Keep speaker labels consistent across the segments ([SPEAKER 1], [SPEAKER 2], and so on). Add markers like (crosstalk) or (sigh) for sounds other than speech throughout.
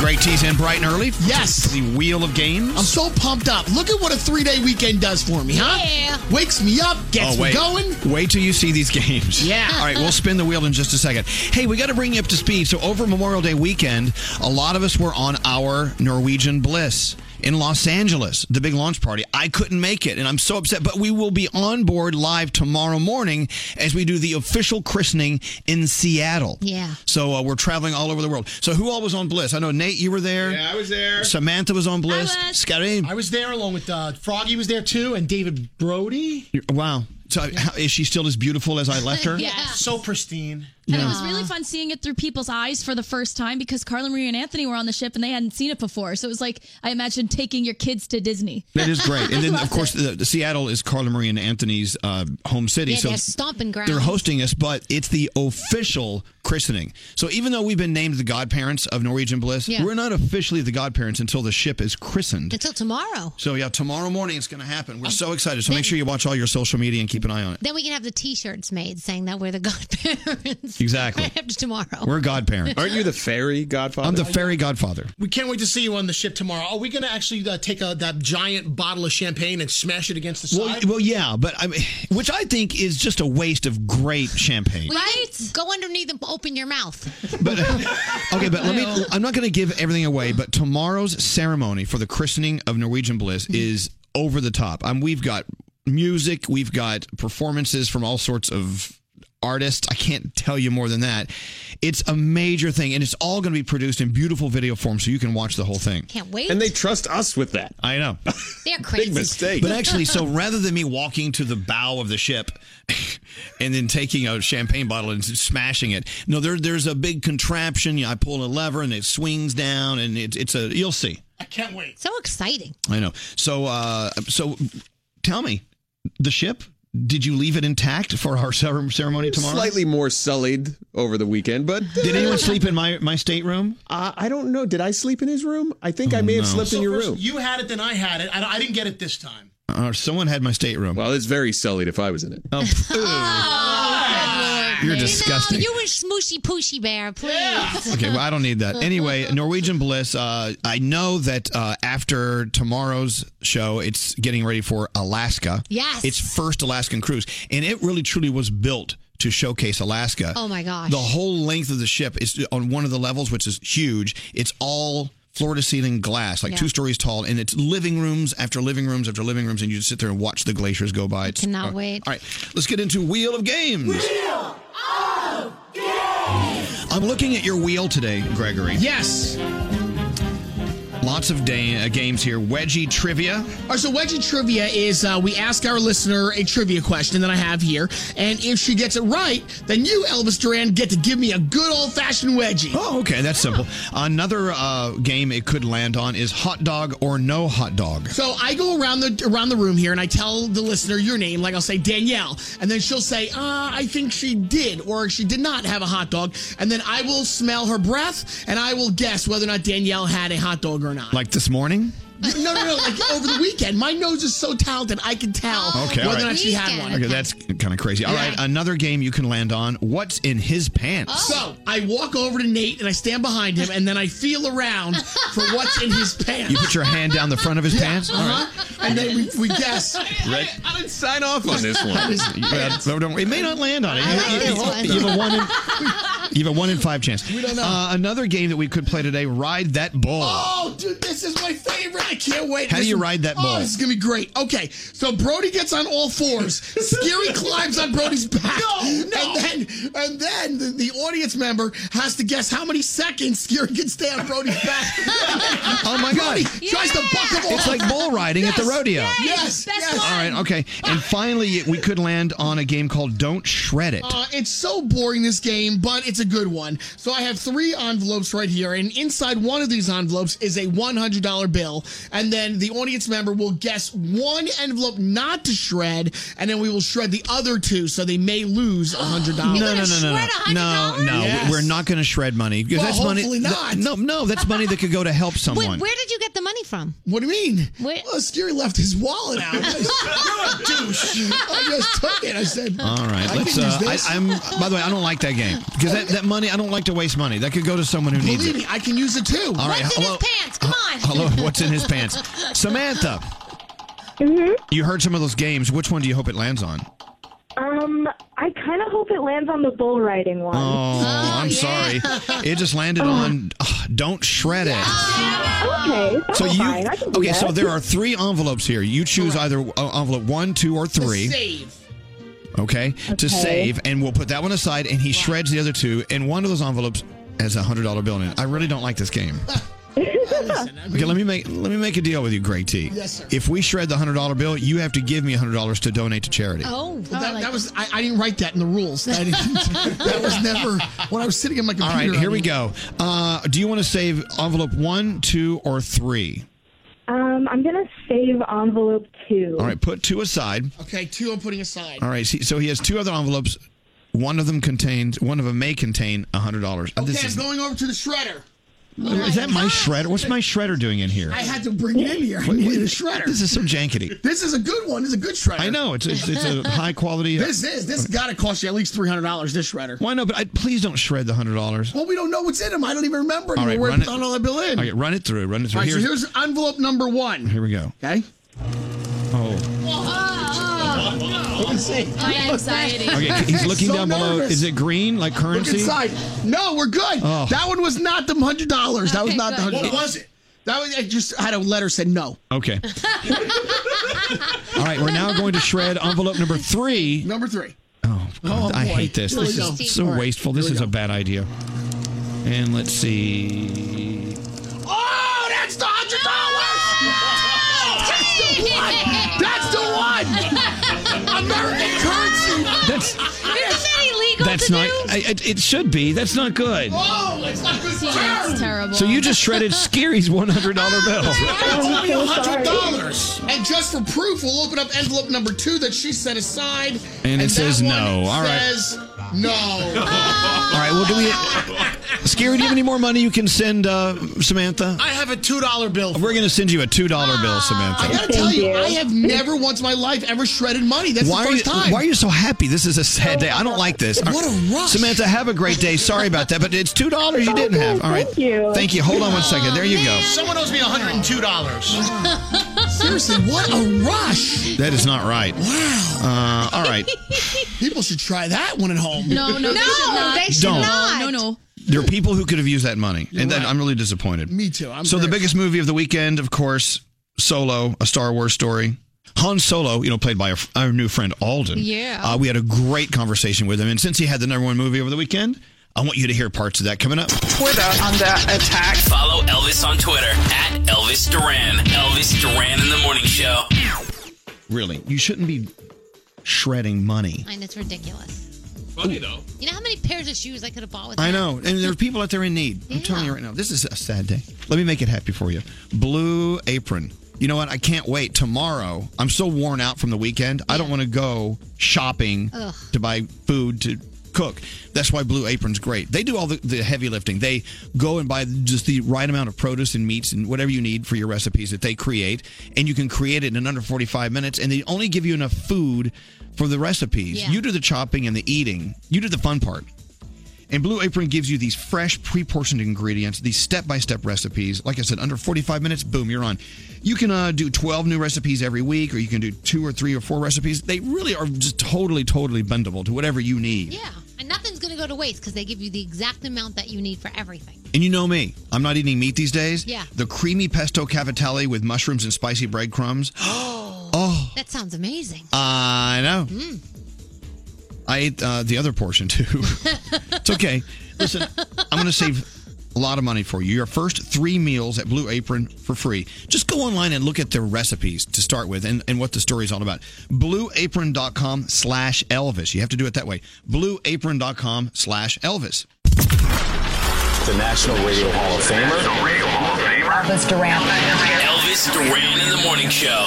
[SPEAKER 1] Break tees uh, in bright and early.
[SPEAKER 2] Yes.
[SPEAKER 1] The wheel of games.
[SPEAKER 2] I'm so pumped up. Look at what a three day weekend does for me, huh?
[SPEAKER 3] Yeah.
[SPEAKER 2] Wakes me up, gets
[SPEAKER 1] oh, wait.
[SPEAKER 2] me going.
[SPEAKER 1] Wait till you see these games.
[SPEAKER 2] Yeah.
[SPEAKER 1] All right, we'll spin the wheel in just a second. Hey, we got to bring you up to speed. So, over Memorial Day weekend, a lot of us were on our Norwegian Bliss in Los Angeles, the big launch party. I couldn't make it, and I'm so upset, but we will be on board live tomorrow morning as we do the official christening in Seattle.
[SPEAKER 3] Yeah.
[SPEAKER 1] So, uh, we're traveling all over the world. So, who all was on Bliss? I know, Nate, you were there.
[SPEAKER 4] Yeah, I was there.
[SPEAKER 1] Samantha was on Bliss.
[SPEAKER 3] was.
[SPEAKER 1] Scotty.
[SPEAKER 2] I was there along with uh, Froggy was there too, and David Brody.
[SPEAKER 1] Wow. So, how, is she still as beautiful as I
[SPEAKER 5] (laughs)
[SPEAKER 1] left her?
[SPEAKER 3] Yeah.
[SPEAKER 2] So pristine.
[SPEAKER 5] And it was really fun seeing it through people's eyes for the first time because Carla Marie and Anthony were on the ship and they hadn't seen it before. So it was like I imagine taking your kids to
[SPEAKER 1] (laughs)
[SPEAKER 5] Disney.
[SPEAKER 1] That is great.
[SPEAKER 5] (laughs)
[SPEAKER 1] And then, of course, the, the Seattle is Carla Marie and Anthony's uh, home city.
[SPEAKER 3] Yeah,
[SPEAKER 1] so
[SPEAKER 3] their stomping ground.
[SPEAKER 1] They're hosting us, but it's the official christening. So even though we've been named the godparents of Norwegian Bliss,
[SPEAKER 3] Yeah.
[SPEAKER 1] we're not officially the godparents until the ship is christened.
[SPEAKER 3] until tomorrow.
[SPEAKER 1] So, yeah, tomorrow morning it's going to happen. We're so excited. So make sure you watch all your social media and keep an eye on it.
[SPEAKER 3] Then we can have the T-shirts made saying that we're the godparents. (laughs)
[SPEAKER 1] Exactly.
[SPEAKER 3] Right after tomorrow.
[SPEAKER 1] We're godparents.
[SPEAKER 4] Aren't you the fairy godfather?
[SPEAKER 1] I'm the fairy godfather.
[SPEAKER 2] We can't wait to see you on the ship tomorrow. Are we going to actually uh, take a, that giant bottle of champagne and smash it against the side?
[SPEAKER 1] Well, well, yeah, but I mean, which I think is just a waste of great champagne.
[SPEAKER 3] right? Go underneath and open your mouth.
[SPEAKER 1] But (laughs) uh, okay, but let me. I'm not going to give everything away. But tomorrow's ceremony for the christening of Norwegian Bliss is over the top. Um, we've got music, we've got performances from all sorts of artists. I can't tell you more than that. It's a major thing, and it's all going to be produced in beautiful video form, so you can watch the whole thing.
[SPEAKER 3] Can't wait.
[SPEAKER 4] and they trust us with that.
[SPEAKER 1] I
[SPEAKER 4] (laughs)
[SPEAKER 1] know.
[SPEAKER 3] (laughs) They're crazy.
[SPEAKER 4] Big mistake.
[SPEAKER 1] But
[SPEAKER 3] (laughs)
[SPEAKER 1] actually, so rather than me walking to the bow of the ship (laughs) and then taking a champagne bottle and smashing it, no, there, there's a big contraption. You know, I pull a lever and it swings down, and it, it's a you'll see.
[SPEAKER 2] I can't wait.
[SPEAKER 3] So
[SPEAKER 1] (laughs)
[SPEAKER 3] exciting.
[SPEAKER 1] I know. So, uh, so tell me, the ship. Did you leave it intact for our (laughs) cer- ceremony tomorrow?
[SPEAKER 4] Slightly more sullied over the weekend, but uh,
[SPEAKER 1] Did anyone sleep in my my stateroom?
[SPEAKER 4] I don't know. Did I sleep in his room? I
[SPEAKER 1] Oh,
[SPEAKER 4] think I may have slept
[SPEAKER 2] So
[SPEAKER 4] in your
[SPEAKER 2] first,
[SPEAKER 4] room.
[SPEAKER 2] you had it, then I had it. I, don't- I didn't get it this time.
[SPEAKER 1] Uh, Or someone had my stateroom.
[SPEAKER 4] well, it's very sullied if I was in it.
[SPEAKER 1] Oh, You're disgusting.
[SPEAKER 3] No, you and Smooshy Pooshy Bear, please.
[SPEAKER 1] Okay, well, I don't
[SPEAKER 3] (laughs)
[SPEAKER 1] need that. Anyway, Norwegian Bliss, uh, I know that uh, after tomorrow's show, it's getting ready for Alaska.
[SPEAKER 3] Yes.
[SPEAKER 1] Its first Alaskan cruise. And it really, truly was built to showcase Alaska.
[SPEAKER 3] Oh, my gosh.
[SPEAKER 1] The whole length of the ship is on one of the levels, which is huge. It's all floor to ceiling glass, like
[SPEAKER 3] Yeah.
[SPEAKER 1] two stories tall. And it's living rooms after living rooms after living rooms. And you just sit there and watch the glaciers go by. It's,
[SPEAKER 3] cannot
[SPEAKER 1] uh,
[SPEAKER 3] wait.
[SPEAKER 1] All right, let's get into Wheel of Games. I'm looking at your wheel today, Gregory.
[SPEAKER 2] Yes. All
[SPEAKER 1] Lots of day, uh, games here. Wedgie trivia.
[SPEAKER 2] right, so Wedgie Trivia is uh, we ask our listener a trivia question that I have here, and if she gets it right, then you, Elvis Duran, get to give me a good old fashioned Wedgie.
[SPEAKER 1] Oh, okay, that's simple. Another uh, game it could land on is hot dog or no hot dog.
[SPEAKER 2] So I go around the around the room here and I tell the listener your name. Like I'll say Danielle, and then she'll say, uh, "I think she did, or she did not have a hot dog." And then I will smell her breath, and I will guess whether or not Danielle had a hot dog or not.
[SPEAKER 1] Like this morning.
[SPEAKER 2] no, no, no. Like over the weekend, my nose is so talented, I can tell
[SPEAKER 1] Oh, Okay, all
[SPEAKER 2] whether or
[SPEAKER 1] right.
[SPEAKER 2] not she had one.
[SPEAKER 1] Okay, that's kind of crazy. All right, another game you can land on. What's in his pants?
[SPEAKER 2] Oh. So I walk over to Nate and I stand behind him, and then I feel around for what's in his pants. (laughs)
[SPEAKER 1] You put your hand down the front of his pants. All right.
[SPEAKER 2] and then we, we guess.
[SPEAKER 4] Right? I, didn't sign off on
[SPEAKER 2] (laughs)
[SPEAKER 4] this one.
[SPEAKER 1] Yeah, so don't- it may not land on it.
[SPEAKER 3] I like this one.
[SPEAKER 1] you have a one. In, you have a one in five chance. We don't know. Uh, another game that we could play today. Ride that bull.
[SPEAKER 2] Oh, dude, this is my favorite. I can't wait.
[SPEAKER 1] How do
[SPEAKER 2] This
[SPEAKER 1] you
[SPEAKER 2] is-
[SPEAKER 1] ride that ball?
[SPEAKER 2] Oh, this is going to be great. Okay, so Brody gets on all fours.
[SPEAKER 1] (laughs)
[SPEAKER 2] Scary climbs on Brody's back. No, no. And then, and then the, the audience member has to guess how many seconds Scary can stay on Brody's back.
[SPEAKER 1] (laughs) Oh, my God.
[SPEAKER 2] Brody tries to buckle off.
[SPEAKER 1] It's like bull riding at the rodeo.
[SPEAKER 2] yes,
[SPEAKER 5] Best
[SPEAKER 2] yes.
[SPEAKER 5] one.
[SPEAKER 1] All right, okay. And finally, we could land on a game called Don't Shred It.
[SPEAKER 2] Uh, it's so boring this game, but it's a good one. So I have three envelopes right here, and inside one of these envelopes is a $100 bill, and then the audience member will guess one envelope not to shred, and then we will shred the other two, so they may lose $100.
[SPEAKER 3] (gasps)
[SPEAKER 1] no, no, no, no,
[SPEAKER 3] shred
[SPEAKER 1] no, no,
[SPEAKER 3] $100?
[SPEAKER 1] no.
[SPEAKER 2] Yes.
[SPEAKER 1] We're not going to shred money because
[SPEAKER 2] Well,
[SPEAKER 1] that's money.
[SPEAKER 2] hopefully not.
[SPEAKER 1] no, no, that's money that could go to help
[SPEAKER 2] (laughs)
[SPEAKER 3] Wait,
[SPEAKER 1] someone.
[SPEAKER 3] where did you get the money from?
[SPEAKER 2] What do you mean? Well, Scary left his wallet
[SPEAKER 3] (laughs)
[SPEAKER 2] out. (laughs) I just, I just took it. I said,
[SPEAKER 1] All right,
[SPEAKER 2] I
[SPEAKER 1] let's.
[SPEAKER 2] can use
[SPEAKER 1] Uh,
[SPEAKER 2] this.
[SPEAKER 1] I, I'm. By the way, I don't like that game because that, that money. I don't like to waste money. That could go to someone who needs
[SPEAKER 2] Believe
[SPEAKER 1] it.
[SPEAKER 2] me, I can use it too.
[SPEAKER 1] All right, What's in his hello-
[SPEAKER 3] pants? Come on.
[SPEAKER 1] Hello,
[SPEAKER 2] (laughs)
[SPEAKER 1] what's in his (laughs) pants? Samantha,
[SPEAKER 6] Mm-hmm.
[SPEAKER 1] you heard some of those games. Which one do you hope it lands on?
[SPEAKER 6] Um, I kind of hope it lands on the bull riding one.
[SPEAKER 1] Oh, I'm
[SPEAKER 2] (laughs)
[SPEAKER 1] sorry. It just
[SPEAKER 6] Oh.
[SPEAKER 1] landed on. ugh, don't shred it.
[SPEAKER 6] Okay, that's
[SPEAKER 1] So you
[SPEAKER 6] fine. I can do
[SPEAKER 1] okay?
[SPEAKER 6] that.
[SPEAKER 1] So there are three envelopes here. You choose either uh, envelope one, two, or three.
[SPEAKER 2] save.
[SPEAKER 1] Okay,
[SPEAKER 2] Okay.
[SPEAKER 1] to save, and we'll put that one aside. And he shreds the other two, and one of those envelopes has a hundred dollar bill in it. I really don't like this
[SPEAKER 2] (laughs)
[SPEAKER 1] game. Okay, let me make let me make a deal with you, Greg T.
[SPEAKER 2] Yes, sir.
[SPEAKER 1] If we shred the hundred dollar bill, you have to give me hundred dollars to donate to
[SPEAKER 2] (laughs)
[SPEAKER 1] charity.
[SPEAKER 2] Oh, that, that was I, I didn't write that in the rules. I didn't, that was never when I was sitting in my
[SPEAKER 1] All
[SPEAKER 2] computer.
[SPEAKER 1] right, here
[SPEAKER 2] I
[SPEAKER 1] we
[SPEAKER 2] didn't-
[SPEAKER 1] go. Uh, do you want to save envelope one, two, or three?
[SPEAKER 6] um, I'm gonna save envelope two.
[SPEAKER 1] All right, put two aside.
[SPEAKER 2] Okay, two I'm putting aside.
[SPEAKER 1] All right, see- so he has two other envelopes. One of them contains one of them may contain hundred dollars. Uh,
[SPEAKER 2] Okay,
[SPEAKER 1] this
[SPEAKER 2] I'm
[SPEAKER 1] is,
[SPEAKER 2] going over to the shredder.
[SPEAKER 1] is that Oh my shredder? What's my shredder doing in here?
[SPEAKER 2] Oh I had to bring it in here. I
[SPEAKER 1] Wait,
[SPEAKER 2] needed a
[SPEAKER 1] wait,
[SPEAKER 2] shredder.
[SPEAKER 1] This is so jankety.
[SPEAKER 2] (laughs) This is a good one. This is a good shredder.
[SPEAKER 1] I know it's it's, it's
[SPEAKER 2] (laughs)
[SPEAKER 1] a high quality. uh,
[SPEAKER 2] This is this got to cost you at least three hundred dollars. This shredder.
[SPEAKER 1] Why no? But I, please don't shred the hundred dollars.
[SPEAKER 2] Well, we don't know what's in them. I don't even remember
[SPEAKER 1] All
[SPEAKER 2] anymore
[SPEAKER 1] right,
[SPEAKER 2] where I
[SPEAKER 1] run
[SPEAKER 2] put
[SPEAKER 1] it.
[SPEAKER 2] all that bill in.
[SPEAKER 1] Okay, run it through. Run it
[SPEAKER 2] All
[SPEAKER 1] through.
[SPEAKER 2] right, so
[SPEAKER 1] Here's-
[SPEAKER 2] here's envelope number one.
[SPEAKER 1] here we go.
[SPEAKER 2] Okay.
[SPEAKER 1] Oh.
[SPEAKER 2] Let me see.
[SPEAKER 5] My anxiety.
[SPEAKER 1] Okay, he's looking
[SPEAKER 2] So
[SPEAKER 1] down below.
[SPEAKER 2] nervous.
[SPEAKER 1] Is it green like
[SPEAKER 2] Look
[SPEAKER 1] currency?
[SPEAKER 2] inside. No, we're good.
[SPEAKER 1] Oh.
[SPEAKER 2] That one was not the hundred dollars. That was
[SPEAKER 5] Okay,
[SPEAKER 2] not the
[SPEAKER 5] good.
[SPEAKER 2] hundred. What was it? That was, I just had a letter said no. (laughs)
[SPEAKER 1] Okay. All right, we're now going to shred envelope number three.
[SPEAKER 2] Number three.
[SPEAKER 1] Oh, God,
[SPEAKER 2] Oh,
[SPEAKER 1] I
[SPEAKER 2] boy.
[SPEAKER 1] hate this.
[SPEAKER 2] Here we
[SPEAKER 1] This
[SPEAKER 2] go.
[SPEAKER 1] is so
[SPEAKER 2] All right,
[SPEAKER 1] wasteful.
[SPEAKER 2] here
[SPEAKER 1] This
[SPEAKER 2] we
[SPEAKER 1] is
[SPEAKER 2] go.
[SPEAKER 1] a bad idea. And let's see.
[SPEAKER 2] Oh, that's the hundred dollars. That's the one. That's the one. American currency.
[SPEAKER 1] That's
[SPEAKER 5] Isn't that illegal
[SPEAKER 1] that's
[SPEAKER 5] to
[SPEAKER 1] not.
[SPEAKER 5] do?
[SPEAKER 1] I, it, it should be. That's not good.
[SPEAKER 2] Oh, it's not good. for
[SPEAKER 5] Yeah, it's
[SPEAKER 2] her.
[SPEAKER 5] terrible.
[SPEAKER 1] So you just shredded Scary's one hundred dollar
[SPEAKER 2] (laughs)
[SPEAKER 1] bill.
[SPEAKER 2] It's only
[SPEAKER 6] so
[SPEAKER 2] hundred dollars. And just for proof, we'll open up envelope number two that she set aside.
[SPEAKER 1] And it says no. All right.
[SPEAKER 2] says no.
[SPEAKER 1] All
[SPEAKER 5] Ah.
[SPEAKER 1] right. Well, do we? Scary, do you have any more money you can send uh, Samantha?
[SPEAKER 7] I have a two dollar bill.
[SPEAKER 1] We're gonna send you a two dollar bill,
[SPEAKER 2] Ah, I
[SPEAKER 1] Samantha.
[SPEAKER 2] gotta tell you,
[SPEAKER 6] you.
[SPEAKER 2] I have never once in my life ever shredded money. That's
[SPEAKER 1] Why
[SPEAKER 2] the
[SPEAKER 1] are, you,
[SPEAKER 2] first time.
[SPEAKER 1] why are you so happy? This is a sad day. I don't like this.
[SPEAKER 2] What a rush.
[SPEAKER 1] Samantha, have a great day. Sorry about that, but it's two dollars you didn't have. All right.
[SPEAKER 6] Thank you.
[SPEAKER 1] Thank you. Hold on one second. There you go.
[SPEAKER 7] Someone owes me one hundred and two
[SPEAKER 2] (laughs)
[SPEAKER 7] dollars.
[SPEAKER 2] Seriously, what a rush!
[SPEAKER 1] That is not right.
[SPEAKER 2] Wow,
[SPEAKER 1] Uh, all right.
[SPEAKER 2] (laughs) people should try that one at home.
[SPEAKER 5] no, no, they should not.
[SPEAKER 3] they should
[SPEAKER 1] Don't.
[SPEAKER 3] not.
[SPEAKER 5] No, no.
[SPEAKER 1] There are people who could have used that money, and that,
[SPEAKER 2] right.
[SPEAKER 1] I'm really disappointed.
[SPEAKER 2] Me too. I'm
[SPEAKER 1] so the
[SPEAKER 2] very-
[SPEAKER 1] biggest movie of the weekend, of course, Solo, a Star Wars story. Han Solo, you know, played by our, our new friend Alden.
[SPEAKER 3] Yeah.
[SPEAKER 1] Uh, we had a great conversation with him, and since he had the number one movie over the weekend, I want you to hear parts of that coming up.
[SPEAKER 8] Twitter under attack.
[SPEAKER 9] Follow Elvis on Twitter at Elvis Duran. Elvis Duran in the Morning Show.
[SPEAKER 1] Really, you shouldn't be shredding money.
[SPEAKER 3] And it's ridiculous.
[SPEAKER 7] Funny though.
[SPEAKER 3] You know how many pairs of shoes I could have bought with that?
[SPEAKER 1] I know, and there are people out there in need. I'm telling you right now, this is a sad day. Let me make it happy for you. Blue Apron. You know what? I can't wait. Tomorrow, I'm so worn out from the weekend. I don't want to go shopping to buy food to cook. That's why Blue Apron's great. They do all the, the heavy lifting. They go and buy just the right amount of produce and meats and whatever you need for your recipes that they create, and you can create it in under 45 minutes, and they only give you enough food for the recipes.
[SPEAKER 3] Yeah.
[SPEAKER 1] You do the chopping and the eating, you do the fun part. And Blue Apron gives you these fresh, pre portioned ingredients, these step by step recipes. Like I said, under 45 minutes, boom, you're on. You can uh, do 12 new recipes every week, or you can do two or three or four recipes. They really are just totally, totally bendable to whatever you need.
[SPEAKER 3] Yeah. (laughs) And nothing's going to go to waste because they give you the exact amount that you need for everything.
[SPEAKER 1] And you know me, I'm not eating meat these days.
[SPEAKER 3] Yeah.
[SPEAKER 1] The creamy pesto cavatelli with mushrooms and spicy breadcrumbs. (gasps)
[SPEAKER 10] (gasps) Oh.
[SPEAKER 3] That sounds amazing. Hmm.
[SPEAKER 1] I know. I ate uh, the other portion too. (laughs) it's okay. Listen, I'm going to save a lot of money for you. Your first three meals at Blue Apron for free. Just go online and look at their recipes to start with and, and what the story is all about. BlueApron.com slash Elvis. You have to do it that way. BlueApron.com slash Elvis.
[SPEAKER 11] The National Radio Hall of Famer.
[SPEAKER 8] Elvis Duran.
[SPEAKER 9] Elvis Duran in the Morning Show.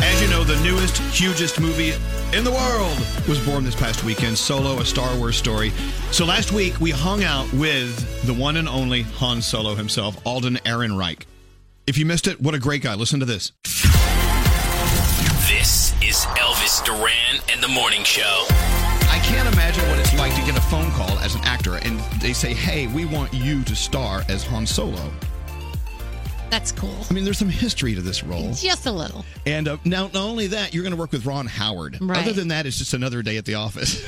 [SPEAKER 1] As you know, the newest, hugest movie in the world was born this past weekend Solo, a Star Wars story. So last week, we hung out with the one and only Han Solo himself, Alden Ehrenreich. If you missed it, what a great guy. Listen to this.
[SPEAKER 9] This is Elvis Duran and the Morning Show.
[SPEAKER 1] I can't imagine what it's like to get a phone call as an actor and they say, hey, we want you to star as Han Solo.
[SPEAKER 3] (laughs) That's cool.
[SPEAKER 1] I mean, there's some history to this role.
[SPEAKER 3] Just a little.
[SPEAKER 1] And uh, now, not only that, you're going to work with Ron Howard.
[SPEAKER 3] Right.
[SPEAKER 1] Other than that, it's just another day at the office.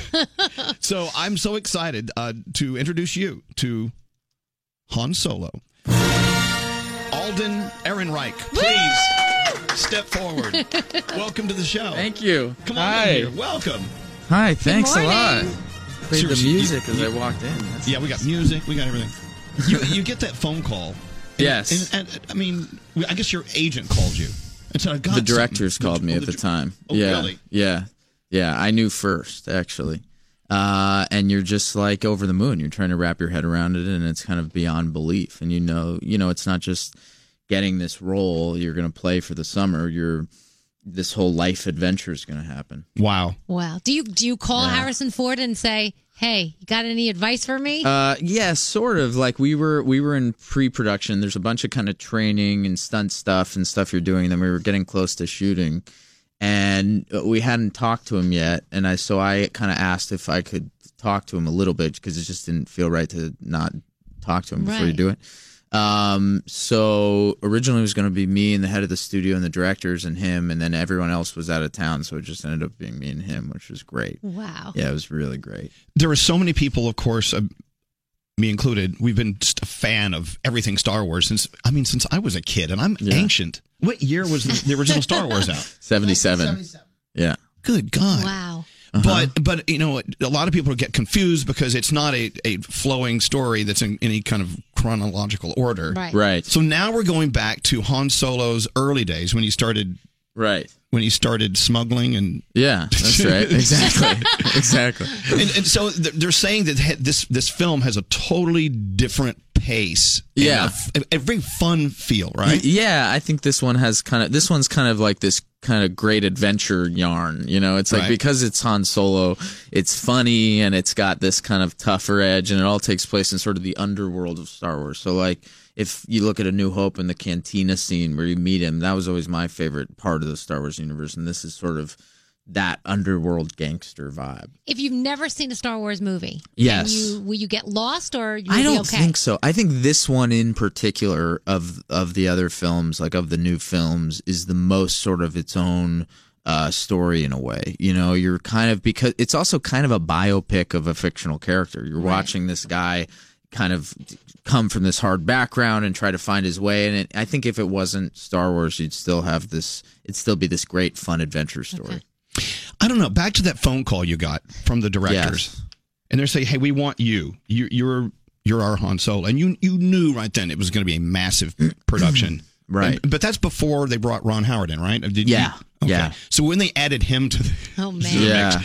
[SPEAKER 1] so I'm so excited uh, to introduce you to Han Solo. Alden Ehrenreich, please step forward. (laughs) Welcome to the show. Thank
[SPEAKER 10] you.
[SPEAKER 1] Come on
[SPEAKER 10] Hi.
[SPEAKER 1] in here. Welcome.
[SPEAKER 10] Hi, thanks a lot.
[SPEAKER 1] morning.
[SPEAKER 10] Played the
[SPEAKER 1] Seriously, you-
[SPEAKER 10] music as
[SPEAKER 1] you-
[SPEAKER 10] I walked in. That's
[SPEAKER 1] yeah, we got music. We got everything. You, you get that phone
[SPEAKER 10] (laughs)
[SPEAKER 1] call. And-
[SPEAKER 10] Yes.
[SPEAKER 1] And, and, I mean, I guess your agent called you. And said, I got
[SPEAKER 10] the directors called me at the time.
[SPEAKER 1] Oh,
[SPEAKER 10] yeah,
[SPEAKER 1] really?
[SPEAKER 10] yeah, yeah. I knew first actually, uh, and you're just like over the moon. You're trying to wrap your head around it, and it's kind of beyond belief. And you know, you know, it's not just getting this role you're going to play for the summer. You're this whole life adventure is going to happen.
[SPEAKER 1] Wow.
[SPEAKER 3] Wow. Do you do you call Harrison Ford and say, "Hey, you got any advice for me?"
[SPEAKER 10] Uh, yeah, sort of. Like we were we were in pre-production. There's a bunch of kind of training and stunt stuff and stuff you're doing. Then we were getting close to shooting, and uh, we hadn't talked to him yet. And I so I kind of asked if I could talk to him a little bit because it just didn't feel right to not talk to him before you
[SPEAKER 12] Right.
[SPEAKER 10] do it. Um, so originally it was going to be me and the head of the studio and the directors and him, and then everyone else was out of town. So it just ended up being me and him, which was great.
[SPEAKER 3] Wow.
[SPEAKER 10] Yeah, it was really great.
[SPEAKER 1] there are so many people, of course, uh, me included. We've been just a fan of everything Star Wars since I mean, since I was a kid, and I'm ancient. What year was the, the original (laughs) Star Wars
[SPEAKER 8] (laughs)
[SPEAKER 1] out?
[SPEAKER 10] 77. Yeah.
[SPEAKER 1] Good God.
[SPEAKER 3] Wow.
[SPEAKER 10] Uh-huh.
[SPEAKER 1] But but you know a lot of people get confused because it's not a, a flowing story that's in any kind of chronological order.
[SPEAKER 10] Right. Right.
[SPEAKER 1] So now we're going back to Han Solo's early days when he started
[SPEAKER 10] Right.
[SPEAKER 1] when he started smuggling and
[SPEAKER 10] Yeah,
[SPEAKER 1] (laughs)
[SPEAKER 10] that's right. Exactly. exactly.
[SPEAKER 1] And, and so th- they're saying that he- this this film has a totally different pace. and
[SPEAKER 10] Yeah.
[SPEAKER 1] a f- a, very fun feel, right?
[SPEAKER 10] Y- Yeah, I think this one has kind of this one's kind of like this kind of great adventure yarn. You know, it's like
[SPEAKER 1] Right.
[SPEAKER 10] because it's Han Solo, it's funny and it's got this kind of tougher edge, and it all takes place in sort of the underworld of Star Wars. So like. If you look at A New Hope and the cantina scene where you meet him, that was always my favorite part of the Star Wars universe. And this is sort of that underworld gangster vibe.
[SPEAKER 3] If you've never seen a Star Wars movie, can
[SPEAKER 10] Yes.
[SPEAKER 3] you, will you get lost or you'll
[SPEAKER 10] I don't
[SPEAKER 3] be okay?
[SPEAKER 10] think so. I think this one in particular of of the other films, like of the new films, is the most sort of its own uh, story in a way. You know, you're kind of because it's also kind of a biopic of a fictional character. You're watching this guy kind of come from this hard background and try to find his way. And it, I think if it wasn't Star Wars, you'd still have this. It'd still be this great fun adventure story.
[SPEAKER 1] I don't know. Back to that phone call you got from the directors, and they're saying, "Hey, we want you. You you're you're our Han Solo," and you you knew right then it was going to be a massive (clears throat) production,
[SPEAKER 10] (clears throat) Right.
[SPEAKER 1] And- but that's before they brought Ron Howard in, right? Did you-
[SPEAKER 10] Yeah.
[SPEAKER 1] okay.
[SPEAKER 10] Yeah.
[SPEAKER 1] So when they added him (laughs) to the
[SPEAKER 3] Oh man.
[SPEAKER 1] yeah.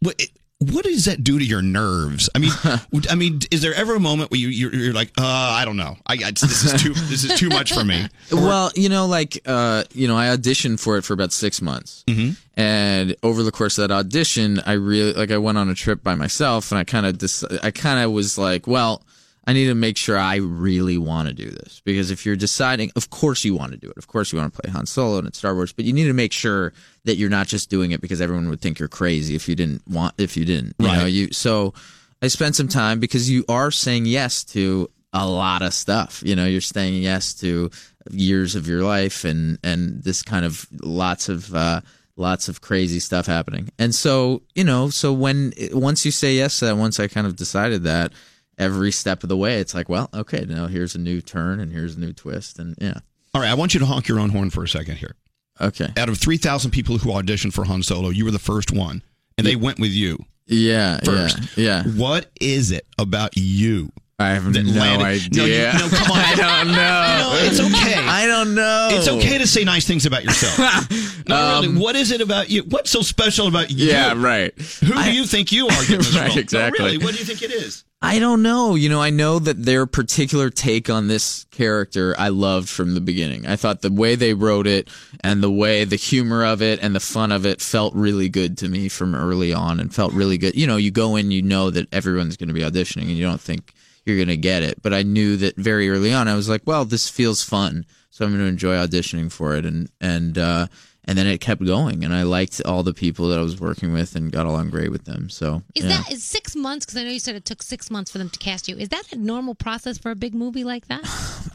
[SPEAKER 1] What, what does that do to your nerves? I
[SPEAKER 10] (laughs)
[SPEAKER 1] mean, would- I mean, is there ever a moment where you you're, you're like, uh, I don't know, I, I this is too this is too much for me.
[SPEAKER 10] (laughs) well, you know, like uh, you know, I auditioned for it for about six months,
[SPEAKER 1] Mm-hmm.
[SPEAKER 10] and over the course of that audition, I really like I went on a trip by myself, and I kind of dis- I kind of was like, well, I need to make sure I really want to do this because if you're deciding, of course you want to do it, of course you want to play Han Solo and it's Star Wars, but you need to make sure that you're not just doing it because everyone would think you're crazy if you didn't want if you didn't, you know,
[SPEAKER 13] Right.
[SPEAKER 10] you so I spent some time because you are saying yes to a lot of stuff. You know, you're saying yes to years of your life and and this kind of lots of uh lots of crazy stuff happening. And so, you know, so when once you say yes to that, once I kind of decided that every step of the way it's like, well, okay, now here's a new turn and here's a new twist and yeah.
[SPEAKER 1] All right, I want you to honk your own horn for a second here.
[SPEAKER 10] Okay.
[SPEAKER 1] Out of three thousand people who auditioned for Han Solo, you were the first one, and they went with you.
[SPEAKER 10] Yeah,
[SPEAKER 1] first.
[SPEAKER 10] yeah.
[SPEAKER 1] What is it about you?
[SPEAKER 10] I have
[SPEAKER 1] no No, you-
[SPEAKER 10] idea.
[SPEAKER 1] no, come on.
[SPEAKER 10] (laughs) I don't know.
[SPEAKER 1] No, it's okay.
[SPEAKER 10] (laughs) I don't know. Um,
[SPEAKER 1] It's okay to say nice things about
[SPEAKER 10] (laughs)
[SPEAKER 1] yourself. no, really. What is it about you? What's so special about you?
[SPEAKER 10] Yeah, right.
[SPEAKER 1] Who do you think you are? Getting this
[SPEAKER 10] (laughs) Right,
[SPEAKER 1] role? No,
[SPEAKER 10] exactly.
[SPEAKER 1] really, what do you think it is?
[SPEAKER 10] I don't know. You know, I know that their particular take on this character I loved from the beginning. I thought the way they wrote it and the way the humor of it and the fun of it felt really good to me from early on and felt really good. You know, you go in, you know that everyone's going to be auditioning and you don't think you're going to get it. But I knew that very early on, I was like, well, this feels fun. So I'm going to enjoy auditioning for it, and and uh, and then it kept going, and I liked all the people that I was working with, and got along great with them. So
[SPEAKER 3] Is
[SPEAKER 10] yeah.
[SPEAKER 3] that is six months? Because I know you said it took six months for them to cast you. Is that a normal process for a big movie like that?
[SPEAKER 10] (laughs)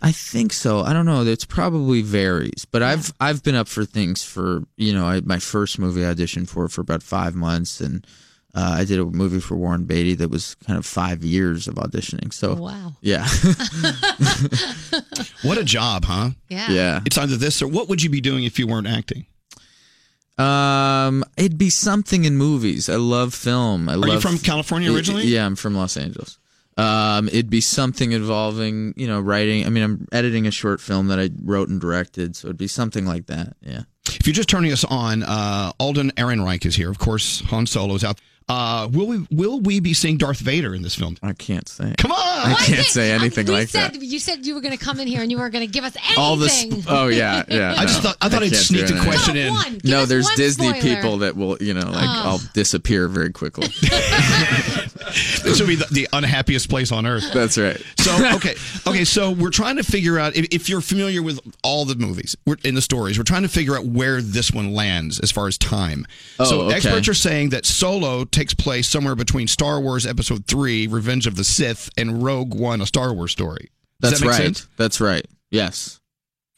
[SPEAKER 10] I think so. I don't know. It's probably varies, but I've I've been up for things for you know I, my first movie I auditioned for for about five months, and uh, I did a movie for Warren Beatty that was kind of five years of auditioning. So
[SPEAKER 3] Wow.
[SPEAKER 10] yeah, (laughs)
[SPEAKER 1] What a job, huh?
[SPEAKER 3] Yeah.
[SPEAKER 10] Yeah.
[SPEAKER 1] It's either this or what would you be doing if you weren't acting?
[SPEAKER 10] um, it'd be something in movies. I love film. I
[SPEAKER 1] Are you
[SPEAKER 10] love
[SPEAKER 1] from California originally?
[SPEAKER 10] Yeah, I'm from Los Angeles. Um, it'd be something involving you know writing. I mean, I'm editing a short film that I wrote and directed, so it'd be something like that. Yeah.
[SPEAKER 1] If you're just turning us on, uh, Alden Ehrenreich is here. Of course, Han Solo is out. Uh, will we will we be seeing Darth Vader in this film?
[SPEAKER 10] I can't say.
[SPEAKER 1] Come on!
[SPEAKER 10] I can't say anything
[SPEAKER 3] We
[SPEAKER 10] like
[SPEAKER 3] said
[SPEAKER 10] that.
[SPEAKER 3] you said you were going to come in here and you were going to give us anything.
[SPEAKER 10] (laughs) All this. Oh yeah, yeah.
[SPEAKER 1] I just
[SPEAKER 10] no.
[SPEAKER 1] thought- I thought I'd
[SPEAKER 10] can't
[SPEAKER 1] sneak
[SPEAKER 10] do
[SPEAKER 1] a
[SPEAKER 10] that.
[SPEAKER 1] question in. Come on,
[SPEAKER 3] give
[SPEAKER 10] No,
[SPEAKER 3] us
[SPEAKER 10] there's
[SPEAKER 3] one
[SPEAKER 10] Disney
[SPEAKER 3] spoiler.
[SPEAKER 10] people that will, you know, like
[SPEAKER 3] Oh.
[SPEAKER 10] I'll disappear very quickly.
[SPEAKER 1] this would be the, the unhappiest place on earth.
[SPEAKER 10] That's right.
[SPEAKER 1] So okay, okay. So we're trying to figure out if, if you're familiar with all the movies we're, and the stories. We're trying to figure out where this one lands as far as time. so
[SPEAKER 10] Oh, okay.
[SPEAKER 1] experts are saying that Solo takes place somewhere between Star Wars Episode Three: Revenge of the Sith and Rogue One: A Star Wars Story. Does
[SPEAKER 10] That's
[SPEAKER 1] that make
[SPEAKER 10] right.
[SPEAKER 1] sense?
[SPEAKER 10] That's right. Yes.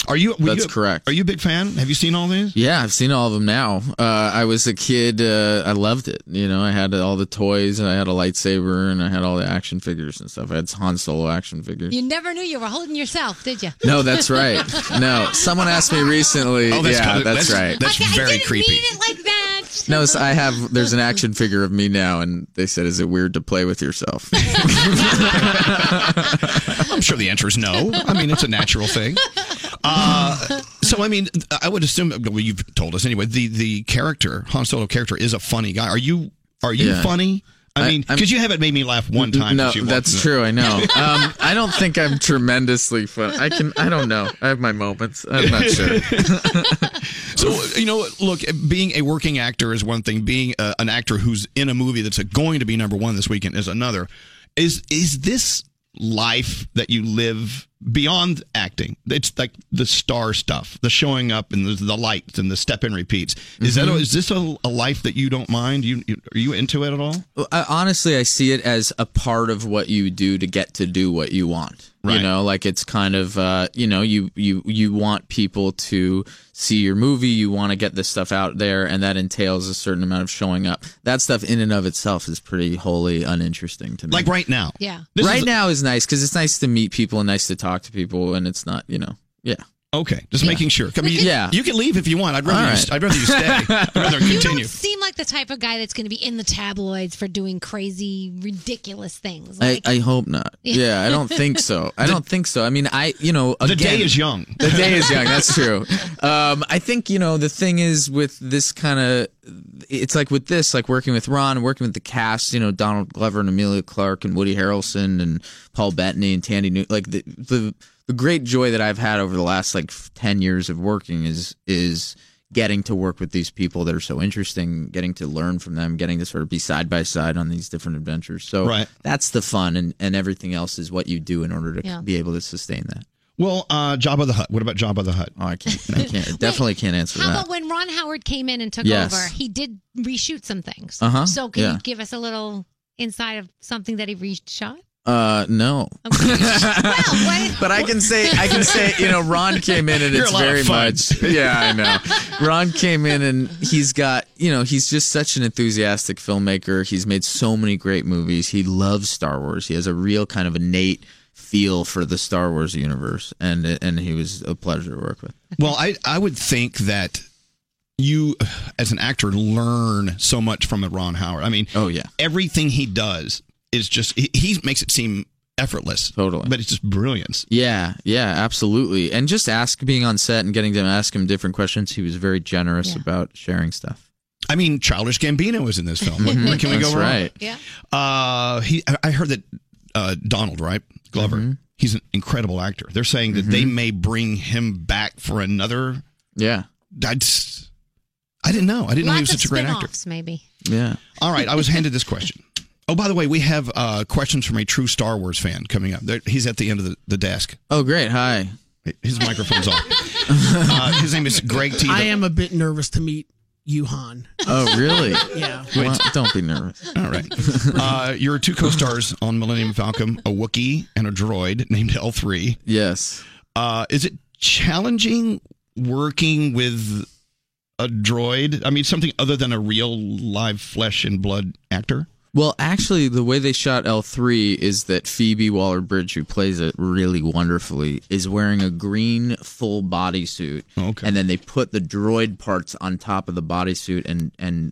[SPEAKER 1] Are you? were
[SPEAKER 10] That's
[SPEAKER 1] you-
[SPEAKER 10] correct.
[SPEAKER 1] Are you a big fan? Have you seen all these?
[SPEAKER 10] Yeah, I've seen all of them now. Uh, I was a kid. Uh, I loved it. You know, I had all the toys and I had a lightsaber and I had all the action figures and stuff. I had Han Solo action
[SPEAKER 3] (laughs)
[SPEAKER 10] figures.
[SPEAKER 3] You never knew you were holding yourself, did you?
[SPEAKER 10] (laughs) No,
[SPEAKER 3] (laughs)
[SPEAKER 10] that's right. No, someone asked me recently.
[SPEAKER 1] Oh, that's
[SPEAKER 10] yeah,
[SPEAKER 1] kinda-
[SPEAKER 10] that's,
[SPEAKER 1] that's-
[SPEAKER 10] right.
[SPEAKER 1] that's Okay, I very didn't
[SPEAKER 10] creepy. No, so I have. There's an action figure of me now, and they said, "Is it weird to play
[SPEAKER 1] (laughs)
[SPEAKER 10] with yourself?"
[SPEAKER 1] I'm sure the answer is no. Oh, I mean, it's a natural thing. Uh, so, I mean, I would assume. Well, you've told us anyway. The the character Han Solo character is a funny guy. Are you are you
[SPEAKER 10] Yeah.
[SPEAKER 1] funny? I,
[SPEAKER 10] I-
[SPEAKER 1] mean,
[SPEAKER 10] I'm-
[SPEAKER 1] because
[SPEAKER 10] (laughs)
[SPEAKER 1] you haven't made me laugh one time.
[SPEAKER 10] No,
[SPEAKER 1] since you walked in.
[SPEAKER 10] that's true.
[SPEAKER 1] (laughs)
[SPEAKER 10] I know. Um, I don't think I'm tremendously fun. I can. I don't know. I have my moments. I'm not sure.
[SPEAKER 1] So you know, look, being a working actor is one thing. Being uh an actor who's in a movie that's going to be number one this weekend is another. Is is this life that you live beyond acting? It's like the star stuff, the showing up and the, the lights and the step and repeats. Is that
[SPEAKER 10] Mhm.
[SPEAKER 1] is this a, a life that you don't mind? You, you are you into it at all?
[SPEAKER 10] Well, I, honestly, I see it as a part of what you do to get to do what you want. You know, like it's kind of uh, you know you you you want people to see your movie. You want to get this stuff out there, and that entails a certain amount of showing up. That stuff in and of itself is pretty wholly uninteresting to me.
[SPEAKER 1] Like right now.
[SPEAKER 3] Yeah.
[SPEAKER 10] right now is nice because it's nice to meet people and nice to talk to people, and it's not you know yeah.
[SPEAKER 1] Okay, just making sure. I mean, you-
[SPEAKER 10] yeah,
[SPEAKER 1] you can leave if you want. I'd rather
[SPEAKER 10] All
[SPEAKER 1] you,
[SPEAKER 10] right.
[SPEAKER 1] st- I'd rather you stay. I'd
[SPEAKER 3] (laughs)
[SPEAKER 1] rather
[SPEAKER 3] You
[SPEAKER 1] continue.
[SPEAKER 3] don't seem like the type of guy that's going to be in the tabloids for doing crazy, ridiculous things.
[SPEAKER 10] I,
[SPEAKER 3] Like,
[SPEAKER 10] I hope not. Yeah, I don't think so. I don't think so. I mean, I you know
[SPEAKER 1] The
[SPEAKER 10] again-
[SPEAKER 1] day is young.
[SPEAKER 10] The day is young. That's true. Um, I think you know the thing is with this kind of, it's like with this, like working with Ron, working with the cast. You know, Donald Glover and Amelia Clark and Woody Harrelson and Paul Bettany and Tandy Newton. Like the, the the great joy that I've had over the last like ten years of working is is getting to work with these people that are so interesting, getting to learn from them, getting to sort of be side by side on these different adventures. So
[SPEAKER 1] Right.
[SPEAKER 10] that's the fun, and and everything else is what you do in order to
[SPEAKER 3] Yeah.
[SPEAKER 10] be able to sustain that.
[SPEAKER 1] well, uh, Jabba the Hutt. What about Jabba the Hutt?
[SPEAKER 10] Oh, I can't. I
[SPEAKER 3] (laughs)
[SPEAKER 10] can't. definitely can't answer
[SPEAKER 3] how
[SPEAKER 10] that.
[SPEAKER 3] about when Ron Howard came in and took
[SPEAKER 10] Yes.
[SPEAKER 3] over? He did reshoot some things.
[SPEAKER 10] Uh-huh,
[SPEAKER 3] So can
[SPEAKER 10] yeah.
[SPEAKER 3] you give us a little inside of something that he reshot?
[SPEAKER 10] Uh, no. (laughs) but I can say I can say you know Ron came in and
[SPEAKER 1] You're a
[SPEAKER 10] it's
[SPEAKER 1] lot of
[SPEAKER 10] very
[SPEAKER 1] fun.
[SPEAKER 10] much yeah I know Ron came in and he's got you know he's just such an enthusiastic filmmaker he's made so many great movies he loves Star Wars he has a real kind of innate feel for the Star Wars universe and and he was a pleasure to work with
[SPEAKER 1] Well, I I would think that you as an actor learn so much from a Ron Howard. I mean,
[SPEAKER 10] oh yeah,
[SPEAKER 1] everything he does is just he, he makes it seem effortless.
[SPEAKER 10] Totally.
[SPEAKER 1] but it's just brilliance.
[SPEAKER 10] Yeah, yeah, absolutely. And just ask being on set and getting them to ask him different questions. He was very generous about sharing stuff.
[SPEAKER 1] I mean, Childish Gambino is in this
[SPEAKER 10] (laughs)
[SPEAKER 1] film. What-
[SPEAKER 10] Mhm.
[SPEAKER 1] what can we go
[SPEAKER 10] That's
[SPEAKER 1] wrong?
[SPEAKER 10] right.
[SPEAKER 3] Yeah.
[SPEAKER 1] Uh, he I- I heard that uh, Donald right Glover.
[SPEAKER 10] Mm-hmm.
[SPEAKER 1] He's an incredible actor. They're saying that they may bring him back for another.
[SPEAKER 10] Yeah.
[SPEAKER 1] That's. I didn't know. I didn't know he was
[SPEAKER 3] Lots of
[SPEAKER 1] such a great actor.
[SPEAKER 3] spin-offs, maybe.
[SPEAKER 10] Yeah.
[SPEAKER 1] All right, I was handed this question. Oh, by the way, we have uh, questions from a true Star Wars fan coming up. There, he's at the end of the, the desk.
[SPEAKER 10] Oh, great. Hi. (laughs)
[SPEAKER 1] His microphone's off. Uh, his name is Greg T.
[SPEAKER 2] I am a bit nervous to meet you, Han.
[SPEAKER 10] Oh, really?
[SPEAKER 2] yeah.
[SPEAKER 10] Well, don't be nervous.
[SPEAKER 1] All right. Uh, your two co-stars on Millennium Falcon, a Wookiee and a droid named L3.
[SPEAKER 10] Yes.
[SPEAKER 1] Uh, is it challenging working with a droid? I mean, something other than a real live flesh and blood actor?
[SPEAKER 10] Well, actually, the way they shot L3 is that Phoebe Waller Bridge, who plays it really wonderfully, is wearing a green full bodysuit.
[SPEAKER 1] Oh,
[SPEAKER 10] Okay. And then they put the droid parts on top of the bodysuit and, and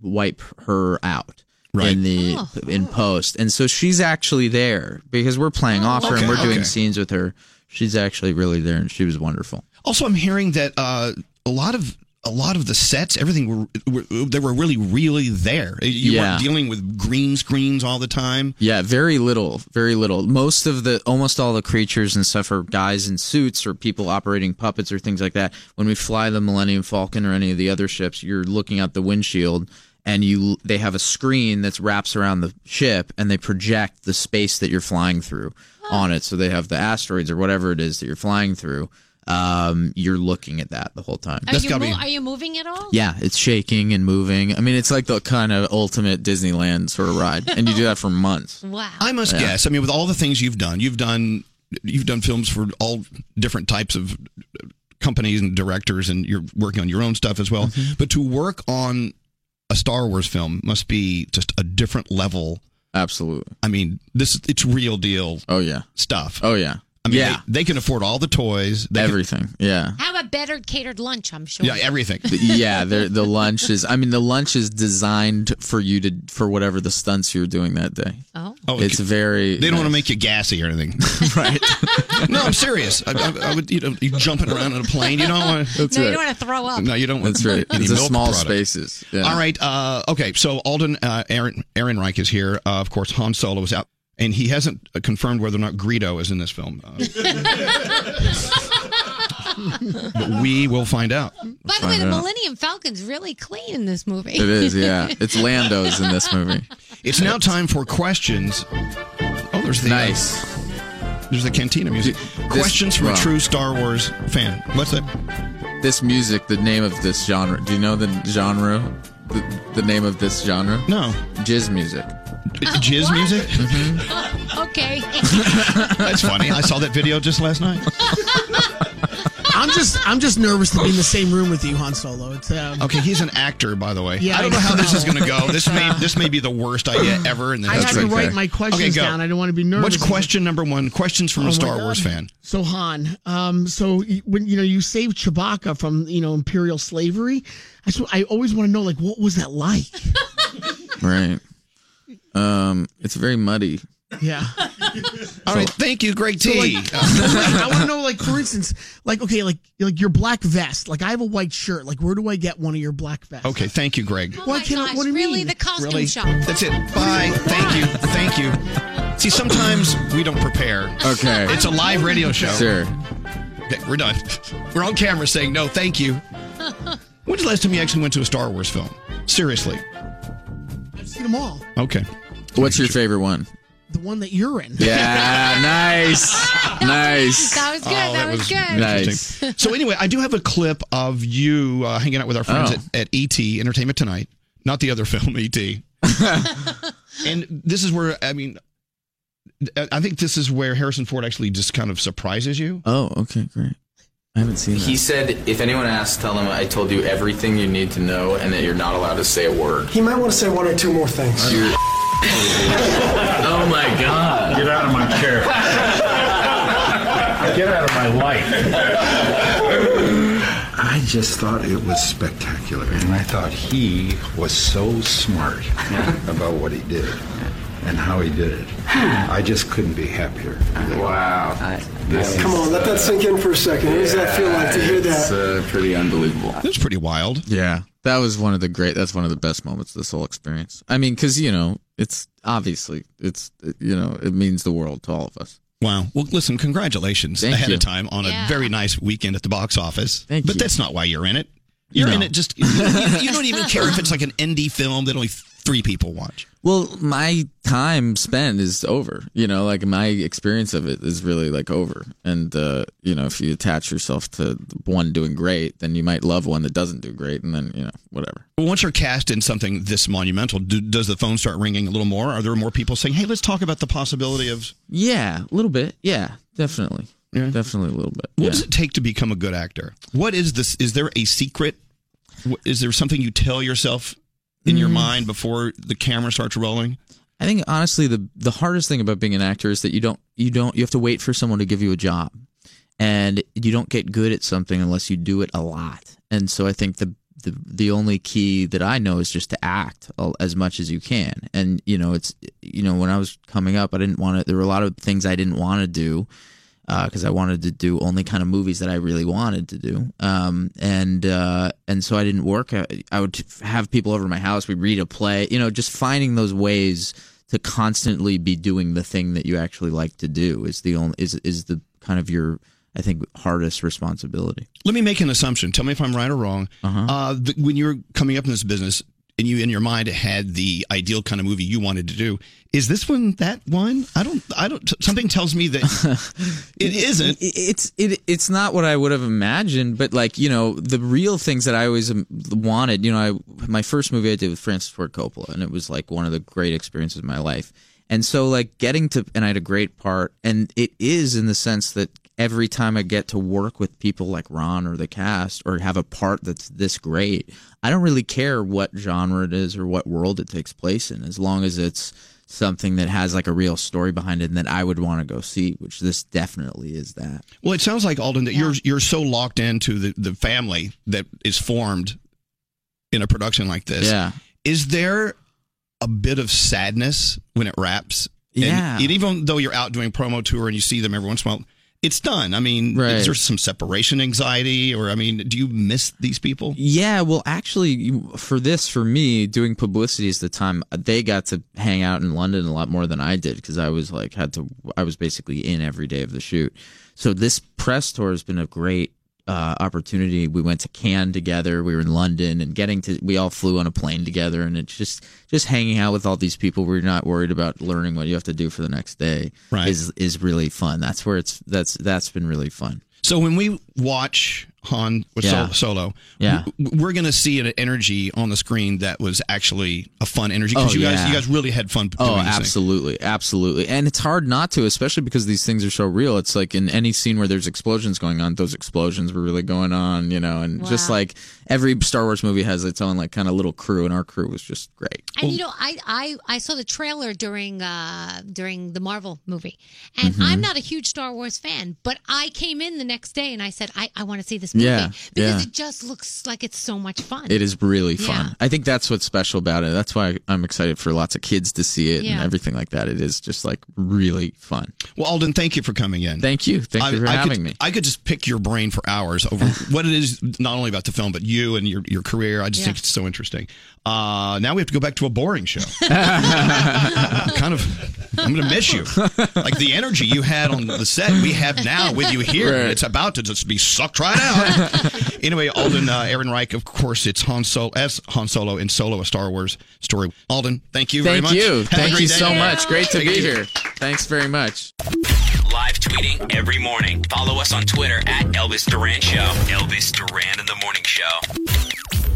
[SPEAKER 10] wipe her out.
[SPEAKER 1] Right.
[SPEAKER 10] In the in post, and so she's actually there because we're playing off her
[SPEAKER 1] Okay,
[SPEAKER 10] and we're doing
[SPEAKER 1] okay.
[SPEAKER 10] scenes with her. She's actually really there, and she was wonderful.
[SPEAKER 1] Also, I'm hearing that uh, a lot of a lot of the sets, everything were, were they were really, really there. You
[SPEAKER 10] Yeah.
[SPEAKER 1] weren't dealing with green screens all the time.
[SPEAKER 10] Yeah, very little, very little. Most of the, almost all the creatures and stuff are guys in suits or people operating puppets or things like that. When we fly the Millennium Falcon or any of the other ships, you're looking out the windshield and you they have a screen that wraps around the ship and they project the space that you're flying through on it. So they have the asteroids or whatever it is that you're flying through. Um, you're looking at that the whole time.
[SPEAKER 3] Are, you, mo- are you moving at all?
[SPEAKER 10] Yeah, it's shaking and moving. I mean, it's like the kind of ultimate Disneyland sort of ride, and you do that for months.
[SPEAKER 3] Wow.
[SPEAKER 1] I must
[SPEAKER 10] Yeah.
[SPEAKER 1] guess. I mean, with all the things you've done, you've done you've done films for all different types of uh, companies and directors, and you're working on your own stuff as well.
[SPEAKER 10] Mm-hmm.
[SPEAKER 1] But to work on a Star Wars film must be just a different level.
[SPEAKER 10] Absolutely.
[SPEAKER 1] I mean, this it's real deal.
[SPEAKER 10] Oh yeah,
[SPEAKER 1] stuff.
[SPEAKER 10] Oh yeah.
[SPEAKER 1] I mean,
[SPEAKER 10] Yeah.
[SPEAKER 1] they, they can afford all the toys, they
[SPEAKER 10] everything. Yeah.
[SPEAKER 3] Have a better catered lunch, I'm sure. (laughs)
[SPEAKER 1] everything.
[SPEAKER 10] yeah, the, the lunch is. I mean, the lunch is designed for you to for whatever the stunts you're doing that day.
[SPEAKER 3] Oh.
[SPEAKER 1] Oh,
[SPEAKER 10] it's very.
[SPEAKER 1] They don't want to make you gassy or anything, right? no, I'm serious. I, I, I would, you know, you jumping around in a plane. You don't want.
[SPEAKER 10] (laughs) That's
[SPEAKER 3] no, you don't want to throw up.
[SPEAKER 1] No, you
[SPEAKER 10] (laughs)
[SPEAKER 1] don't.
[SPEAKER 10] That's right.
[SPEAKER 1] any
[SPEAKER 10] It's a
[SPEAKER 1] milk
[SPEAKER 10] small
[SPEAKER 1] product.
[SPEAKER 10] spaces. Yeah.
[SPEAKER 1] All right. Uh, okay. So Alden uh, Aaron Aaron Reich is here. Uh, of course, Han Solo is out, and he hasn't uh, confirmed whether or not Greedo is in this film. Uh, but we will find out.
[SPEAKER 3] By the way, the Millennium Falcon's really clean in this movie.
[SPEAKER 1] It is, yeah.
[SPEAKER 3] (laughs)
[SPEAKER 10] It's Lando's in this movie.
[SPEAKER 1] (laughs) It's now time for questions. Oh, there's the
[SPEAKER 10] nice.
[SPEAKER 1] there's the cantina music. questions from a
[SPEAKER 10] wow.
[SPEAKER 1] true Star Wars fan. What's that?
[SPEAKER 10] This music, the name of this genre. Do you know the genre? The, the name of this genre?
[SPEAKER 1] No.
[SPEAKER 10] Jizz music.
[SPEAKER 3] Uh,
[SPEAKER 10] Mm-hmm.
[SPEAKER 1] Jizz
[SPEAKER 10] (laughs)
[SPEAKER 1] music?
[SPEAKER 3] okay.
[SPEAKER 1] That's funny. I saw that video just last night.
[SPEAKER 2] I'm just I'm just nervous to be in the same room with you, Han Solo. It's um,
[SPEAKER 1] Okay, he's an actor, by the way.
[SPEAKER 2] Yeah,
[SPEAKER 1] I don't
[SPEAKER 2] I
[SPEAKER 1] know how this
[SPEAKER 2] know.
[SPEAKER 1] is going to go. This may this may be the worst idea ever. In the
[SPEAKER 2] I had
[SPEAKER 1] history.
[SPEAKER 2] to write my questions
[SPEAKER 1] Okay, go.
[SPEAKER 2] down. I don't want to be nervous.
[SPEAKER 1] What's question number one? Questions from
[SPEAKER 2] Oh
[SPEAKER 1] a
[SPEAKER 2] my
[SPEAKER 1] Star
[SPEAKER 2] God.
[SPEAKER 1] Wars fan.
[SPEAKER 2] So Han, um, so y- when you know you saved Chewbacca from you know imperial slavery, I just, I always want to know like what was that like?
[SPEAKER 10] Right. Um, it's very muddy.
[SPEAKER 2] Yeah.
[SPEAKER 1] All right, thank you, Greg
[SPEAKER 2] So,
[SPEAKER 1] T.
[SPEAKER 2] like, (laughs) I want to know like for instance, like okay, like like your black vest. Like I have a white shirt. Like where do I get one of your black vests?
[SPEAKER 1] Okay, thank you, Greg.
[SPEAKER 14] Oh
[SPEAKER 2] Why can't I- what do you
[SPEAKER 3] really?
[SPEAKER 2] mean?
[SPEAKER 3] The costume
[SPEAKER 1] Really?
[SPEAKER 3] shop.
[SPEAKER 1] That's it. Bye. Thank you. Thank you. See, sometimes we don't prepare.
[SPEAKER 10] Okay.
[SPEAKER 1] It's a live radio show.
[SPEAKER 10] Sure.
[SPEAKER 1] Okay, we're done. (laughs) We're on camera saying no, thank you. When's the last time you actually went to a Star Wars film? Seriously.
[SPEAKER 2] I've seen them all.
[SPEAKER 1] Okay.
[SPEAKER 10] What's your favorite one?
[SPEAKER 2] The one that you're in. (laughs)
[SPEAKER 10] Yeah, Ah,
[SPEAKER 3] (laughs)
[SPEAKER 10] nice. Nice.
[SPEAKER 3] That
[SPEAKER 1] Oh,
[SPEAKER 3] was good. that, was, good.
[SPEAKER 10] Nice.
[SPEAKER 1] (laughs) So anyway, I do have a clip of you uh, hanging out with our friends
[SPEAKER 10] Oh.
[SPEAKER 1] at, at ET Entertainment Tonight, not the other (laughs) film ET.
[SPEAKER 10] (laughs)
[SPEAKER 1] and this is where I mean, I I think this is where Harrison Ford actually just kind of surprises you.
[SPEAKER 10] Oh, okay, great. I haven't seen that.
[SPEAKER 11] He said, if anyone asks, tell them I told you everything you need to know and that you're not allowed to say a
[SPEAKER 10] (laughs)
[SPEAKER 11] word.
[SPEAKER 12] He might want to say one or two more things.
[SPEAKER 11] (laughs) oh my god.
[SPEAKER 13] Get out of my chair. Get out of my life. I just thought it was spectacular. And I thought he was so
[SPEAKER 12] (laughs)
[SPEAKER 13] smart about what he did and how he did it. I just couldn't be happier. Wow.
[SPEAKER 12] Come on, let that sink in for a second. What does that feel
[SPEAKER 10] (laughs)
[SPEAKER 12] like to hear that?
[SPEAKER 10] uh, pretty unbelievable.
[SPEAKER 1] That's pretty wild.
[SPEAKER 10] Yeah, that was one of the great. That's one of the best moments of this whole experience. I mean, because you know, it's obviously it's you know, it means the world to all of us.
[SPEAKER 1] Wow. Well, listen, congratulations
[SPEAKER 10] Thank
[SPEAKER 1] ahead
[SPEAKER 10] you.
[SPEAKER 1] of time on
[SPEAKER 3] Yeah.
[SPEAKER 1] a very nice weekend at the box office.
[SPEAKER 10] Thank
[SPEAKER 1] but
[SPEAKER 10] you.
[SPEAKER 1] that's not why you're in it. You're
[SPEAKER 10] No. (laughs)
[SPEAKER 1] in it just you, you don't even care if it's like an indie film that only three people watch.
[SPEAKER 10] Well, my time spent is over. You know, like my experience of it is really like over. And uh, you know, if you attach yourself to one doing great, then you might love one that doesn't do great, and then you know, whatever.
[SPEAKER 1] Well, Once you're cast in something this monumental, do, does the phone start ringing a little more? Are there more people saying, "Hey, let's talk about the possibility of"?
[SPEAKER 10] Yeah, a little bit. Yeah, definitely. Yeah, definitely a little bit.
[SPEAKER 1] What
[SPEAKER 10] yeah.
[SPEAKER 1] does it take to become a good actor? What is this? Is there a secret? Wh- Is there something you tell yourself in
[SPEAKER 10] Mm.
[SPEAKER 1] your mind before the camera starts rolling?
[SPEAKER 10] I think honestly the the hardest thing about being an actor is that you don't you don't you have to wait for someone to give you a job. And you don't get good at something unless you do it a lot. And so I think the the, the only key that I know is just to act a- as much as you can. And you know, it's you know, when I was coming up, I didn't want to there were a lot of things I didn't want to do because uh, I wanted to do only kind of movies that I really wanted to do. Um, and uh, and so I didn't work. I, I would have people over to my house. We'd read a play. You know, just finding those ways to constantly be doing the thing that you actually like to do is the only is is the kind of your I think hardest responsibility.
[SPEAKER 1] Let me make an assumption. Tell me if I'm right or wrong. uh the, when you were coming up in this business and you in your mind had the ideal kind of movie you wanted to do, is this one that one? I don't. I don't. something tells me that it isn't.
[SPEAKER 10] It's it it's not what I would have imagined, but like you know, the real things that I always um, wanted. You know, I my first movie I did with Francis Ford Coppola, and it was like one of the great experiences of my life. And so, like getting to, and I had a great part, and it is in the sense that every time I get to work with people like Ron or the cast, or have a part that's this great, I don't really care what genre it is or what world it takes place in, as long as it's something that has like a real story behind it and that I would want to go see, which this definitely is that.
[SPEAKER 1] Well, it sounds like Alden that you're you're so locked into the the family that is formed in a production like this.
[SPEAKER 10] Yeah.
[SPEAKER 1] Is there a bit of sadness when it wraps? And-
[SPEAKER 10] Yeah.
[SPEAKER 1] And, even though you're out doing promo tour and you see them every once in a while, it's done. I mean,
[SPEAKER 10] Right.
[SPEAKER 1] is there some separation anxiety, or I mean, do you miss these people?
[SPEAKER 10] Yeah, well, actually, you- for this, for me, doing publicity is the time uh, they got to hang out in London a lot more than I did because I was like, had to, I was basically in every day of the shoot. So this press tour has been a great uh, opportunity. We went to Cannes together. We were in London and getting to, we all flew on a plane together and it's just, just hanging out with all these people where you're not worried about learning what you have to do for the next day
[SPEAKER 1] Right.
[SPEAKER 10] is, is really fun. That's where it's, that's, that's been really fun.
[SPEAKER 1] So when we watch Han with Sol-
[SPEAKER 10] Yeah.
[SPEAKER 1] Solo,
[SPEAKER 10] Yeah.
[SPEAKER 1] w- we're going to see an energy on the screen that was actually a fun energy because
[SPEAKER 10] Oh,
[SPEAKER 1] you
[SPEAKER 10] yeah.
[SPEAKER 1] guys you guys really had fun.
[SPEAKER 10] Oh,
[SPEAKER 1] doing this thing.
[SPEAKER 10] absolutely, absolutely, and it's hard not to, especially because these things are so real. It's like in any scene where there's explosions going on, those explosions were really going on, you know, and just
[SPEAKER 3] Wow.
[SPEAKER 10] like every Star Wars movie has its own like kind of little crew, and our crew was just great.
[SPEAKER 3] And you know, I, I I saw the trailer during uh during the Marvel movie, and
[SPEAKER 10] Mhm.
[SPEAKER 3] I'm not a huge Star Wars fan, but I came in the next day and I said I, I want to see this movie
[SPEAKER 10] Yeah,
[SPEAKER 3] because
[SPEAKER 10] yeah.
[SPEAKER 3] it just looks like it's so much fun.
[SPEAKER 10] It is really fun.
[SPEAKER 3] Yeah.
[SPEAKER 10] I think that's what's special about it. That's why I'm excited for lots of kids to see it
[SPEAKER 3] Yeah.
[SPEAKER 10] and everything like that. It is just like really fun.
[SPEAKER 1] Well, Alden, thank you for coming in.
[SPEAKER 10] Thank you. Thank you for having
[SPEAKER 1] could,
[SPEAKER 10] me.
[SPEAKER 1] I could just pick your brain for hours
[SPEAKER 10] (laughs)
[SPEAKER 1] over what it is, not only about the film, but you and your, your career. I just think
[SPEAKER 15] Yeah.
[SPEAKER 1] it's so interesting. Uh, now we have to go back to a boring
[SPEAKER 10] (laughs)
[SPEAKER 1] show. kind of, I'm going to miss you. Like the energy you had on the set, we have now with you here.
[SPEAKER 15] Right.
[SPEAKER 1] It's about to just be sucked right
[SPEAKER 10] (laughs)
[SPEAKER 1] out. anyway, Alden, uh, Aaron Reich, of course, it's Han Solo, as Han Solo in Solo, a Star Wars story. Alden, thank you very
[SPEAKER 10] Thank
[SPEAKER 1] much.
[SPEAKER 10] you.
[SPEAKER 1] Have a
[SPEAKER 10] Thank
[SPEAKER 1] great
[SPEAKER 10] you
[SPEAKER 1] day.
[SPEAKER 10] so much. Great to
[SPEAKER 1] Thank
[SPEAKER 10] be
[SPEAKER 1] you.
[SPEAKER 10] here. Thanks very much.
[SPEAKER 9] Live tweeting every morning. Follow us on Twitter at Elvis Duran Show. Elvis Duran in the Morning Show.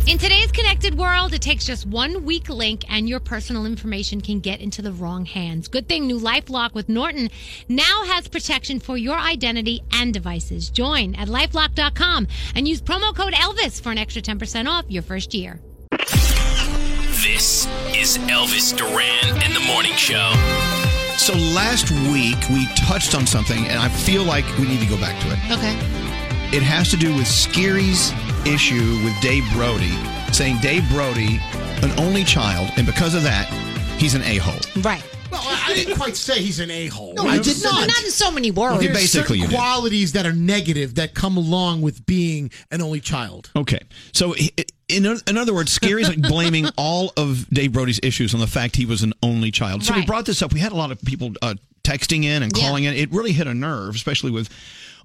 [SPEAKER 3] In today's connected world, it takes just one weak link and your personal information can get into the wrong hands. Good thing new LifeLock with Norton now has protection for your identity and devices. Join at lifelock.com and use promo code Elvis for an extra 10% off your first year.
[SPEAKER 9] This is Elvis Duran and the Morning Show.
[SPEAKER 1] So last week we touched on something, and I feel like we need to go back to it.
[SPEAKER 3] Okay.
[SPEAKER 1] It has to do with Scary's issue with Dave Brody, saying Dave Brody, an only child, and because of that, he's an a hole.
[SPEAKER 3] Right.
[SPEAKER 2] (laughs) Well, I I didn't quite say he's an a hole.
[SPEAKER 1] No, I did not.
[SPEAKER 2] Not
[SPEAKER 3] in so many words.
[SPEAKER 1] Okay,
[SPEAKER 2] There's
[SPEAKER 1] basically you
[SPEAKER 2] certain
[SPEAKER 1] did.
[SPEAKER 2] qualities that are negative that come along with being an only child.
[SPEAKER 1] Okay. So he- in o- in other words, Scary's like blaming all of Dave Brody's issues on the fact he was an only child. So we
[SPEAKER 15] Right.
[SPEAKER 1] brought this up. We had a lot of people uh, texting in and calling in. It really hit a nerve, especially with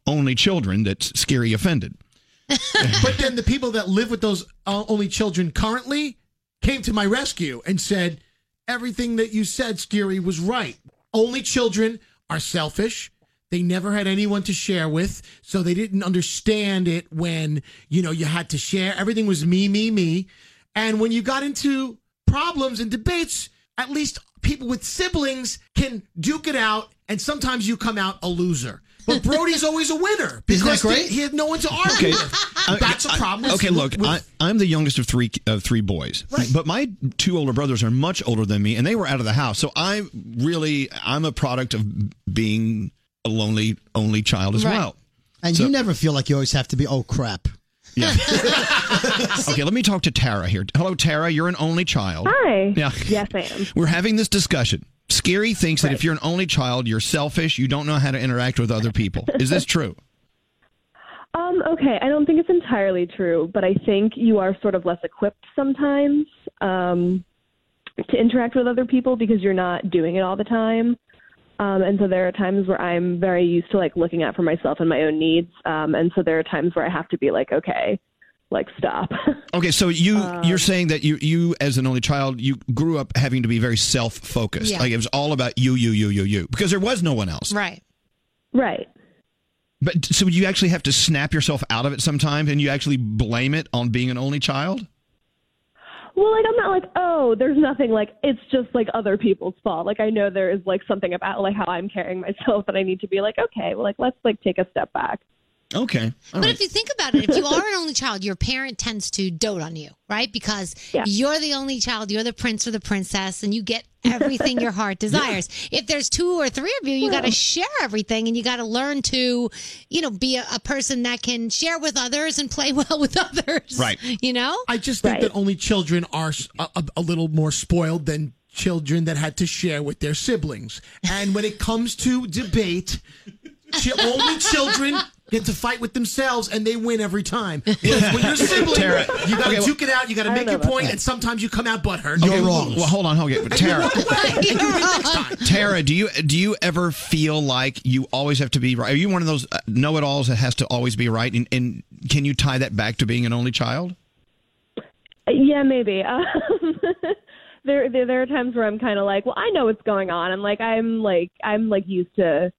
[SPEAKER 1] only children that Scary offended.
[SPEAKER 15] (laughs)
[SPEAKER 2] but then the people that live with those uh, only children currently,
[SPEAKER 15] came to my rescue and said, Everything that you said, Skiri, was right. Only children are selfish. They never had anyone to share with, so they didn't understand it when, you know, you had to share. Everything was me, me, me. And when you got into problems and debates, at least people with siblings can duke it out, and sometimes you come out a loser. But
[SPEAKER 2] (laughs)
[SPEAKER 15] Brody's always a winner
[SPEAKER 2] Isn't that
[SPEAKER 15] because
[SPEAKER 2] great?
[SPEAKER 15] he had no one to argue (laughs)
[SPEAKER 1] Okay. Uh,
[SPEAKER 15] with. That's a problem.
[SPEAKER 1] Okay, look, I, I'm the youngest of three of three boys, but my two older brothers are much older than me, and they were out of the house. So I really, I'm a product of being a lonely only child as well.
[SPEAKER 16] And
[SPEAKER 1] So-
[SPEAKER 16] you never feel like you always have to be, oh, crap.
[SPEAKER 1] okay, let me talk to Tara here. Hello, Tara. You're an only child.
[SPEAKER 6] Hi.
[SPEAKER 1] Yeah.
[SPEAKER 6] Yes, I am.
[SPEAKER 1] We're having this discussion. Scary thinks that if you're an only child, you're selfish. You don't know how to interact with other people. Is this true?
[SPEAKER 6] Um, okay, I don't think it's entirely true, but I think you are sort of less equipped sometimes um, to interact with other people because you're not doing it all the time. Um, and so there are times where I'm very used to like looking out for myself and my own needs, um, and so there are times where I have to be like, okay, like stop. (laughs)
[SPEAKER 1] Okay, so you
[SPEAKER 6] Uh,
[SPEAKER 1] you're saying that you you as an only child you grew up having to be very self focused.
[SPEAKER 6] Yeah.
[SPEAKER 1] Like it was all about you you you you you because there was no one else.
[SPEAKER 6] right. Right.
[SPEAKER 1] But so you actually have to snap yourself out of it sometimes, and you actually blame it on being an only child.
[SPEAKER 6] Well, like I'm not like, oh, there's nothing like it's just like other people's fault. Like I know there is like something about like how I'm carrying myself and I need to be like, okay, well like let's like take a step back.
[SPEAKER 1] Okay.
[SPEAKER 14] But if you think about it, if you are an only child, your parent tends to dote on you, right? Because you're the only child, you're the prince or the princess, and you get everything
[SPEAKER 15] (laughs)
[SPEAKER 14] your heart desires. If there's two or three of you, you got to
[SPEAKER 6] Yeah.
[SPEAKER 14] share everything and you got to learn to, you know, be a, a person that can share with others and play (laughs) well with others.
[SPEAKER 15] Right.
[SPEAKER 14] You know?
[SPEAKER 15] I just think that only children are s- a, a- a little more spoiled than children that had to share with their siblings. And when it comes to debate, chi- only children get to fight with themselves and they win
[SPEAKER 1] (laughs)
[SPEAKER 15] every time. Whereas when you're a sibling,
[SPEAKER 1] Tara,
[SPEAKER 15] you gotta
[SPEAKER 1] okay, well-
[SPEAKER 15] duke it out, you gotta
[SPEAKER 1] I don't
[SPEAKER 15] make
[SPEAKER 1] know
[SPEAKER 15] your
[SPEAKER 1] about
[SPEAKER 15] point,
[SPEAKER 1] that.
[SPEAKER 15] and sometimes you come out butthurt.
[SPEAKER 1] Okay,
[SPEAKER 6] (laughs)
[SPEAKER 1] Well, well, hold on, hold on. Tara, Tara, do you do you ever feel like you always have to be right? Are you one of those know it alls that has to always be right? And, and can you tie that back to being an only child?
[SPEAKER 6] Uh, Yeah, maybe. (laughs) Um, there, there there are times where I'm kind of like, well, I know what's going on, and like I'm like I'm like used to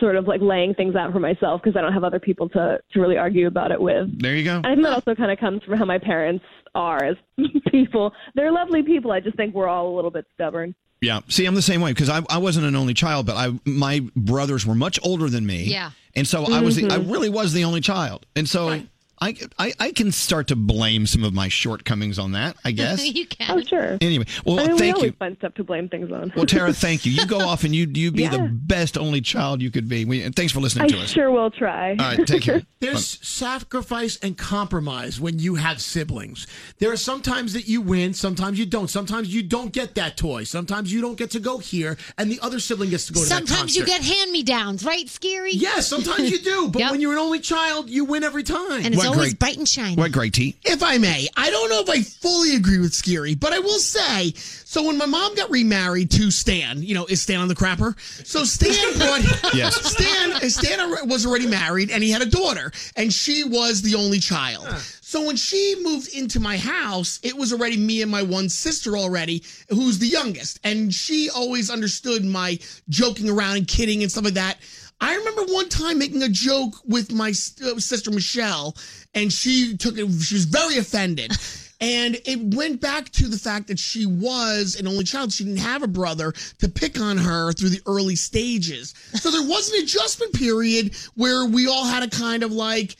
[SPEAKER 6] sort of like laying things out for myself because I don't have other people to to really argue about it with.
[SPEAKER 1] There
[SPEAKER 17] (laughs)
[SPEAKER 1] you go.
[SPEAKER 6] And I think that also kind of comes from how my parents are as (laughs) people. They're lovely people. I just think we're all a little bit stubborn.
[SPEAKER 1] Yeah. See, I'm the same way because I, I wasn't an only child, but I my brothers were much older than me.
[SPEAKER 6] Yeah.
[SPEAKER 1] And so I was the, I
[SPEAKER 6] Mhm.
[SPEAKER 1] really was the only child, and so I, I I can start to blame some of my shortcomings on that.
[SPEAKER 6] (laughs)
[SPEAKER 1] I
[SPEAKER 18] (laughs)
[SPEAKER 1] guess.
[SPEAKER 14] you can.
[SPEAKER 6] Oh, sure.
[SPEAKER 1] Anyway, well,
[SPEAKER 6] I mean, we
[SPEAKER 1] thank
[SPEAKER 6] always
[SPEAKER 1] you.
[SPEAKER 6] find stuff to blame things on.
[SPEAKER 1] Well, Tara, thank
[SPEAKER 6] (laughs)
[SPEAKER 1] you. You go off and you you be the
[SPEAKER 6] Yeah.
[SPEAKER 1] best only child you could be. We, and thanks for listening
[SPEAKER 6] I
[SPEAKER 1] to us.
[SPEAKER 6] sure will try.
[SPEAKER 1] All right, take care.
[SPEAKER 15] There's sacrifice and compromise when you have siblings. There are sometimes that you win, sometimes you don't. Sometimes you don't get that toy. Sometimes you don't get to go here, and the other sibling gets to go to that
[SPEAKER 14] Sometimes
[SPEAKER 15] concert.
[SPEAKER 14] you get hand me downs, right, Scary?
[SPEAKER 15] Yes, sometimes you do, but when you're an only child, you win every time.
[SPEAKER 14] And it's always
[SPEAKER 1] great-
[SPEAKER 14] bright and shiny.
[SPEAKER 1] What great tea?
[SPEAKER 2] If I may, I don't know if I fully agree with Scary, but I will say so when my mom got remarried to Stan, you know, is Stan on the crapper? So
[SPEAKER 1] (laughs)
[SPEAKER 2] Stan brought
[SPEAKER 1] Yes.
[SPEAKER 2] Stan Stan alre- was already married and he had a daughter and she was the only child. So when she moved into my house, it was already me and my one sister already, who's the youngest. And she always understood my joking around and kidding and stuff like that. I remember one time making a joke with my s- uh, sister Michelle, and she took it. She was very offended, and it went back to the fact that she was an only child. She didn't have a brother to pick on her through the early stages, so there was an adjustment period where we all had to kind of like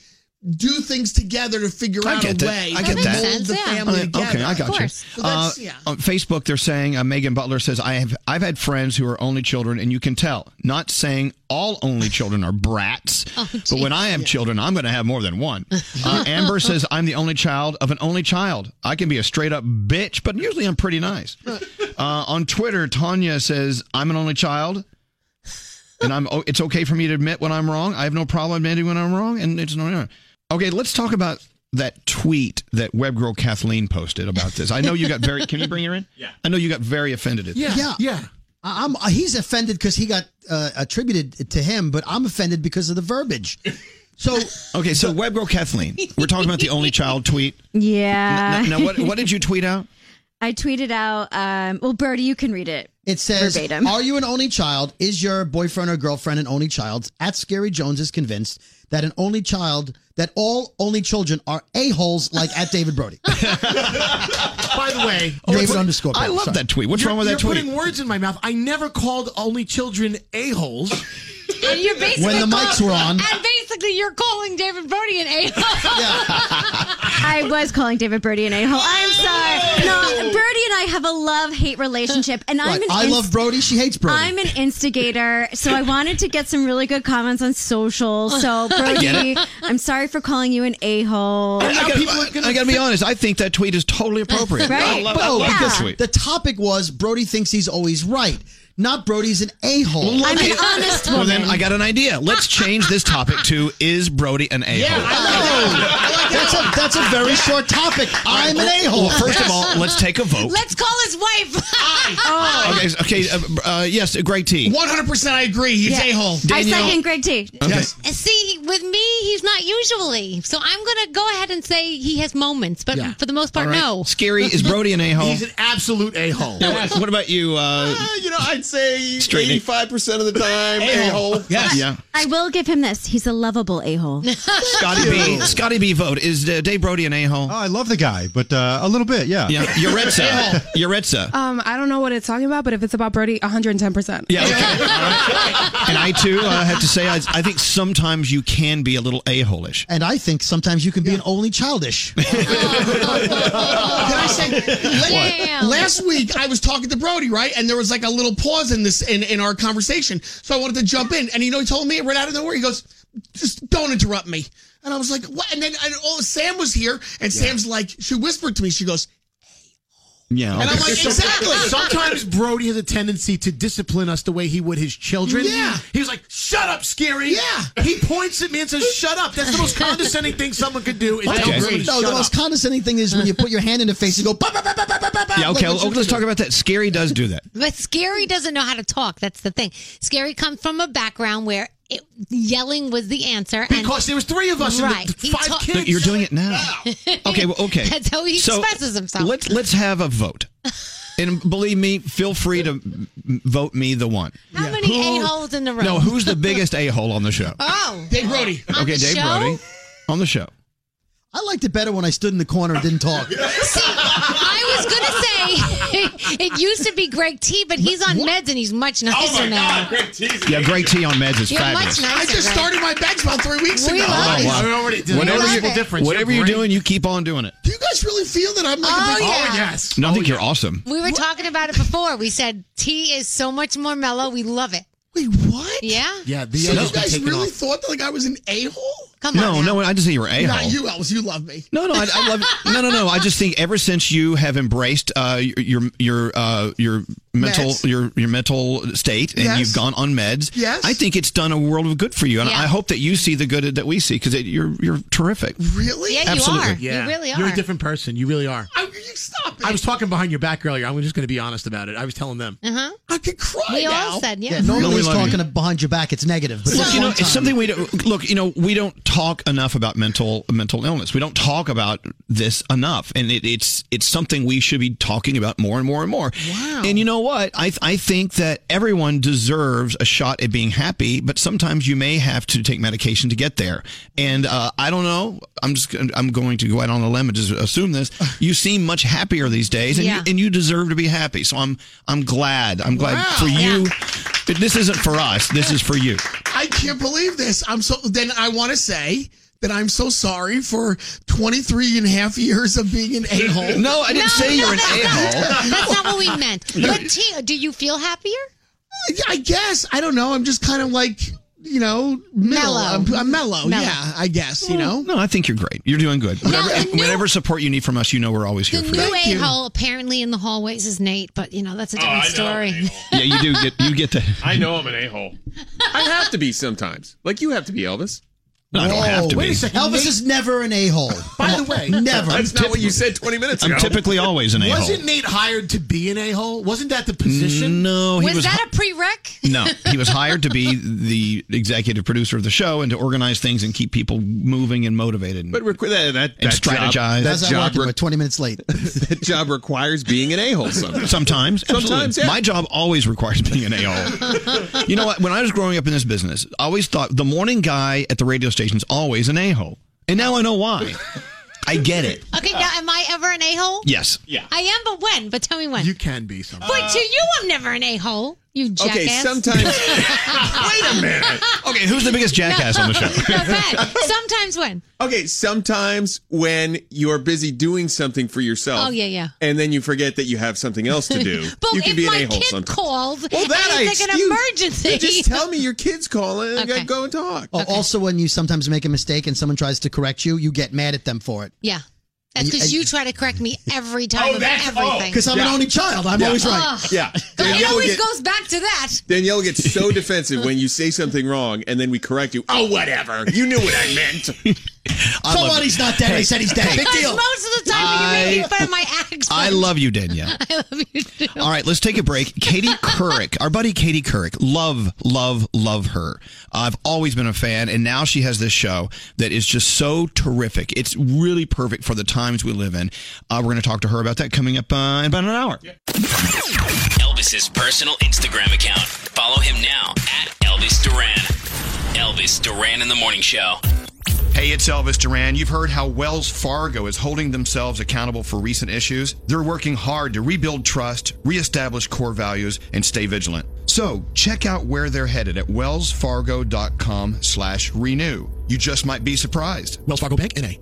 [SPEAKER 2] do things together to figure
[SPEAKER 1] I
[SPEAKER 2] out
[SPEAKER 1] get that.
[SPEAKER 2] a way.
[SPEAKER 1] I
[SPEAKER 2] to
[SPEAKER 1] get that.
[SPEAKER 2] mold the family
[SPEAKER 1] Uh,
[SPEAKER 2] together.
[SPEAKER 1] Okay, I got you. Uh,
[SPEAKER 2] So that's- yeah.
[SPEAKER 1] On Facebook, they're saying uh, Megan Butler says, "I have I've had friends who are only children, and you can tell. Not saying all only children are brats,
[SPEAKER 14] Oh,
[SPEAKER 1] but when
[SPEAKER 14] geez.
[SPEAKER 1] I have children, I'm going to have more than
[SPEAKER 16] (laughs)
[SPEAKER 1] one." Uh, Amber says, "I'm the only child of an only child. I can be a straight up bitch, but usually I'm pretty nice." Uh, on Twitter, Tanya says, "I'm an only child." and I'm oh, it's okay for me to admit when I'm wrong. I have no problem admitting when I'm wrong, and it's no. Okay, let's talk about that tweet that web girl Kathleen posted about this. I know you got very. Can you bring her in? Yeah. I know you got very offended at this.
[SPEAKER 16] Yeah. Yeah. I- I'm, uh, he's offended because he got uh, attributed to him, but I'm offended because of the
[SPEAKER 19] (laughs)
[SPEAKER 16] verbiage. So,
[SPEAKER 1] Okay, so
[SPEAKER 16] (laughs)
[SPEAKER 1] web girl Kathleen, we're talking about the only child tweet.
[SPEAKER 19] Yeah.
[SPEAKER 1] Now, now what what did you tweet out?
[SPEAKER 19] I tweeted out. Um, well, Birdie, you can read it.
[SPEAKER 16] It says,
[SPEAKER 19] verbatim.
[SPEAKER 16] "Are you an only child? Is your boyfriend or girlfriend an only child?" At Scary Jones is convinced that an only child that all only children are a holes like at David
[SPEAKER 19] (laughs)
[SPEAKER 16] Brody.
[SPEAKER 15] By the (laughs) way, Oh,
[SPEAKER 16] David underscore
[SPEAKER 1] I
[SPEAKER 16] Brody,
[SPEAKER 1] love
[SPEAKER 16] sorry.
[SPEAKER 1] that tweet. What's
[SPEAKER 15] You're-
[SPEAKER 1] wrong with that
[SPEAKER 15] You're
[SPEAKER 1] tweet?
[SPEAKER 15] putting words in my mouth. I never called only children a holes.
[SPEAKER 14] And you're basically
[SPEAKER 15] When the mics were on.
[SPEAKER 14] And basically, you're calling David Brody
[SPEAKER 15] (laughs)
[SPEAKER 14] an a
[SPEAKER 19] I was calling David Birdie an a hole. I'm sorry. No, Birdie and I have a love hate relationship, and
[SPEAKER 16] Oh!
[SPEAKER 19] I'm
[SPEAKER 16] Right.
[SPEAKER 19] an
[SPEAKER 16] I
[SPEAKER 19] inst-
[SPEAKER 16] love Brody. She hates Brody.
[SPEAKER 19] I'm an instigator, so I wanted to get some really good comments on social. So,
[SPEAKER 1] I get
[SPEAKER 19] Brody,
[SPEAKER 1] it.
[SPEAKER 19] I'm sorry for calling you an a hole.
[SPEAKER 1] I gotta, I- I gotta be honest. I think that tweet is totally appropriate.
[SPEAKER 19] Right.
[SPEAKER 1] I love, I
[SPEAKER 16] Bo,
[SPEAKER 1] love
[SPEAKER 16] because
[SPEAKER 1] this tweet.
[SPEAKER 16] the topic was Brody thinks he's always right. Not Brody's an a hole.
[SPEAKER 1] Well, okay. Well, then I got an idea. Let's change this topic to Is Brody an a hole? (laughs)
[SPEAKER 16] that's a that's a very short topic. I'm an a hole.
[SPEAKER 1] Well, first of all, let's take a vote.
[SPEAKER 14] Let's call his wife.
[SPEAKER 1] Okay, okay uh, uh, yes, Greg T.
[SPEAKER 2] 100% I agree. He's
[SPEAKER 14] Yeah.
[SPEAKER 2] a-hole.
[SPEAKER 1] Danielle-
[SPEAKER 19] Greg T.
[SPEAKER 1] Okay.
[SPEAKER 14] And See, with me, he's not usually. So I'm going to go ahead and say he has moments, but for the most part,
[SPEAKER 1] All right.
[SPEAKER 14] no.
[SPEAKER 1] Scary, is Brody an a-hole?
[SPEAKER 15] He's an absolute a hole.
[SPEAKER 1] Now, what- what about you? Uh,
[SPEAKER 16] Ah,
[SPEAKER 4] you know, I'd say
[SPEAKER 1] Straight Nick.
[SPEAKER 4] (laughs) eighty-five percent of the time, a
[SPEAKER 1] A-hole.
[SPEAKER 4] hole.
[SPEAKER 1] Yes. Yeah.
[SPEAKER 19] I will give him this. He's a lovable
[SPEAKER 16] (laughs)
[SPEAKER 19] a hole.
[SPEAKER 1] (laughs) Scotty B. Scotty B. Vote is uh, Dave Brody an a-hole?
[SPEAKER 20] Oh, I love the guy, but uh, a little bit, yeah.
[SPEAKER 1] Yeah,
[SPEAKER 16] (laughs)
[SPEAKER 1] Yoretza. Yoretza.
[SPEAKER 18] Um, I don't know what it's talking about, but if it's about Brody, 110%.
[SPEAKER 1] Yeah, okay. And I too uh, have to say, I, I think sometimes you can be a little a-holish.
[SPEAKER 16] And I think sometimes you can be an only
[SPEAKER 14] (laughs)
[SPEAKER 16] childish.
[SPEAKER 2] Can I say? Last, last week I was talking to Brody, right? And there was like a little pause in this in, in our conversation. So I wanted to jump in, and you know, he told me right out of nowhere. He goes, "Just don't interrupt me." And I was like, "What?" And then and, oh, Sam was here, and Sam's like, she whispered to me, she goes,
[SPEAKER 1] Yeah.
[SPEAKER 2] And I'm like, exactly.
[SPEAKER 15] Sometimes Brody has a tendency to discipline us the way he would his children.
[SPEAKER 2] Yeah.
[SPEAKER 15] He was like, shut up, Scary. Yeah. He points at me and says, shut up. That's the most condescending thing someone could do. Is tell Brody,
[SPEAKER 16] No,
[SPEAKER 15] shut
[SPEAKER 16] the
[SPEAKER 15] up.
[SPEAKER 16] most condescending thing is when you put your hand in the face and go. "Bah, bah, bah, bah, bah, bah, bah, bah."
[SPEAKER 1] Yeah, okay,
[SPEAKER 16] Like,
[SPEAKER 1] well, let's talk about that. Scary does do that.
[SPEAKER 14] But Scary doesn't know how to talk. That's the thing. Scary comes from a background where it, yelling was the answer.
[SPEAKER 15] Because there was three of us and
[SPEAKER 14] Right.
[SPEAKER 15] the
[SPEAKER 14] He
[SPEAKER 15] five
[SPEAKER 14] ta-
[SPEAKER 15] kids.
[SPEAKER 1] You're doing it now. (laughs) Okay, well, okay.
[SPEAKER 14] That's how he expresses himself.
[SPEAKER 1] Let's let's have a vote. And believe me, feel free to m- vote me the one.
[SPEAKER 14] How many a-holes in the room?
[SPEAKER 1] No, who's the biggest a hole on the show?
[SPEAKER 14] Oh.
[SPEAKER 2] Dave Brody.
[SPEAKER 14] On
[SPEAKER 1] okay,
[SPEAKER 14] the
[SPEAKER 1] Dave
[SPEAKER 14] show?
[SPEAKER 1] Brody on the show.
[SPEAKER 16] I liked it better when I stood in the corner and didn't
[SPEAKER 14] (laughs)
[SPEAKER 16] talk.
[SPEAKER 14] See, I was gonna say (laughs) it used to be Greg T, but he's on meds and he's
[SPEAKER 21] Oh
[SPEAKER 14] much
[SPEAKER 3] Oh
[SPEAKER 14] nicer now.
[SPEAKER 4] Greg T.
[SPEAKER 1] Yeah, Greg T on Meds is
[SPEAKER 14] You're much
[SPEAKER 1] fabulous.
[SPEAKER 14] nicer,
[SPEAKER 2] I just
[SPEAKER 14] Greg.
[SPEAKER 2] started my bags about three weeks
[SPEAKER 14] We
[SPEAKER 2] ago.
[SPEAKER 14] love
[SPEAKER 1] Oh, wow. Whatever,
[SPEAKER 2] Love
[SPEAKER 1] you,
[SPEAKER 2] it.
[SPEAKER 1] whatever you're
[SPEAKER 2] You're
[SPEAKER 1] doing, you keep on doing it.
[SPEAKER 15] Oh,
[SPEAKER 2] Do you guys really feel that I'm like?
[SPEAKER 14] Oh,
[SPEAKER 2] a big-
[SPEAKER 14] yeah.
[SPEAKER 1] No, I think you're awesome.
[SPEAKER 14] We were talking about it before. We said T is so much more mellow. We love it.
[SPEAKER 2] Wait, what?
[SPEAKER 14] Yeah.
[SPEAKER 15] Yeah, the
[SPEAKER 2] So
[SPEAKER 15] other's
[SPEAKER 2] you
[SPEAKER 15] been
[SPEAKER 2] guys
[SPEAKER 15] taken
[SPEAKER 2] really
[SPEAKER 15] off.
[SPEAKER 2] thought that like I was an a-hole?
[SPEAKER 14] Come
[SPEAKER 1] No, no, I just think you're a
[SPEAKER 2] Not
[SPEAKER 1] hole.
[SPEAKER 2] you, Elvis. You love me.
[SPEAKER 1] No, no, I, I
[SPEAKER 2] (laughs)
[SPEAKER 1] love. No, no, no. I just think ever since you have embraced uh, your your uh, your mental
[SPEAKER 2] Meds.
[SPEAKER 1] your your mental state and
[SPEAKER 2] Yes.
[SPEAKER 1] you've gone on meds,
[SPEAKER 2] Yes.
[SPEAKER 1] I think it's done a world of good for you, and
[SPEAKER 2] Yeah.
[SPEAKER 1] I hope that you see the good that we see because you're you're terrific.
[SPEAKER 2] Really?
[SPEAKER 14] Yeah,
[SPEAKER 1] Absolutely.
[SPEAKER 14] you are. You really are.
[SPEAKER 15] You're a different person. You really are.
[SPEAKER 2] I, you stop it.
[SPEAKER 15] I was talking behind your back earlier. I'm just going to be honest about it. I was telling them.
[SPEAKER 14] Uh huh.
[SPEAKER 2] I could cry.
[SPEAKER 14] We
[SPEAKER 2] now.
[SPEAKER 14] all said
[SPEAKER 16] Yeah,
[SPEAKER 14] yes.
[SPEAKER 16] normally
[SPEAKER 1] No, we
[SPEAKER 16] he's
[SPEAKER 1] love
[SPEAKER 16] talking behind your back. It's negative. But
[SPEAKER 1] Look,
[SPEAKER 16] this
[SPEAKER 1] you know,
[SPEAKER 16] one time-
[SPEAKER 1] it's something we don't look. You know, we don't talk enough about mental mental illness. We don't talk about this enough, and it, it's it's something we should be talking about more and more and more. Wow. And you know what? I th- I think that everyone deserves a shot at being happy, but sometimes you may have to take medication to get there. And uh, I don't know. I'm just gonna- I'm going to go out on a limb and just assume this. You seem much happier these days, and
[SPEAKER 14] Yeah.
[SPEAKER 1] you, and you deserve to be happy. So I'm I'm glad. I'm glad
[SPEAKER 2] Wow.
[SPEAKER 1] for you. This isn't for us. This is for you.
[SPEAKER 2] I can't believe this. I'm so then I want to say that I'm so sorry for 23 and a half years of being an a-hole.
[SPEAKER 1] No, I didn't say you're an a-hole.
[SPEAKER 14] That's not what we meant.
[SPEAKER 1] (laughs)
[SPEAKER 14] But T, do you feel happier?
[SPEAKER 2] I guess I don't know. I'm just kind of like, you know, middle.
[SPEAKER 14] Mellow.
[SPEAKER 2] I'm, I'm mellow.
[SPEAKER 14] Mellow.
[SPEAKER 2] Yeah, I guess, you know.
[SPEAKER 1] No, I think you're great. You're doing good. Whatever, whatever support you need from us, you know we're always
[SPEAKER 14] The
[SPEAKER 1] here for you.
[SPEAKER 14] new a hole apparently in the hallways is Nate, but you know that's a
[SPEAKER 4] I
[SPEAKER 14] different
[SPEAKER 4] know
[SPEAKER 14] story. (laughs)
[SPEAKER 1] Yeah, you do get you get the.
[SPEAKER 4] I know I'm an a hole. I have to be sometimes. Like you have to be, Elvis.
[SPEAKER 1] No, I don't have to
[SPEAKER 16] Wait
[SPEAKER 1] be.
[SPEAKER 16] a second. Elvis is never an a
[SPEAKER 14] (laughs)
[SPEAKER 16] hole.
[SPEAKER 22] By the
[SPEAKER 1] (laughs)
[SPEAKER 22] way,
[SPEAKER 16] never.
[SPEAKER 22] That's
[SPEAKER 1] not what you
[SPEAKER 5] said 20 minutes
[SPEAKER 1] I'm typically always an a hole.
[SPEAKER 22] Wasn't Nate hired to be an a hole? Wasn't that the position?
[SPEAKER 1] No, he Was was that hi-
[SPEAKER 14] a prereq?
[SPEAKER 1] No, he was hired to be the executive producer of the show and to organize things and keep people moving and motivated. And,
[SPEAKER 5] But requ- that, that,
[SPEAKER 1] and
[SPEAKER 5] that
[SPEAKER 1] strategize.
[SPEAKER 5] Job, that, job re-
[SPEAKER 16] 20 minutes late.
[SPEAKER 5] that job requires being an a hole sometimes.
[SPEAKER 1] Sometimes, absolutely.
[SPEAKER 5] Sometimes, yeah.
[SPEAKER 1] My job always requires being an a-hole.
[SPEAKER 4] (laughs)
[SPEAKER 1] you know what? When I was growing up in this business, I always thought the morning guy at the radio station's always an a-hole. And now I know why. I get it.
[SPEAKER 14] Okay, now am I ever an a hole?
[SPEAKER 1] Yes.
[SPEAKER 5] Yeah.
[SPEAKER 14] I am, but when? But tell me when.
[SPEAKER 22] You can be something.
[SPEAKER 14] But to you, I'm never an a hole. You jackass.
[SPEAKER 5] Okay, sometimes-
[SPEAKER 14] (laughs) Wait a minute.
[SPEAKER 1] Okay, who's the biggest jackass
[SPEAKER 14] (laughs)
[SPEAKER 1] on the
[SPEAKER 4] (laughs)
[SPEAKER 1] show?
[SPEAKER 14] Sometimes when?
[SPEAKER 5] Okay, sometimes when you're busy doing something for yourself.
[SPEAKER 14] Oh, yeah, yeah.
[SPEAKER 5] And then you forget that you have something else to
[SPEAKER 14] (laughs)
[SPEAKER 5] do.
[SPEAKER 14] But
[SPEAKER 5] you
[SPEAKER 14] if
[SPEAKER 5] can be an
[SPEAKER 14] my
[SPEAKER 5] a-hole
[SPEAKER 14] kid
[SPEAKER 5] sometimes.
[SPEAKER 14] called,
[SPEAKER 5] (laughs) Well, that
[SPEAKER 14] and
[SPEAKER 5] I
[SPEAKER 14] it's like an
[SPEAKER 5] excuse.
[SPEAKER 14] emergency.
[SPEAKER 5] You just tell me your kid's calling and
[SPEAKER 14] Okay.
[SPEAKER 5] go and talk.
[SPEAKER 16] Oh, Also, when you sometimes make a mistake and someone tries to correct you, you get mad at them for it.
[SPEAKER 14] Yeah. That's
[SPEAKER 16] And-
[SPEAKER 14] because
[SPEAKER 16] and-
[SPEAKER 14] you try to correct me
[SPEAKER 16] Oh,
[SPEAKER 14] every time
[SPEAKER 1] Oh,
[SPEAKER 14] about everything.
[SPEAKER 16] Because I'm an only child. I'm
[SPEAKER 5] Yeah.
[SPEAKER 16] always right.
[SPEAKER 14] Ugh.
[SPEAKER 5] Yeah.
[SPEAKER 14] It
[SPEAKER 5] Danielle,
[SPEAKER 14] always
[SPEAKER 5] get,
[SPEAKER 14] goes back to that.
[SPEAKER 5] Danielle gets so defensive when you say something wrong and then we correct you. Oh, whatever. You knew what I meant.
[SPEAKER 1] I love
[SPEAKER 16] Somebody's not dead. They said he's dead. Big
[SPEAKER 14] Because
[SPEAKER 16] deal.
[SPEAKER 14] most of the time when you make
[SPEAKER 1] I-
[SPEAKER 14] me fun of my accent.
[SPEAKER 1] I love you, Danielle.
[SPEAKER 14] (laughs) I love you too.
[SPEAKER 1] All right, let's take a break. Katie Couric, our buddy Katie Couric, love, love, love her. I've always been a fan, and now she has this show that is just so terrific. It's really perfect for the times we live in. Uh, we're going to talk to her about that coming up uh, in about an hour.
[SPEAKER 12] Elvis's personal Instagram account. Follow him now at Elvis Duran. Elvis Duran in the Morning Show.
[SPEAKER 1] Hey, it's Elvis Duran. You've heard how Wells Fargo is holding themselves accountable for recent issues. They're working hard to rebuild trust, reestablish core values, and stay vigilant. So check out where they're headed at wellsfargo.com slash renew. You just might be surprised. Wells Fargo Bank, N.A.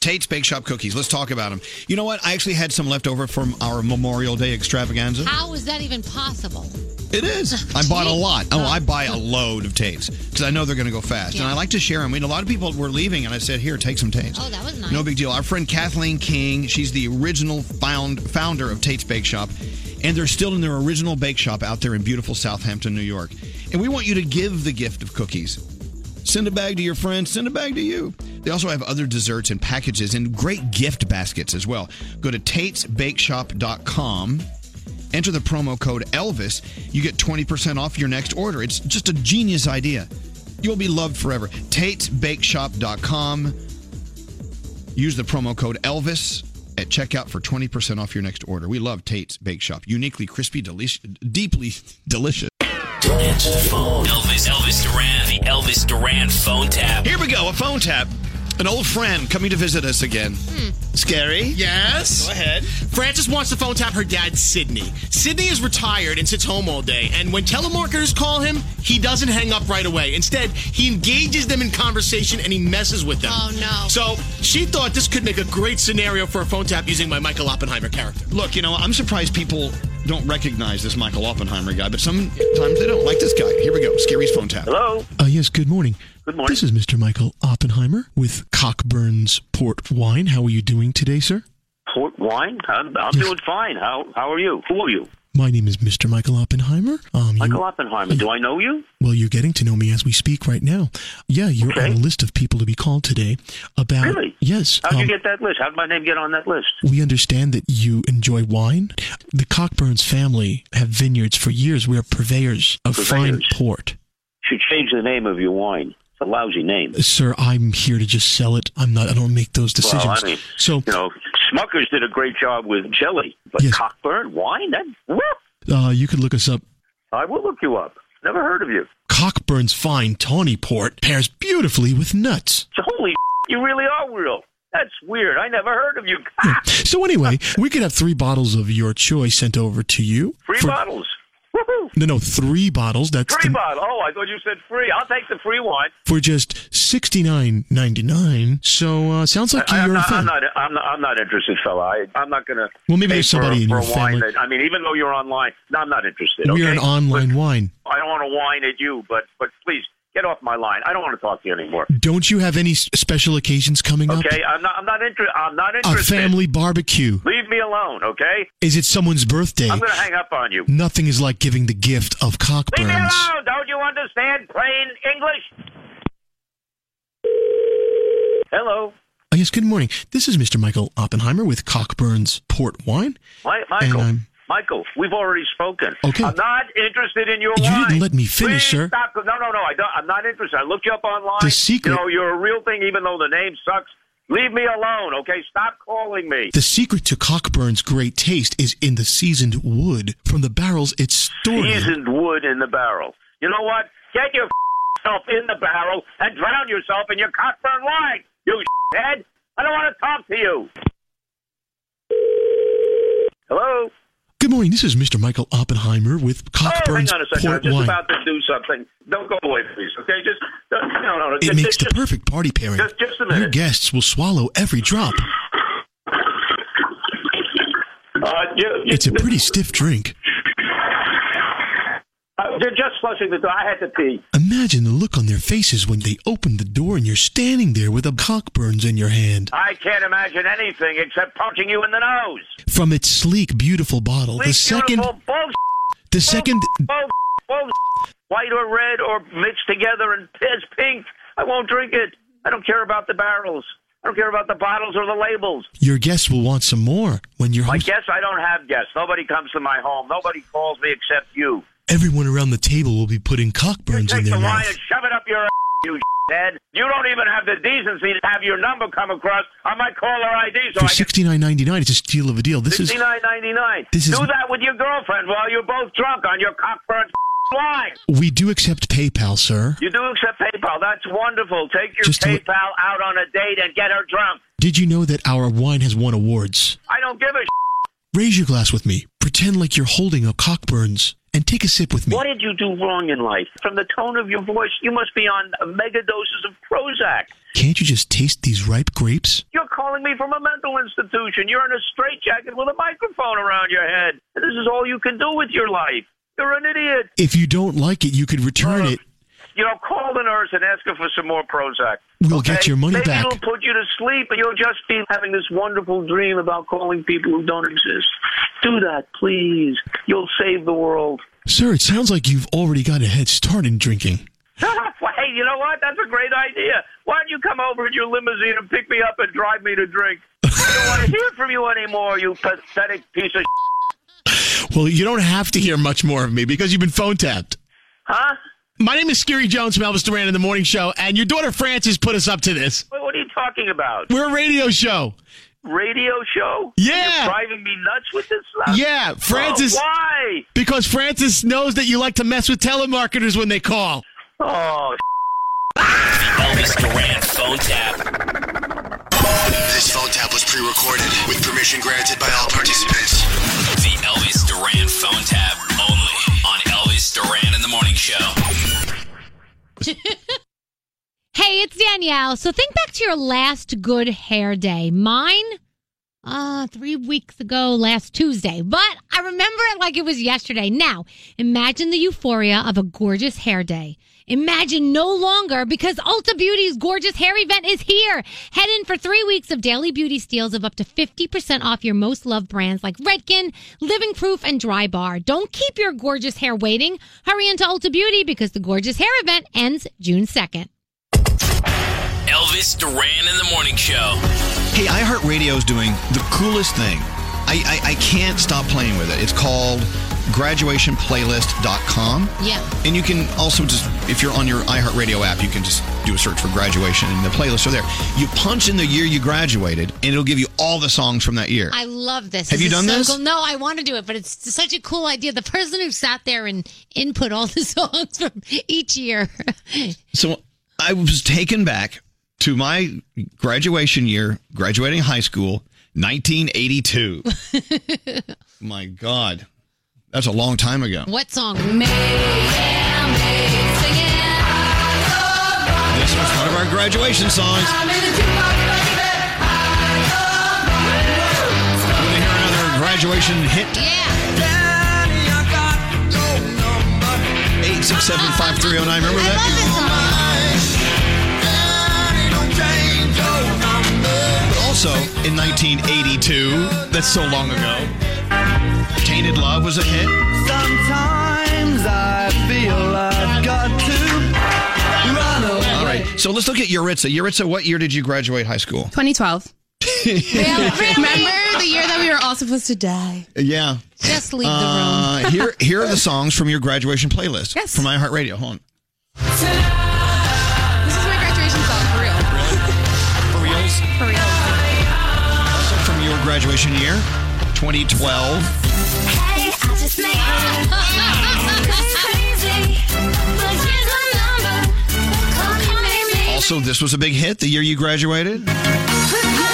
[SPEAKER 1] Tate's Bake Shop cookies. Let's talk about them. You know what? I actually had some left over from our Memorial Day extravaganza.
[SPEAKER 14] How is that even possible?
[SPEAKER 1] It is. I bought a lot. Oh, I buy a load of tapes because I know they're going to go fast, and I like to share them. I mean, a lot of people were leaving, and I said, "Here, take some tapes."
[SPEAKER 14] Oh, that was nice.
[SPEAKER 1] No big deal. Our friend Kathleen King, she's the original found founder of Tate's Bake Shop, and they're still in their original bake shop out there in beautiful Southampton, New York. And we want you to give the gift of cookies. Send a bag to your friends, send a bag to you. They also have other desserts and packages and great gift baskets as well. Go to tatesbakeshop.com. Enter the promo code Elvis. You get 20% off your next order. It's just a genius idea. You'll be loved forever. TatesBakeShop.com. Use the promo code Elvis at checkout for 20% off your next order. We love Tate's Bake Shop. Uniquely crispy, delicious, deeply delicious.
[SPEAKER 12] Don't answer the phone. Elvis, Elvis Duran, the Elvis Duran phone tap.
[SPEAKER 1] Here we go, a phone tap. An old friend coming to visit us again. Scary?
[SPEAKER 15] Yes. Go
[SPEAKER 1] ahead.
[SPEAKER 15] Frances wants to phone tap her dad, Sydney. Sydney is retired and sits home all day, and when telemarketers call him, he doesn't hang up right away. Instead, he engages them in conversation and he messes with them.
[SPEAKER 14] Oh, no.
[SPEAKER 15] So she thought this could make a great scenario for a phone tap using my Michael Oppenheimer character.
[SPEAKER 1] Look, you know, I'm surprised people don't recognize this Michael Oppenheimer guy, but sometimes they don't like this guy. Here we go. Scary's phone tap. Hello.
[SPEAKER 21] Uh, yes, good morning. Good morning. This is Mr. Michael Oppenheimer with Cockburn's Port Wine. How are you doing today, sir?
[SPEAKER 3] Port wine? I'm, I'm doing fine. How how are you? Who are you?
[SPEAKER 21] My name is Mr. Michael Oppenheimer. Um, you-
[SPEAKER 3] Michael Oppenheimer. Do I know you?
[SPEAKER 21] well, you're getting to know me as we speak right now. Yeah, you're on a list of people to be called today about.
[SPEAKER 3] Really?
[SPEAKER 21] Yes.
[SPEAKER 3] How'd you
[SPEAKER 21] um,
[SPEAKER 3] get that list? How'd my name get on that list?
[SPEAKER 21] We understand that you enjoy wine. The Cockburns family have vineyards for years. We are purveyors of fine
[SPEAKER 3] Purveyors.
[SPEAKER 21] port.
[SPEAKER 3] Should change the name of your wine. It's a lousy name.
[SPEAKER 21] Sir, I'm here to just sell it. I'm not. I don't make those decisions.
[SPEAKER 3] Well, I mean,
[SPEAKER 21] so
[SPEAKER 3] you know, Smuckers did a great job with jelly, but
[SPEAKER 21] Yes.
[SPEAKER 3] Cockburn wine? That whoop.
[SPEAKER 21] uh, you could look us up.
[SPEAKER 3] I will look you up. Never heard of you.
[SPEAKER 21] Cockburn's fine tawny port pairs beautifully with nuts.
[SPEAKER 3] So,
[SPEAKER 23] (laughs)
[SPEAKER 3] holy, you really are real. That's weird. I never heard of you.
[SPEAKER 21] So anyway, we could have three bottles of your choice sent over to you.
[SPEAKER 3] Free
[SPEAKER 21] for-
[SPEAKER 3] bottles.
[SPEAKER 21] No, no, three bottles. That's
[SPEAKER 3] Free
[SPEAKER 21] the-
[SPEAKER 3] bottle. Oh, I thought you said free. I'll take the free wine.
[SPEAKER 21] for just sixty nine ninety nine. So uh, sounds like
[SPEAKER 3] I, I'm,
[SPEAKER 21] you're a
[SPEAKER 3] not, I'm
[SPEAKER 21] fan.
[SPEAKER 3] not. I'm not. I'm not interested, fella. I, I'm not gonna.
[SPEAKER 21] Well, maybe
[SPEAKER 3] pay
[SPEAKER 21] there's somebody
[SPEAKER 3] for,
[SPEAKER 21] in
[SPEAKER 3] for
[SPEAKER 21] your
[SPEAKER 3] a wine
[SPEAKER 21] family.
[SPEAKER 3] That, I mean, even though you're online, no, I'm not interested.
[SPEAKER 21] We are
[SPEAKER 3] okay?
[SPEAKER 21] an online wine.
[SPEAKER 3] I don't want to whine at you, but but please get off my line. I don't want to talk to you anymore.
[SPEAKER 21] Don't you have any s- special occasions coming
[SPEAKER 3] Okay, I'm not. I'm not interested. I'm not
[SPEAKER 21] up? A
[SPEAKER 3] interested.
[SPEAKER 21] family barbecue.
[SPEAKER 3] Leave me alone, okay?
[SPEAKER 21] Is it someone's birthday?
[SPEAKER 3] I'm gonna hang up on you.
[SPEAKER 21] Nothing is like giving the gift
[SPEAKER 3] Leave
[SPEAKER 21] of
[SPEAKER 3] me
[SPEAKER 21] Cockburns.
[SPEAKER 3] alone! Don't you understand plain English?
[SPEAKER 23] Hello.
[SPEAKER 21] Uh, yes, good morning. This is Mr. Michael Oppenheimer with Cockburn's Port Wine.
[SPEAKER 23] Mi- Michael.
[SPEAKER 21] And I'm-
[SPEAKER 23] Michael, we've already spoken.
[SPEAKER 21] Okay.
[SPEAKER 23] I'm not interested in your
[SPEAKER 21] You
[SPEAKER 23] wine.
[SPEAKER 21] didn't let me finish,
[SPEAKER 23] Please
[SPEAKER 21] sir.
[SPEAKER 23] Stop. No, no, no. I don't, I'm not interested. I looked you up online.
[SPEAKER 21] The secret-
[SPEAKER 23] You know, you're a real thing, even though the name sucks. Leave me alone, okay? Stop calling me.
[SPEAKER 21] The secret to Cockburn's great taste is in the seasoned wood from the barrels it's stored in.
[SPEAKER 23] Seasoned wood in the barrel. You know what? Get your (laughs) self in the barrel and drown yourself in your cockburn wine, you (laughs) head. I don't want to talk to you. Hello?
[SPEAKER 21] Good morning. This is Mr. Michael Oppenheimer with
[SPEAKER 23] Oh, hang
[SPEAKER 21] Cockburn's
[SPEAKER 23] on a second. I'm
[SPEAKER 21] Port
[SPEAKER 23] just
[SPEAKER 21] Wine.
[SPEAKER 23] about to do something. Don't go away, please. Okay, just uh, no, no. no.
[SPEAKER 21] It
[SPEAKER 23] Just-
[SPEAKER 21] makes
[SPEAKER 23] just-
[SPEAKER 21] the perfect party pairing.
[SPEAKER 23] Just, just a
[SPEAKER 21] Your
[SPEAKER 23] minute.
[SPEAKER 21] guests will swallow every drop.
[SPEAKER 23] Uh, you,
[SPEAKER 21] It's a pretty stiff drink.
[SPEAKER 23] uh, they're just flushing the door. I had to pee.
[SPEAKER 21] Imagine the look on their faces when they open the door and you're standing there with a Cockburn's in your hand.
[SPEAKER 23] I can't imagine anything except punching you in the nose.
[SPEAKER 21] From its sleek, beautiful bottle, the
[SPEAKER 23] Please,
[SPEAKER 21] second,
[SPEAKER 23] beautiful bull-
[SPEAKER 21] the second,
[SPEAKER 23] (laughs) bull- bull- white or red or mixed together and piss pink. I won't drink it. I don't care about the barrels. I don't care about the bottles or the labels.
[SPEAKER 21] your guests will want some more when your
[SPEAKER 23] My
[SPEAKER 21] host
[SPEAKER 23] guests, I don't have guests. Nobody comes to my home. Nobody calls me except you.
[SPEAKER 21] Everyone around the table will be putting Cockburn's in
[SPEAKER 23] Take the
[SPEAKER 21] their mouth.
[SPEAKER 23] wine and shove it up your (laughs) ass, you head. You don't even have the decency to have your number come across on my caller ID. So
[SPEAKER 21] For
[SPEAKER 23] I can
[SPEAKER 21] sixty nine ninety nine, it's a steal of a deal. (laughs) This is
[SPEAKER 23] sixty nine ninety nine.
[SPEAKER 21] this is-
[SPEAKER 23] Do that with your girlfriend while you're both drunk on your cockburn (laughs) wine.
[SPEAKER 21] we do accept PayPal, sir.
[SPEAKER 23] You do accept PayPal. That's wonderful. Take your
[SPEAKER 21] Just to-
[SPEAKER 23] PayPal out on a date and get her drunk.
[SPEAKER 21] Did you know that our wine has won awards?
[SPEAKER 23] I don't give a.
[SPEAKER 21] Raise your glass with me. Pretend like you're holding a Cockburn's and take a sip with me.
[SPEAKER 23] What did you do wrong in life? From the tone of your voice, you must be on mega doses of Prozac.
[SPEAKER 21] Can't you just taste these ripe grapes?
[SPEAKER 23] You're calling me from a mental institution. You're in a straitjacket with a microphone around your head. And this is all you can do with your life. You're an idiot.
[SPEAKER 21] If you don't like it, you could return it.
[SPEAKER 23] You know, call the nurse and ask her for some more Prozac.
[SPEAKER 21] We'll get your money
[SPEAKER 23] Maybe
[SPEAKER 21] back.
[SPEAKER 23] it'll put you to sleep, and you'll just be having this wonderful dream about calling people who don't exist. Do that, please. You'll save the world. (laughs)
[SPEAKER 21] Sir, it sounds like you've already got a head start in drinking.
[SPEAKER 23] Well, hey, you know what? That's a great idea. Why don't you come over in your limousine and pick me up and drive me to
[SPEAKER 21] (laughs)
[SPEAKER 23] drink? I don't want to hear from you anymore, you pathetic piece of.
[SPEAKER 15] Well, you don't have to hear much more of me because you've been phone tapped.
[SPEAKER 23] Huh?
[SPEAKER 15] My name is Scary Jones from Elvis Duran in the Morning Show, and your daughter Frances put us up to this.
[SPEAKER 23] Wait, what are you talking about?
[SPEAKER 15] We're a radio show.
[SPEAKER 23] Radio show?
[SPEAKER 15] Yeah.
[SPEAKER 23] You're driving me nuts with this stuff?
[SPEAKER 15] Yeah, Francis.
[SPEAKER 23] Oh, why?
[SPEAKER 15] Because Francis knows that you like to mess with telemarketers when they call.
[SPEAKER 23] Oh,
[SPEAKER 12] Elvis Duran phone tap. This phone tap was pre-recorded with permission granted by all participants. The Elvis Duran phone tap only on Elvis Duran in the Morning Show.
[SPEAKER 14] (laughs) Hey, it's Danielle. So think back to your last good hair day. Mine, uh, three weeks ago, last Tuesday. But I remember it like it was yesterday. Now, imagine the euphoria of a gorgeous hair day. Imagine no longer because Ulta Beauty's gorgeous hair event is here. Head in for three weeks of daily beauty steals of up to 50% off your most loved brands like Redken, Living Proof, and Dry Bar. Don't keep your gorgeous hair waiting. Hurry into Ulta Beauty because the gorgeous hair event ends June 2nd.
[SPEAKER 12] Elvis Duran in the Morning Show.
[SPEAKER 1] Hey, iHeartRadio is doing the coolest thing. I, I, I can't stop playing with it. It's called graduationplaylist.com.
[SPEAKER 14] Yeah.
[SPEAKER 1] And you can also just, if you're on your iHeartRadio app, you can just do a search for graduation and the playlists are there. You punch in the year you graduated and it'll give you all the songs from that year.
[SPEAKER 24] I love this.
[SPEAKER 1] Have you
[SPEAKER 24] is
[SPEAKER 1] done
[SPEAKER 24] so
[SPEAKER 1] this?
[SPEAKER 24] cool. No, I want to do it, but it's such a cool idea. The person who sat there and input all
[SPEAKER 3] (laughs)
[SPEAKER 24] the songs from each year.
[SPEAKER 1] So I was taken back to my graduation year, graduating high school, 1982. my God. That's a long time ago.
[SPEAKER 24] What song?
[SPEAKER 1] This was one of our graduation songs. Want to hear another graduation hit? Yeah. Eight six seven five three zero nine. Remember that? But also in 1982, that's so long ago. Tainted Love was a hit.
[SPEAKER 17] Oh.
[SPEAKER 11] Sometimes I feel I've got to run away.
[SPEAKER 1] All right. So let's look at Yuritsa. Yuritsa, what year did you graduate high school?
[SPEAKER 18] 2012. (laughs) Remember the year that we were all supposed to die?
[SPEAKER 1] Yeah.
[SPEAKER 18] Just leave
[SPEAKER 1] Uh, (laughs) here, here are the songs from your graduation playlist. Yes. From iHeartRadio. Hold on.
[SPEAKER 18] This is my graduation song, for real.
[SPEAKER 1] For reals?
[SPEAKER 18] For real.
[SPEAKER 1] Also from your graduation year, 2012.
[SPEAKER 9] Hey, I just made it. (laughs) This is crazy, but here's my number. Call me, maybe.
[SPEAKER 1] Also, this was a big hit the year you graduated.
[SPEAKER 9] Put love in a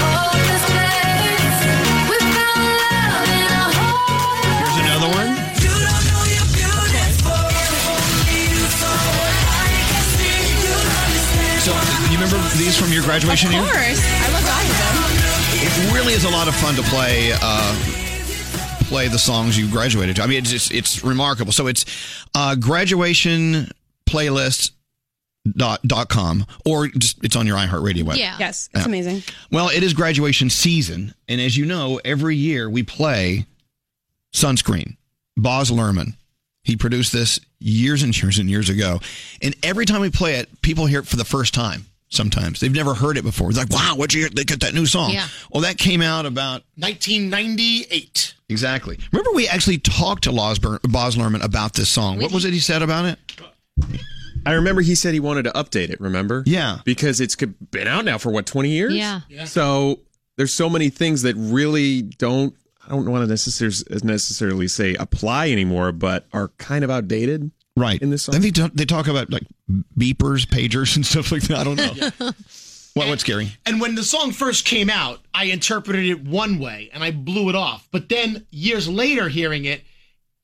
[SPEAKER 9] hopeless place. We found love in a
[SPEAKER 1] Here's another one. So, you remember these from your graduation year?
[SPEAKER 18] I love
[SPEAKER 2] (laughs)
[SPEAKER 18] all of them.
[SPEAKER 1] It really is a lot of fun to play. Uh, play the songs you graduated to. I mean, it's just, it's remarkable. So it's uh, graduation playlist dot, dot com or just it's on your iHeartRadio web.
[SPEAKER 18] Yes, it's
[SPEAKER 1] Yeah.
[SPEAKER 18] amazing.
[SPEAKER 1] Well, it is graduation season, and as you know, every year we play Sunscreen. Boz Lerman, he produced this years and years and years ago, and every time we play it, people hear it for the first time. Sometimes they've never heard it before. It's like, wow, what you they get that new song?
[SPEAKER 7] Yeah.
[SPEAKER 1] Well, that came out about
[SPEAKER 15] (laughs)
[SPEAKER 7] 1998.
[SPEAKER 1] exactly. Remember, we actually talked to Losber, Boz Lerman about this song. What was it he said about (laughs) it?
[SPEAKER 5] I remember he said he wanted to update it, remember?
[SPEAKER 1] Yeah.
[SPEAKER 5] Because it's co- been out now for what, 20 years?
[SPEAKER 9] Yeah. Yeah.
[SPEAKER 5] So there's so many things that really don't, I don't want to necessarily, necessarily say apply anymore, but are kind of outdated.
[SPEAKER 1] Right.
[SPEAKER 5] In this song.
[SPEAKER 1] I think they talk- they talk about like beepers, pagers, and stuff like that. I don't
[SPEAKER 15] (laughs)
[SPEAKER 1] know. what, what's scary?
[SPEAKER 7] And when the song first came out, I interpreted it one way and I blew it off. But then years later, hearing it,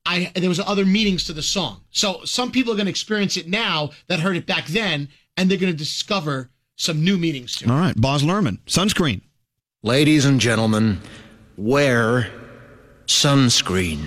[SPEAKER 7] I there was other meanings to the song. So some people are going to experience it now that heard it back then, and they're going to discover some new meanings to it.
[SPEAKER 1] All right, Boz Lerman, sunscreen.
[SPEAKER 25] Ladies and gentlemen, wear sunscreen.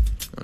[SPEAKER 25] Oh,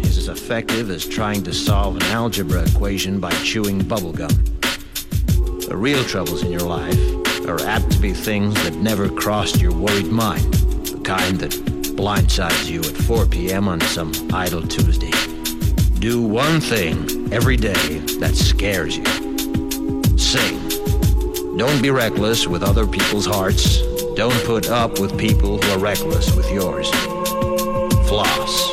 [SPEAKER 25] is as effective as trying to solve an algebra equation by chewing bubblegum. The real troubles in your life are apt to be things that never crossed your worried mind, the kind that blindsides you at 4 p.m. on some idle Tuesday. Do one thing every day that scares you. Sing. Don't be reckless with other people's hearts. Don't put up with people who are reckless with yours. Floss.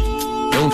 [SPEAKER 25] Don't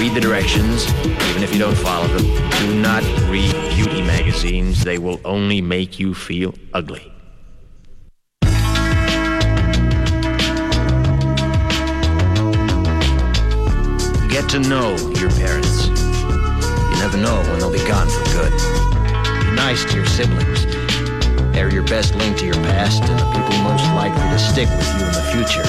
[SPEAKER 25] Read the directions, even if you don't follow them. Do not read beauty magazines, they will only make you feel ugly. Get to know your parents. You never know when they'll be gone for good. Be nice to your siblings. They're your best link to your past and the people most likely to stick with you in the future.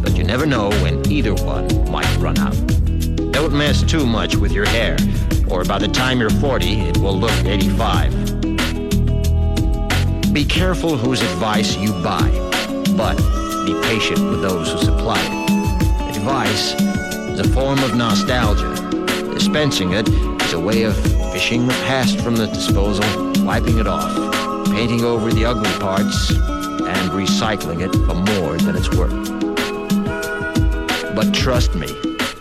[SPEAKER 25] but you never know when either one might run out. Don't mess too much with your hair, or by the time you're 40, it will look 85. Be careful whose advice you buy, but be patient with those who supply it. Advice is a form of nostalgia. Dispensing it is a way of fishing the past from the disposal, wiping it off, painting over the ugly parts, and recycling it for more than it's worth. But trust me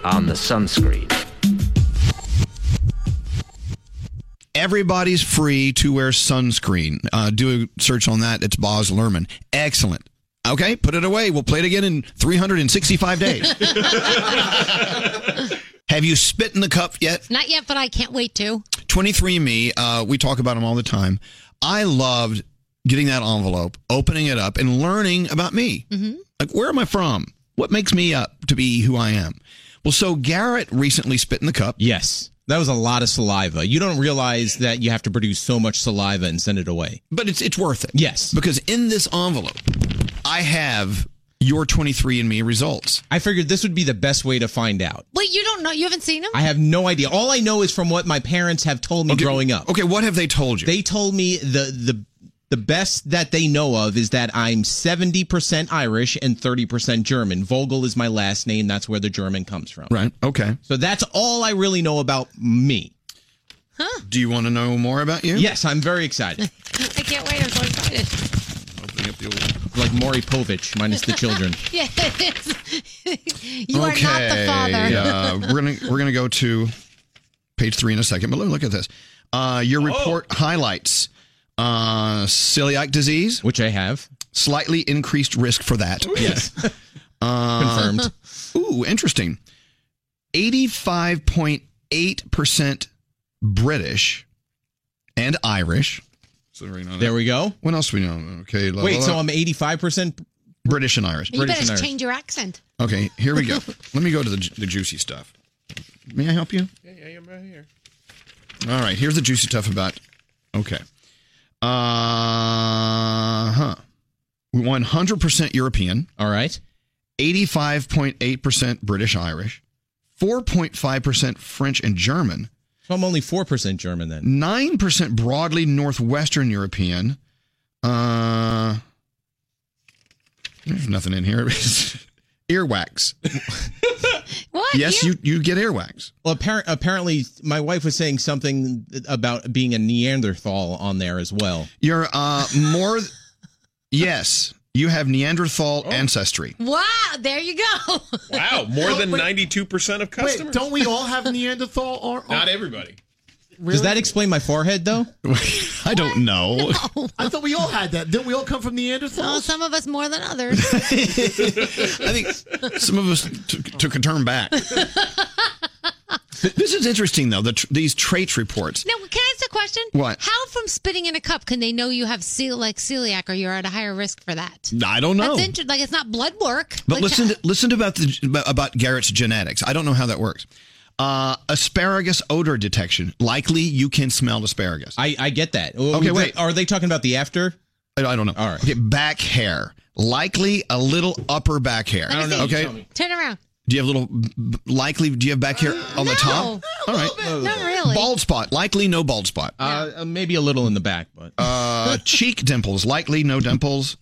[SPEAKER 25] on the sunscreen.
[SPEAKER 1] Everybody's free to wear sunscreen. Uh, do a search on that. It's Boz Lerman. Excellent. Okay, put it away. We'll play it again in 365 days. Have you spit in the cup yet?
[SPEAKER 3] Not yet, but I can't wait to.
[SPEAKER 1] 23andMe, uh, we talk about them all the time. I loved getting that envelope, opening it up, and learning about me.
[SPEAKER 3] Mm-hmm.
[SPEAKER 1] Like, where am I from? What makes me up to be who I am? Well, so Garrett recently spit in the cup.
[SPEAKER 8] Yes. That was a lot of saliva. You don't realize that you have to produce so much saliva and send it away.
[SPEAKER 1] But it's it's worth it.
[SPEAKER 8] Yes.
[SPEAKER 1] Because in this envelope, I have your 23andMe results.
[SPEAKER 8] I figured this would be the best way to find out.
[SPEAKER 3] Wait, you don't know? You haven't seen him?
[SPEAKER 8] I have no idea. All I know is from what my parents have told me
[SPEAKER 1] Okay.
[SPEAKER 8] growing up.
[SPEAKER 1] Okay, what have they told you?
[SPEAKER 8] They told me the the the best that they know of is that I'm 70% Irish and 30% German. Vogel is my last name. That's where the German comes from.
[SPEAKER 1] Right. Okay.
[SPEAKER 8] So that's all I really know about me.
[SPEAKER 3] Huh.
[SPEAKER 1] Do you want to know more about you?
[SPEAKER 8] Yes, I'm very excited.
[SPEAKER 3] I can't wait. I'm so excited.
[SPEAKER 8] like Maury Povich, minus
[SPEAKER 3] (laughs)
[SPEAKER 8] the children.
[SPEAKER 3] Yes. (laughs) you are not the father.
[SPEAKER 1] uh, we're gonna we're gonna go to page three in a second, but look at this. Uh,
[SPEAKER 8] Oh.
[SPEAKER 1] your report highlights uh, celiac disease,
[SPEAKER 8] which I have,
[SPEAKER 1] slightly increased risk for that.
[SPEAKER 8] (laughs) Yes.
[SPEAKER 1] Uh,
[SPEAKER 8] Confirmed.
[SPEAKER 1] Ooh, interesting. Eighty-five point eight percent British and Irish.
[SPEAKER 8] There we go.
[SPEAKER 1] What else we know? Okay. la,
[SPEAKER 8] Wait,
[SPEAKER 1] la,
[SPEAKER 8] so
[SPEAKER 1] la.
[SPEAKER 8] I'm 85%
[SPEAKER 1] British and Irish.
[SPEAKER 3] (laughs) You better change your accent.
[SPEAKER 1] Okay, here we go. Let me go to the, ju- the juicy stuff. May I help you?
[SPEAKER 5] Yeah, yeah, I'm right here.
[SPEAKER 1] All right, here's the juicy stuff about. Okay. Uh huh. 100% European.
[SPEAKER 8] All right.
[SPEAKER 1] 85.8% British Irish. 4.5% French and German.
[SPEAKER 8] So I'm only 4% German then.
[SPEAKER 1] 9% broadly Northwestern European. Uh, there's nothing in here. (laughs)
[SPEAKER 14] (laughs)
[SPEAKER 1] earwax.
[SPEAKER 3] What?
[SPEAKER 1] Yes, you, you get earwax.
[SPEAKER 8] Well, appar- apparently, my wife was saying something about being a Neanderthal on there as well.
[SPEAKER 1] You're uh, more. yes, you have Neanderthal
[SPEAKER 14] Oh,
[SPEAKER 1] ancestry.
[SPEAKER 3] Wow, there you go. (laughs)
[SPEAKER 8] Oh,
[SPEAKER 5] Wow, more than 92% of customers.
[SPEAKER 15] Wait, don't we all have Neanderthal? Or,
[SPEAKER 5] Not everybody.
[SPEAKER 8] Does that explain my forehead, though?
[SPEAKER 1] (laughs) I don't (laughs) know.
[SPEAKER 15] I thought we all had that. Didn't we all come from
[SPEAKER 3] Oh,
[SPEAKER 15] Neanderthal?
[SPEAKER 3] some of us more than others.
[SPEAKER 1] I think (laughs) some of us t- took a turn back. this is interesting, though. The tr- these traits reports.
[SPEAKER 3] Now, can I ask a
[SPEAKER 14] question?
[SPEAKER 1] What?
[SPEAKER 14] How from spitting in a cup can they know you have cel- like celiac or you're at a higher risk for that?
[SPEAKER 1] I don't know.
[SPEAKER 14] That's inter- like it's not blood work.
[SPEAKER 1] But
[SPEAKER 14] Like,
[SPEAKER 1] listen, to, listen to about the about Garrett's genetics. I don't know how that works. Uh, asparagus odor detection. Likely, you can smell asparagus.
[SPEAKER 8] I, I get that.
[SPEAKER 1] Okay, wait.
[SPEAKER 8] Are they talking about the after?
[SPEAKER 1] I, I don't know. All right. Okay, back hair. Likely a little upper back hair.
[SPEAKER 14] let me see.
[SPEAKER 1] Okay.
[SPEAKER 14] Turn around.
[SPEAKER 1] Do you have little likely? Do you have back hair on the
[SPEAKER 14] no.
[SPEAKER 1] top? All right.
[SPEAKER 14] Not really.
[SPEAKER 1] Bald spot. Likely no bald spot.
[SPEAKER 8] Uh, maybe a little in the back, but
[SPEAKER 1] (laughs) uh, cheek dimples. Likely no dimples.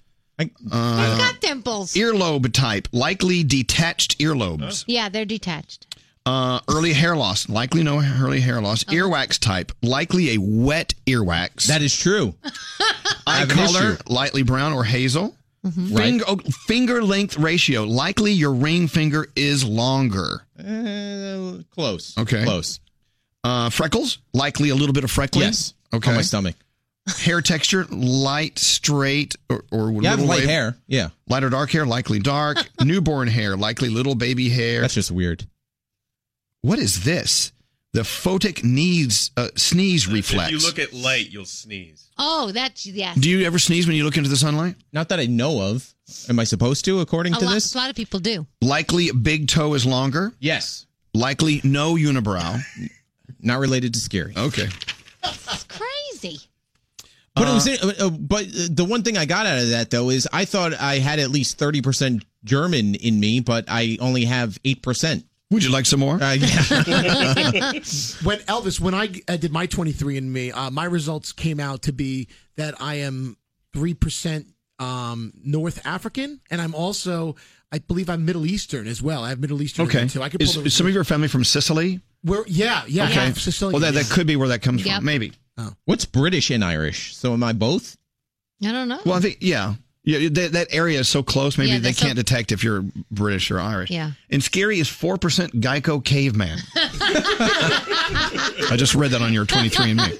[SPEAKER 1] Uh,
[SPEAKER 14] I've got dimples.
[SPEAKER 1] earlobe type. Likely detached earlobes.
[SPEAKER 14] Yeah, they're detached.
[SPEAKER 8] Oh.
[SPEAKER 1] Uh, early hair loss, likely no early hair loss.
[SPEAKER 14] Uh-huh.
[SPEAKER 1] Earwax type, likely a wet earwax. That
[SPEAKER 8] is true.
[SPEAKER 1] Eye (laughs)
[SPEAKER 8] have an
[SPEAKER 1] color,
[SPEAKER 8] issue.
[SPEAKER 1] lightly brown or hazel.
[SPEAKER 14] Mm-hmm.
[SPEAKER 8] Mhm.
[SPEAKER 1] Finger, oh, finger length ratio, likely your ring finger is longer.
[SPEAKER 8] Uh, close.
[SPEAKER 1] Okay.
[SPEAKER 8] Close.
[SPEAKER 1] Uh, freckles, likely a little bit of freckling. Yes. Okay.
[SPEAKER 8] On my stomach.
[SPEAKER 1] Hair texture, light, straight, or, or
[SPEAKER 8] You have
[SPEAKER 1] little
[SPEAKER 8] light
[SPEAKER 1] wave-
[SPEAKER 8] hair. Yeah.
[SPEAKER 1] Light or dark hair, likely
[SPEAKER 8] (laughs)
[SPEAKER 1] dark. Newborn hair, likely little baby hair. That's
[SPEAKER 8] just weird.
[SPEAKER 1] What is this? The photic needs uh, sneeze reflex.
[SPEAKER 5] If you look at light, you'll sneeze.
[SPEAKER 14] Oh, that's yes.
[SPEAKER 1] Do you ever sneeze when you look into the sunlight?
[SPEAKER 8] Not that I know of. Am I supposed to, according
[SPEAKER 14] a,
[SPEAKER 8] to
[SPEAKER 14] lot,
[SPEAKER 8] this?
[SPEAKER 14] a lot of people do.
[SPEAKER 1] Likely big toe is longer.
[SPEAKER 8] Yes.
[SPEAKER 1] Likely no unibrow.
[SPEAKER 8] Not related to scary.
[SPEAKER 1] Okay.
[SPEAKER 14] It's crazy.
[SPEAKER 8] But it was,
[SPEAKER 14] Uh,
[SPEAKER 8] uh, uh, but uh, the one thing I got out of that though is I thought I had at least thirty percent German in me, but I only have eight percent.
[SPEAKER 1] Would you like some more?
[SPEAKER 15] (laughs)
[SPEAKER 8] Uh, yeah.
[SPEAKER 13] (laughs)
[SPEAKER 15] when Elvis, when I uh, did my 23andMe, uh, my results came out to be that I am 3% um, North African, and I'm also, I believe I'm Middle Eastern as well. I have Middle Eastern in me,
[SPEAKER 1] Okay.
[SPEAKER 15] too. I could pull
[SPEAKER 1] Is,
[SPEAKER 15] the
[SPEAKER 1] is some of your family from Sicily?
[SPEAKER 15] Where, yeah, yeah.
[SPEAKER 1] Okay.
[SPEAKER 15] yeah, Sicilian,
[SPEAKER 1] well, that,
[SPEAKER 15] yeah.
[SPEAKER 1] that could be where that comes
[SPEAKER 15] Yep.
[SPEAKER 1] from. Maybe.
[SPEAKER 13] Oh.
[SPEAKER 8] What's British and Irish? So am I both?
[SPEAKER 14] I don't know.
[SPEAKER 1] Well, I think yeah. Yeah, that, that area is so close. Maybe
[SPEAKER 14] Yeah,
[SPEAKER 1] they
[SPEAKER 14] they're so-
[SPEAKER 1] can't detect if you're British or Irish.
[SPEAKER 14] Yeah.
[SPEAKER 1] And scary is four percent Geico caveman. (laughs) I just read that on your 23andMe.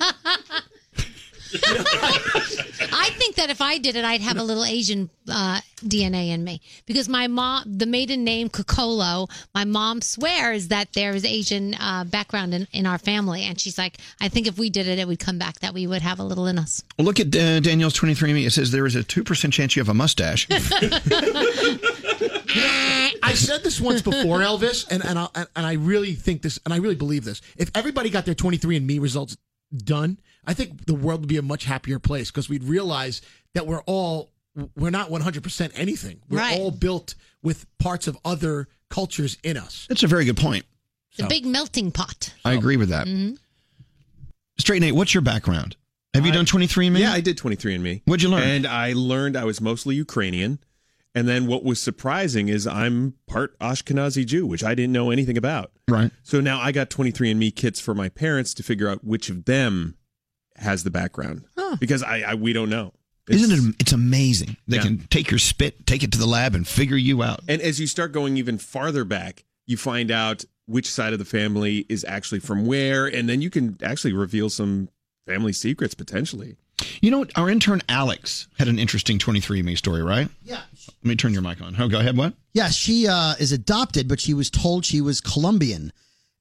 [SPEAKER 14] (laughs) I think that if I did it, I'd have a little Asian uh, DNA in me because my mom, the maiden name Kokolo, my mom swears that there is Asian uh, background in, in our family, and she's like, I think if we did it, it would come back that we would have a little in us.
[SPEAKER 1] Well, look at uh, Danielle's 23andMe. It says there is a two percent chance you have a mustache.
[SPEAKER 15] I said this once before, Elvis, and and I, and I really think this, and I really believe this. If everybody got their 23andMe results done, I think the world would be a much happier place because we'd realize that we're all we're not 100% anything. We're all built with parts of other cultures in us.
[SPEAKER 1] That's a very good point.
[SPEAKER 14] The
[SPEAKER 15] Oh.
[SPEAKER 14] big melting pot.
[SPEAKER 1] I agree with that.
[SPEAKER 14] Mhm.
[SPEAKER 1] Straight Nate, what's your background? Have you done 23andMe?
[SPEAKER 5] Yeah, I did 23andMe.
[SPEAKER 1] What'd you learn?
[SPEAKER 5] And I learned I was mostly Ukrainian. And then what was surprising is I'm part Ashkenazi Jew, which I didn't know anything about.
[SPEAKER 1] Right.
[SPEAKER 5] So now I got 23andMe kits for my parents to figure out which of them has the background because I, I we don't know.
[SPEAKER 1] Isn't it? It's amazing. They
[SPEAKER 5] Yeah.
[SPEAKER 1] can take your spit, take it to the lab, and figure you out.
[SPEAKER 5] And as you start going even farther back, you find out which side of the family is actually from where, and then you can actually reveal some family secrets potentially.
[SPEAKER 1] You know, our intern Alex had an interesting 23andMe story, right?
[SPEAKER 15] Yeah.
[SPEAKER 1] Let me turn your mic on. Oh, go ahead. What?
[SPEAKER 16] Yeah, she uh, is adopted, but she was told she was Colombian.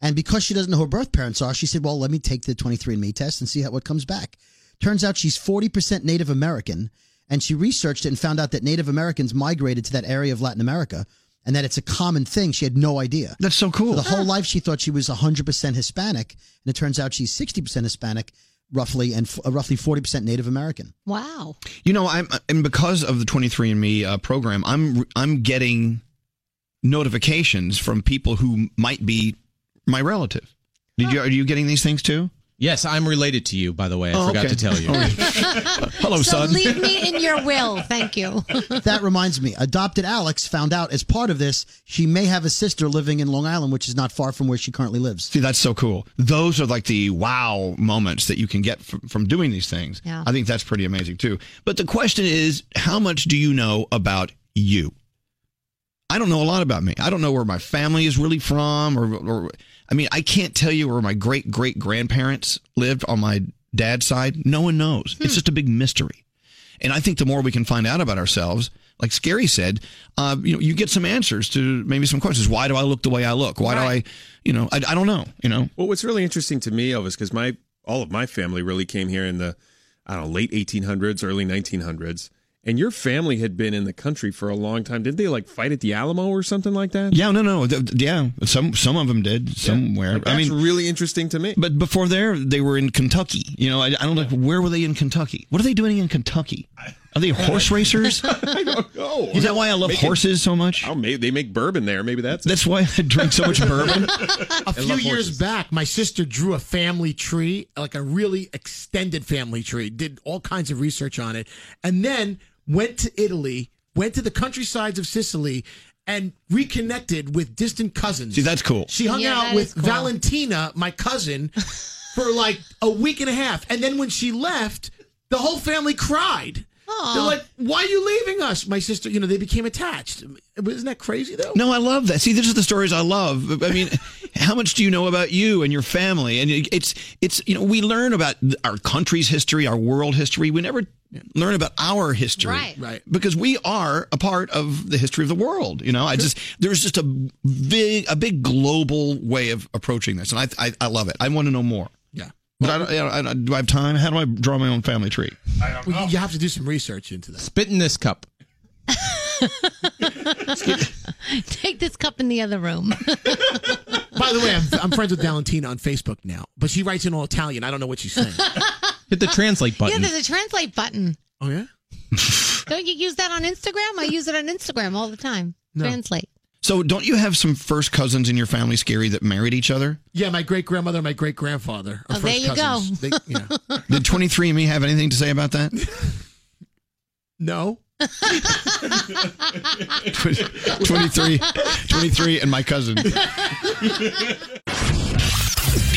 [SPEAKER 16] And because she doesn't know who her birth parents are, she said, well, let me take the 23andMe test and see how, what comes back. Turns out she's 40% Native American. And she researched it and found out that Native Americans migrated to that area of Latin America and that it's a common thing. She had no idea.
[SPEAKER 1] That's so cool.
[SPEAKER 16] the whole life she thought she was 100% Hispanic. And it turns out she's 60% Hispanic, roughly, and f- uh, roughly 40% Native American.
[SPEAKER 14] Wow.
[SPEAKER 1] You know, I'm and because of the 23andMe uh, program, I'm I'm getting notifications from people who might be my relative. Did you are you getting these things too?
[SPEAKER 8] Yes, I'm related to you, by the way. I
[SPEAKER 1] (laughs) Oh,
[SPEAKER 8] forgot
[SPEAKER 1] okay.
[SPEAKER 8] to tell you.
[SPEAKER 1] All
[SPEAKER 15] Uh,
[SPEAKER 14] Hello, so
[SPEAKER 16] son.
[SPEAKER 15] (laughs)
[SPEAKER 14] leave me in your will.
[SPEAKER 13] (laughs)
[SPEAKER 14] Thank you.
[SPEAKER 16] that reminds me, adopted Alex found out as part of this, she may have a sister living in Long Island, which is not far from where she currently lives.
[SPEAKER 1] See, that's so cool. Those are like the wow moments that you can get from, from doing these things.
[SPEAKER 16] Yeah.
[SPEAKER 1] I think that's pretty amazing too. But the question is, how much do you know about you? I don't know a lot about me. I don't know where my family is really from, or, or I mean, I can't tell you where my great great grandparents lived on my dad's side. No one knows. It's just a big mystery. And I think the more we can find out about ourselves, like Scary said, uh, you know, you get some answers to maybe some questions. Why do I look the way I look? Why do I, you know, I, I don't know. You know,
[SPEAKER 5] Well, what's really interesting to me, Elvis, because my all of my family really came here in the I don't know late 1800s, early 1900s. And your family had been in the country for a long time. Did they like fight at the Alamo or something like that?
[SPEAKER 1] Yeah, no, no, th- th- yeah. Some some of them did somewhere.
[SPEAKER 5] Like,
[SPEAKER 1] I
[SPEAKER 5] that's
[SPEAKER 1] mean,
[SPEAKER 5] really interesting to me.
[SPEAKER 1] but before there, they were in Kentucky. You know, I, I don't know where were they in Kentucky. What are they doing in Kentucky? Are they horse
[SPEAKER 5] (laughs)
[SPEAKER 1] racers?
[SPEAKER 5] I don't know.
[SPEAKER 1] Is that why I love
[SPEAKER 5] Make it-
[SPEAKER 1] horses so much?
[SPEAKER 5] Oh, maybe they make bourbon there. Maybe that's
[SPEAKER 1] That's why I drink so
[SPEAKER 5] (laughs)
[SPEAKER 1] much (laughs) bourbon.
[SPEAKER 15] a few years back, my sister drew a family tree, like a really extended family tree, did all kinds of research on it, and then went to Italy, went to the countrysides of Sicily, and reconnected with distant cousins.
[SPEAKER 1] See, that's cool.
[SPEAKER 15] She hung
[SPEAKER 1] Yeah,
[SPEAKER 15] out
[SPEAKER 1] that
[SPEAKER 15] with
[SPEAKER 1] is cool.
[SPEAKER 15] Valentina, my cousin, for like a week and a half. And then when she left, the whole family cried.
[SPEAKER 14] Aw.
[SPEAKER 15] They're like, why are you leaving us? My sister, you know, they became attached. Isn't that crazy, though?
[SPEAKER 1] No, I love that. See, these are the stories I love. I mean, (laughs) how much do you know about you and your family? And it- it's it's you know we learn about th- our country's history, our world history. We never learn about our history,
[SPEAKER 12] Right. Right.
[SPEAKER 1] Because we are a part of the history of the world. You know, I just there's just a big a big global way of approaching this, and I I, I love it. I want to know more.
[SPEAKER 15] Yeah.
[SPEAKER 1] But I don't, I don't- I don't- do I have time? How do I draw my own family tree?
[SPEAKER 15] Well, you have to do some research into that.
[SPEAKER 8] Spit in this cup.
[SPEAKER 14] (laughs) Take this cup in the other room.
[SPEAKER 15] By the way, I'm, I'm friends
[SPEAKER 14] (laughs)
[SPEAKER 15] with Valentina on Facebook now, but she writes in all Italian. I don't know what she's saying.
[SPEAKER 8] (laughs) Hit the translate
[SPEAKER 14] Yeah, there's a translate button.
[SPEAKER 15] oh yeah.
[SPEAKER 14] Don't you use that on Instagram? I use it on Instagram all the time.
[SPEAKER 1] No.
[SPEAKER 14] Translate.
[SPEAKER 1] So don't you have some first cousins in your family, scary, that married each other?
[SPEAKER 15] Yeah, my great grandmother, and my great grandfather.
[SPEAKER 14] Oh, there you go. (laughs)
[SPEAKER 1] Did 23andMe have anything to say about that?
[SPEAKER 15] No.
[SPEAKER 1] 23, 23 and my cousin.
[SPEAKER 12] The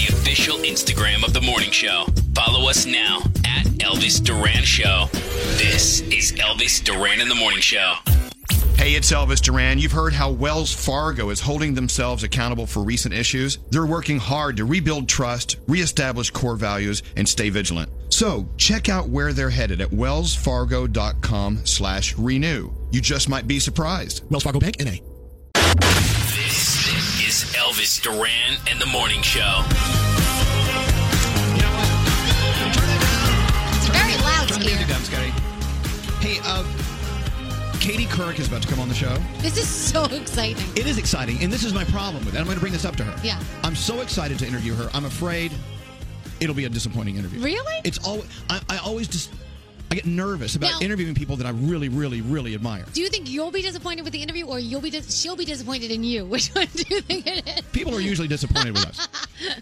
[SPEAKER 12] official Instagram of the morning show. Follow us now at Elvis Duran Show. This is Elvis Duran in the morning show.
[SPEAKER 1] Hey, it's Elvis Duran. You've heard how Wells Fargo is holding themselves accountable for recent issues. They're working hard to rebuild trust, reestablish core values, and stay vigilant. So check out where they're headed at wellsfargo.com slash renew. You just might be surprised.
[SPEAKER 15] Wells Fargo Bank, N.A.
[SPEAKER 12] This is Elvis Duran and the morning show.
[SPEAKER 14] It's very loud, Scary.
[SPEAKER 1] Hey, uh, Katie Couric is about to come on the show.
[SPEAKER 14] This is so (laughs) exciting.
[SPEAKER 1] It is exciting, and this is my problem with it. I'm going to bring this up to her.
[SPEAKER 14] Yeah.
[SPEAKER 1] I'm so excited to interview her. I'm afraid it'll be a disappointing interview.
[SPEAKER 14] Really?
[SPEAKER 1] It's always I, I always just I get nervous about
[SPEAKER 14] Now-
[SPEAKER 1] interviewing people that I really, really, really admire.
[SPEAKER 14] Do you think you'll be disappointed with the interview, or you'll be dis- she'll be disappointed in you? (laughs) Which one do you think it is?
[SPEAKER 1] People are usually disappointed with
[SPEAKER 12] (laughs)
[SPEAKER 1] us.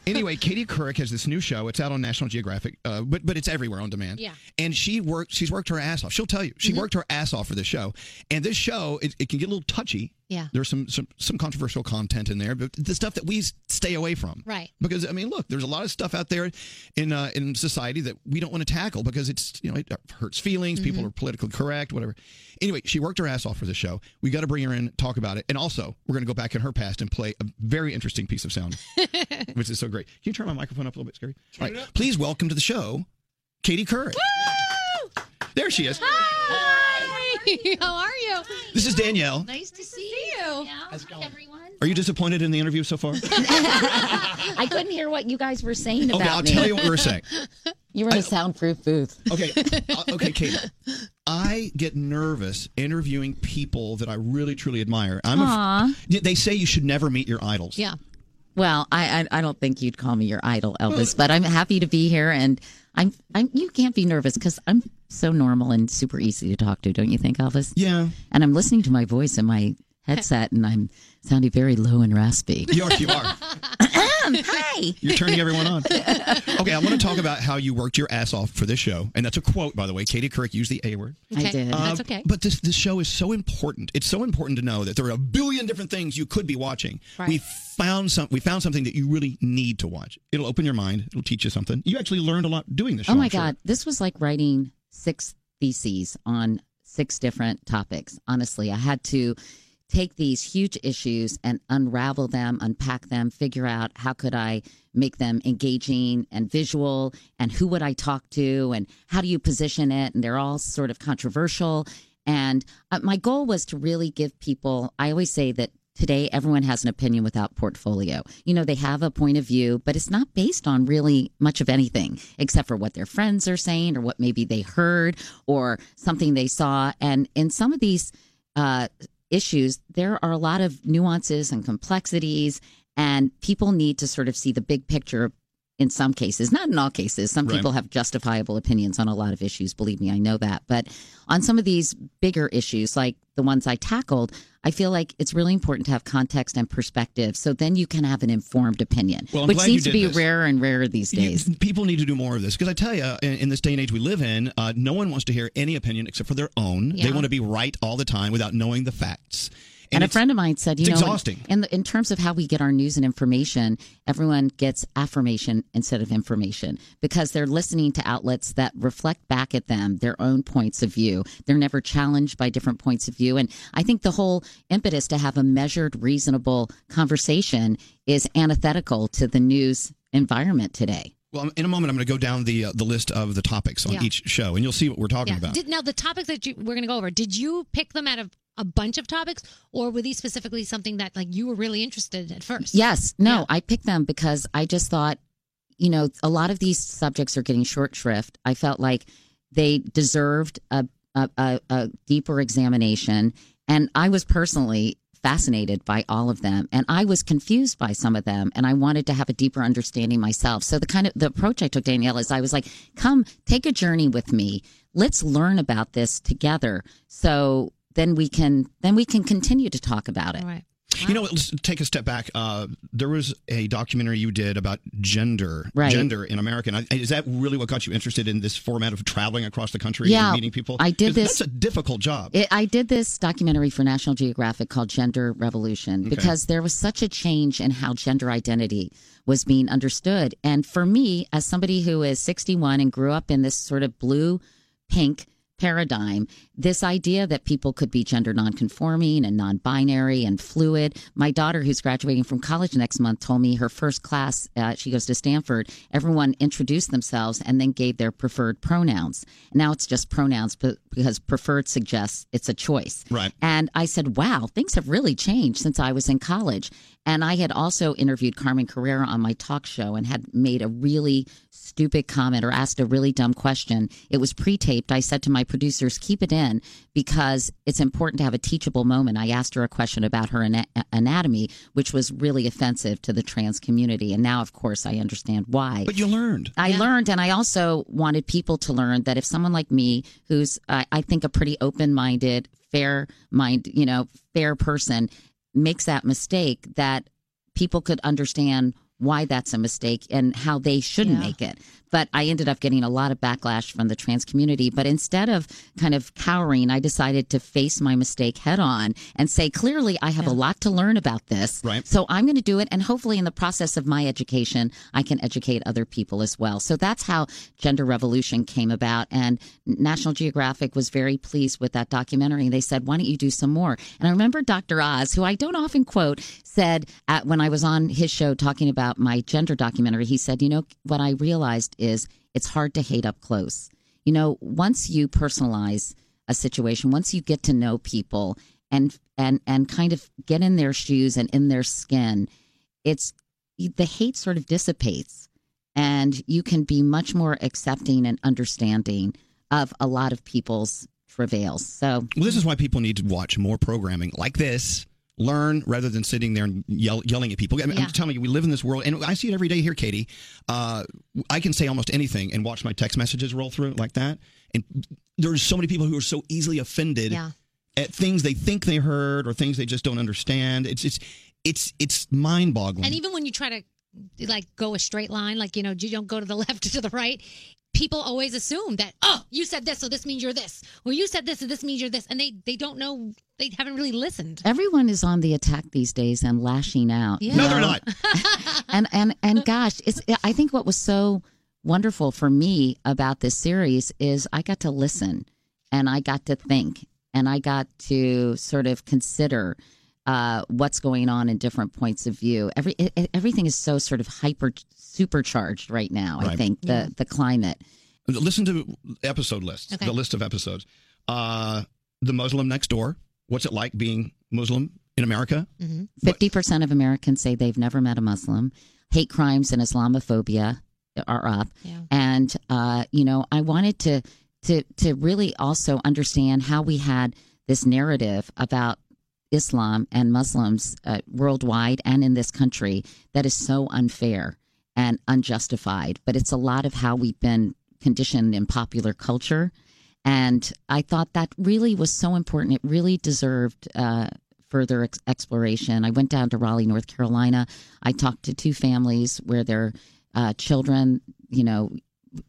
[SPEAKER 1] Anyway, Katie Couric has this new show. It's out on National Geographic, uh, but but it's everywhere on demand.
[SPEAKER 12] Yeah. Mm-hmm.
[SPEAKER 1] And she worked. She's worked her ass off. She'll tell you. She worked her ass off for this show. And this show, it, it can get a little touchy.
[SPEAKER 12] Yeah.
[SPEAKER 1] There's some, some some controversial content in there, but the stuff that we s- stay away from.
[SPEAKER 12] Right.
[SPEAKER 1] Because I mean, look, there's a lot of stuff out there in uh, in society that we don't want to tackle because it's you know it hurts feelings. People
[SPEAKER 12] Mhm.
[SPEAKER 13] Mm-hmm.
[SPEAKER 1] are politically correct, whatever. Anyway, she worked her ass off for the show. We got to bring her in, talk about it, and also we're going to go back in her past and play a very interesting piece of
[SPEAKER 13] (laughs)
[SPEAKER 1] sound, which is so great. Can you turn my microphone up a little bit, Scary? All right, please welcome to the show, Katie Couric. There she is.
[SPEAKER 14] Hi. How are you?
[SPEAKER 1] This is Danielle.
[SPEAKER 14] Nice to see you. How's it going?
[SPEAKER 1] Are you disappointed in the interview
[SPEAKER 13] (laughs)
[SPEAKER 1] so far?
[SPEAKER 13] I couldn't hear what you guys were saying about
[SPEAKER 1] Okay, I'll
[SPEAKER 13] me.
[SPEAKER 1] tell you what we were saying.
[SPEAKER 13] (laughs) You were in a soundproof booth.
[SPEAKER 1] Okay.
[SPEAKER 13] (laughs)
[SPEAKER 1] Uh, okay, Katie. I get nervous interviewing people that I really truly admire. I'm
[SPEAKER 13] Aw.
[SPEAKER 1] af- they say you should never meet your idols.
[SPEAKER 13] Yeah. Well, I, I I don't think you'd call me your idol, Elvis, but I'm happy to be here, and I'm I'm you can't be nervous because I'm so normal and super easy to talk to, don't you think, Elvis?
[SPEAKER 1] Yeah.
[SPEAKER 13] And I'm listening to my voice in my headset, and I'm sounding very low and raspy.
[SPEAKER 1] You are, you
[SPEAKER 14] (laughs)
[SPEAKER 1] are.
[SPEAKER 13] Hi.
[SPEAKER 1] You're turning everyone on. Okay, I want to talk about how you worked your ass off for this show, and that's a quote, by the way. Katie Couric used the A word.
[SPEAKER 13] I did.
[SPEAKER 1] Uh, But this this show is so important. It's so important to know that there are a billion different things you could be watching.
[SPEAKER 13] Right.
[SPEAKER 1] We found some. We found something that you really need to watch. It'll open your mind. It'll teach you something. You actually learned a lot doing this. show.
[SPEAKER 13] Oh my
[SPEAKER 1] I'm sure.
[SPEAKER 13] God. This was like writing six theses on six different topics. Honestly, I had to take these huge issues and unravel them, unpack them, figure out how could I make them engaging and visual and who would I talk to and how do you position it? And they're all sort of controversial. And uh, my goal was to really give people, I always say that today everyone has an opinion without portfolio. You know, they have a point of view, but it's not based on really much of anything except for what their friends are saying or what maybe they heard or something they saw. And in some of these uh, issues, there are a lot of nuances and complexities, and people need to sort of see the big picture in some cases, not in all cases. Some
[SPEAKER 6] Right.
[SPEAKER 13] people have justifiable opinions on a lot of issues. Believe me, I know that. But on some of these bigger issues, like the ones I tackled, I feel like it's really important to have context and perspective. So then you can have an informed opinion,
[SPEAKER 1] Well, I'm
[SPEAKER 13] which
[SPEAKER 1] glad you
[SPEAKER 13] seems to
[SPEAKER 1] did
[SPEAKER 13] be
[SPEAKER 1] this.
[SPEAKER 13] rarer and rarer these
[SPEAKER 1] You-
[SPEAKER 13] days.
[SPEAKER 1] people need to do more of this because I tell you, in, in this day and age we live in, uh, no one wants to hear any opinion except for their own.
[SPEAKER 13] Yeah.
[SPEAKER 1] They want to be right all the time without knowing the facts.
[SPEAKER 13] And, a
[SPEAKER 1] it's-
[SPEAKER 13] friend of mine said, you
[SPEAKER 1] it's
[SPEAKER 13] know,
[SPEAKER 1] exhausting.
[SPEAKER 13] In, in, the- in terms of how we get our news and information, everyone gets affirmation instead of information because they're listening to outlets that reflect back at them their own points of view. They're never challenged by different points of view. And I think the whole impetus to have a measured, reasonable conversation is antithetical to the news environment today.
[SPEAKER 1] Well, in a moment, I'm going to go down the uh, the list of the topics on
[SPEAKER 3] Yeah.
[SPEAKER 1] each show, and you'll see what we're talking about.
[SPEAKER 3] Did, now, the topics that you, we're going to go over, did you pick them out of a bunch of topics, or were these specifically something that like you were really interested in at first?
[SPEAKER 13] Yes. No, I picked them because I just thought, you know, a lot of these subjects are getting short shrift. I felt like they deserved a a, a, a deeper examination, and I was personally fascinated by all of them and i was confused by some of them and i wanted to have a deeper understanding myself so the kind of the approach i took danielle is i was like come take a journey with me let's learn about this together so then we can then we can continue to talk about it
[SPEAKER 1] You know what? Let's take a step back. Uh, there was a documentary you did about gender,
[SPEAKER 13] Right.
[SPEAKER 1] gender in America. And I- is that really what got you interested in this format of traveling across the country
[SPEAKER 13] Yeah,
[SPEAKER 1] and meeting people?
[SPEAKER 13] I did
[SPEAKER 1] 'Cause
[SPEAKER 13] this-
[SPEAKER 1] That's a difficult job.
[SPEAKER 13] It, I did this documentary for National Geographic called Gender Revolution
[SPEAKER 1] Okay.
[SPEAKER 13] because there was such a change in how gender identity was being understood. And for me, as somebody who is 61 and grew up in this sort of blue pink paradigm, this idea that people could be gender nonconforming and non binary and fluid. My daughter, who's graduating from college next month, told me her first class, uh, she goes to Stanford, everyone introduced themselves and then gave their preferred pronouns. Now it's just pronouns but because preferred suggests it's a choice.
[SPEAKER 1] Right.
[SPEAKER 13] And I said, wow, things have really changed since I was in college. And I had also interviewed Carmen Carrera on my talk show and had made a really stupid comment or asked a really dumb question. It was pre taped. I said to my producers, keep it in because it's important to have a teachable moment. I asked her a question about her ana- anatomy, which was really offensive to the trans community. And now, of course, I understand why.
[SPEAKER 1] But you learned.
[SPEAKER 13] I learned, and I also wanted people to learn that if someone like me, who's I, I think a pretty open-minded, fair-minded, you know, fair person, makes that mistake, that people could understand why that's a mistake and how they shouldn't make it. But I ended up getting a lot of backlash from the trans community. But instead of kind of cowering, I decided to face my mistake head on and say, clearly, I have a lot to learn about this. Right. So I'm going to do it. And hopefully, in the process of my education, I can educate other people as well. So that's how Gender Revolution came about. And National Geographic was very pleased with that documentary. And they said, why don't you do some more? And I remember Dr. Oz, who I don't often quote, said at, when I was on his show talking about my gender documentary, he said, you know, what I realized is it's hard to hate up close. You know, once you personalize a situation, once you get to know people and and and kind of get in their shoes and in their skin, it's the hate sort of dissipates and you can be much more accepting and understanding of a lot of people's travails. So
[SPEAKER 1] Well, this is why people need to watch more programming like this. Learn rather than sitting there and yell, yelling at people. I mean,
[SPEAKER 13] Yeah.
[SPEAKER 1] I'm telling you, we live in this world, and I see it every day here, Katie. Uh, I can say almost anything and watch my text messages roll through like that. And there's so many people who are so easily offended
[SPEAKER 3] Yeah.
[SPEAKER 1] at things they think they heard or things they just don't understand. It's it's it's it's mind boggling.
[SPEAKER 3] And even when you try to like go a straight line, like you know, you don't go to the (laughs) left or to the right. People always assume that oh, you said this, so this means you're this, or you said this, so this means you're this, and they they don't know they haven't really listened.
[SPEAKER 13] everyone is on the attack these days and lashing out. you
[SPEAKER 3] Yeah. No, they're
[SPEAKER 13] know? (laughs) and and and gosh, it's I think what was so wonderful for me about this series is I got to listen and I got to think and I got to sort of consider uh, what's going on in different points of view. Every it, it- everything is so sort of hyper supercharged right now. I
[SPEAKER 1] Right.
[SPEAKER 13] think the
[SPEAKER 1] Yeah.
[SPEAKER 13] the climate.
[SPEAKER 1] Listen to episode lists, the list of episodes. Uh, the Muslim next door. What's it like being Muslim in America?
[SPEAKER 13] Fifty percent of Americans say they've never met a Muslim. Hate crimes and Islamophobia are up, and uh, you know, I wanted to to to really also understand how we had this narrative about Islam and Muslims uh, worldwide and in this country that is so unfair and unjustified. But it's a lot of how we've been conditioned in popular culture. And I thought that really was so important. It really deserved uh, further ex- exploration. I went down to Raleigh, North Carolina. I talked to two families where their uh, children, you know,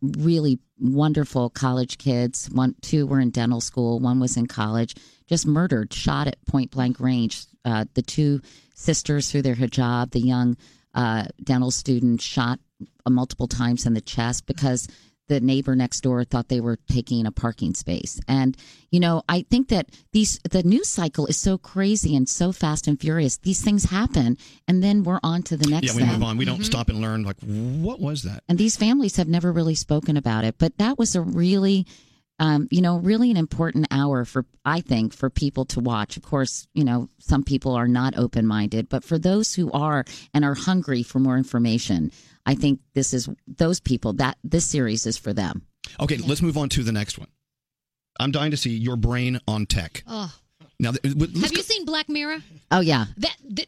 [SPEAKER 13] really wonderful college kids. One, two were in dental school. One was in college. Just murdered, shot at point blank range. Uh, the two sisters through their hijab. The young uh, dental student shot uh, multiple times in the chest because the neighbor next door thought they were taking a parking space. And you know, I think that these the news cycle is so crazy and so fast and furious. These things happen, and then we're on to the next. Mm-hmm.
[SPEAKER 1] yeah, we
[SPEAKER 13] thing.
[SPEAKER 1] move on. We don't stop and learn. Like, what was that?
[SPEAKER 13] And these families have never really spoken about it. But that was a really, um, you know, really an important hour for, I think, for people to watch. Of course, you know, some people are not open minded, but for those who are and are hungry for more information, I think this is those people that this series is for them.
[SPEAKER 1] Okay, let's move on to the next one. I'm dying to see your brain on tech.
[SPEAKER 3] Oh.
[SPEAKER 1] Now, th- w- let's
[SPEAKER 3] Have you seen Black Mirror?
[SPEAKER 13] Oh, yeah.
[SPEAKER 3] That that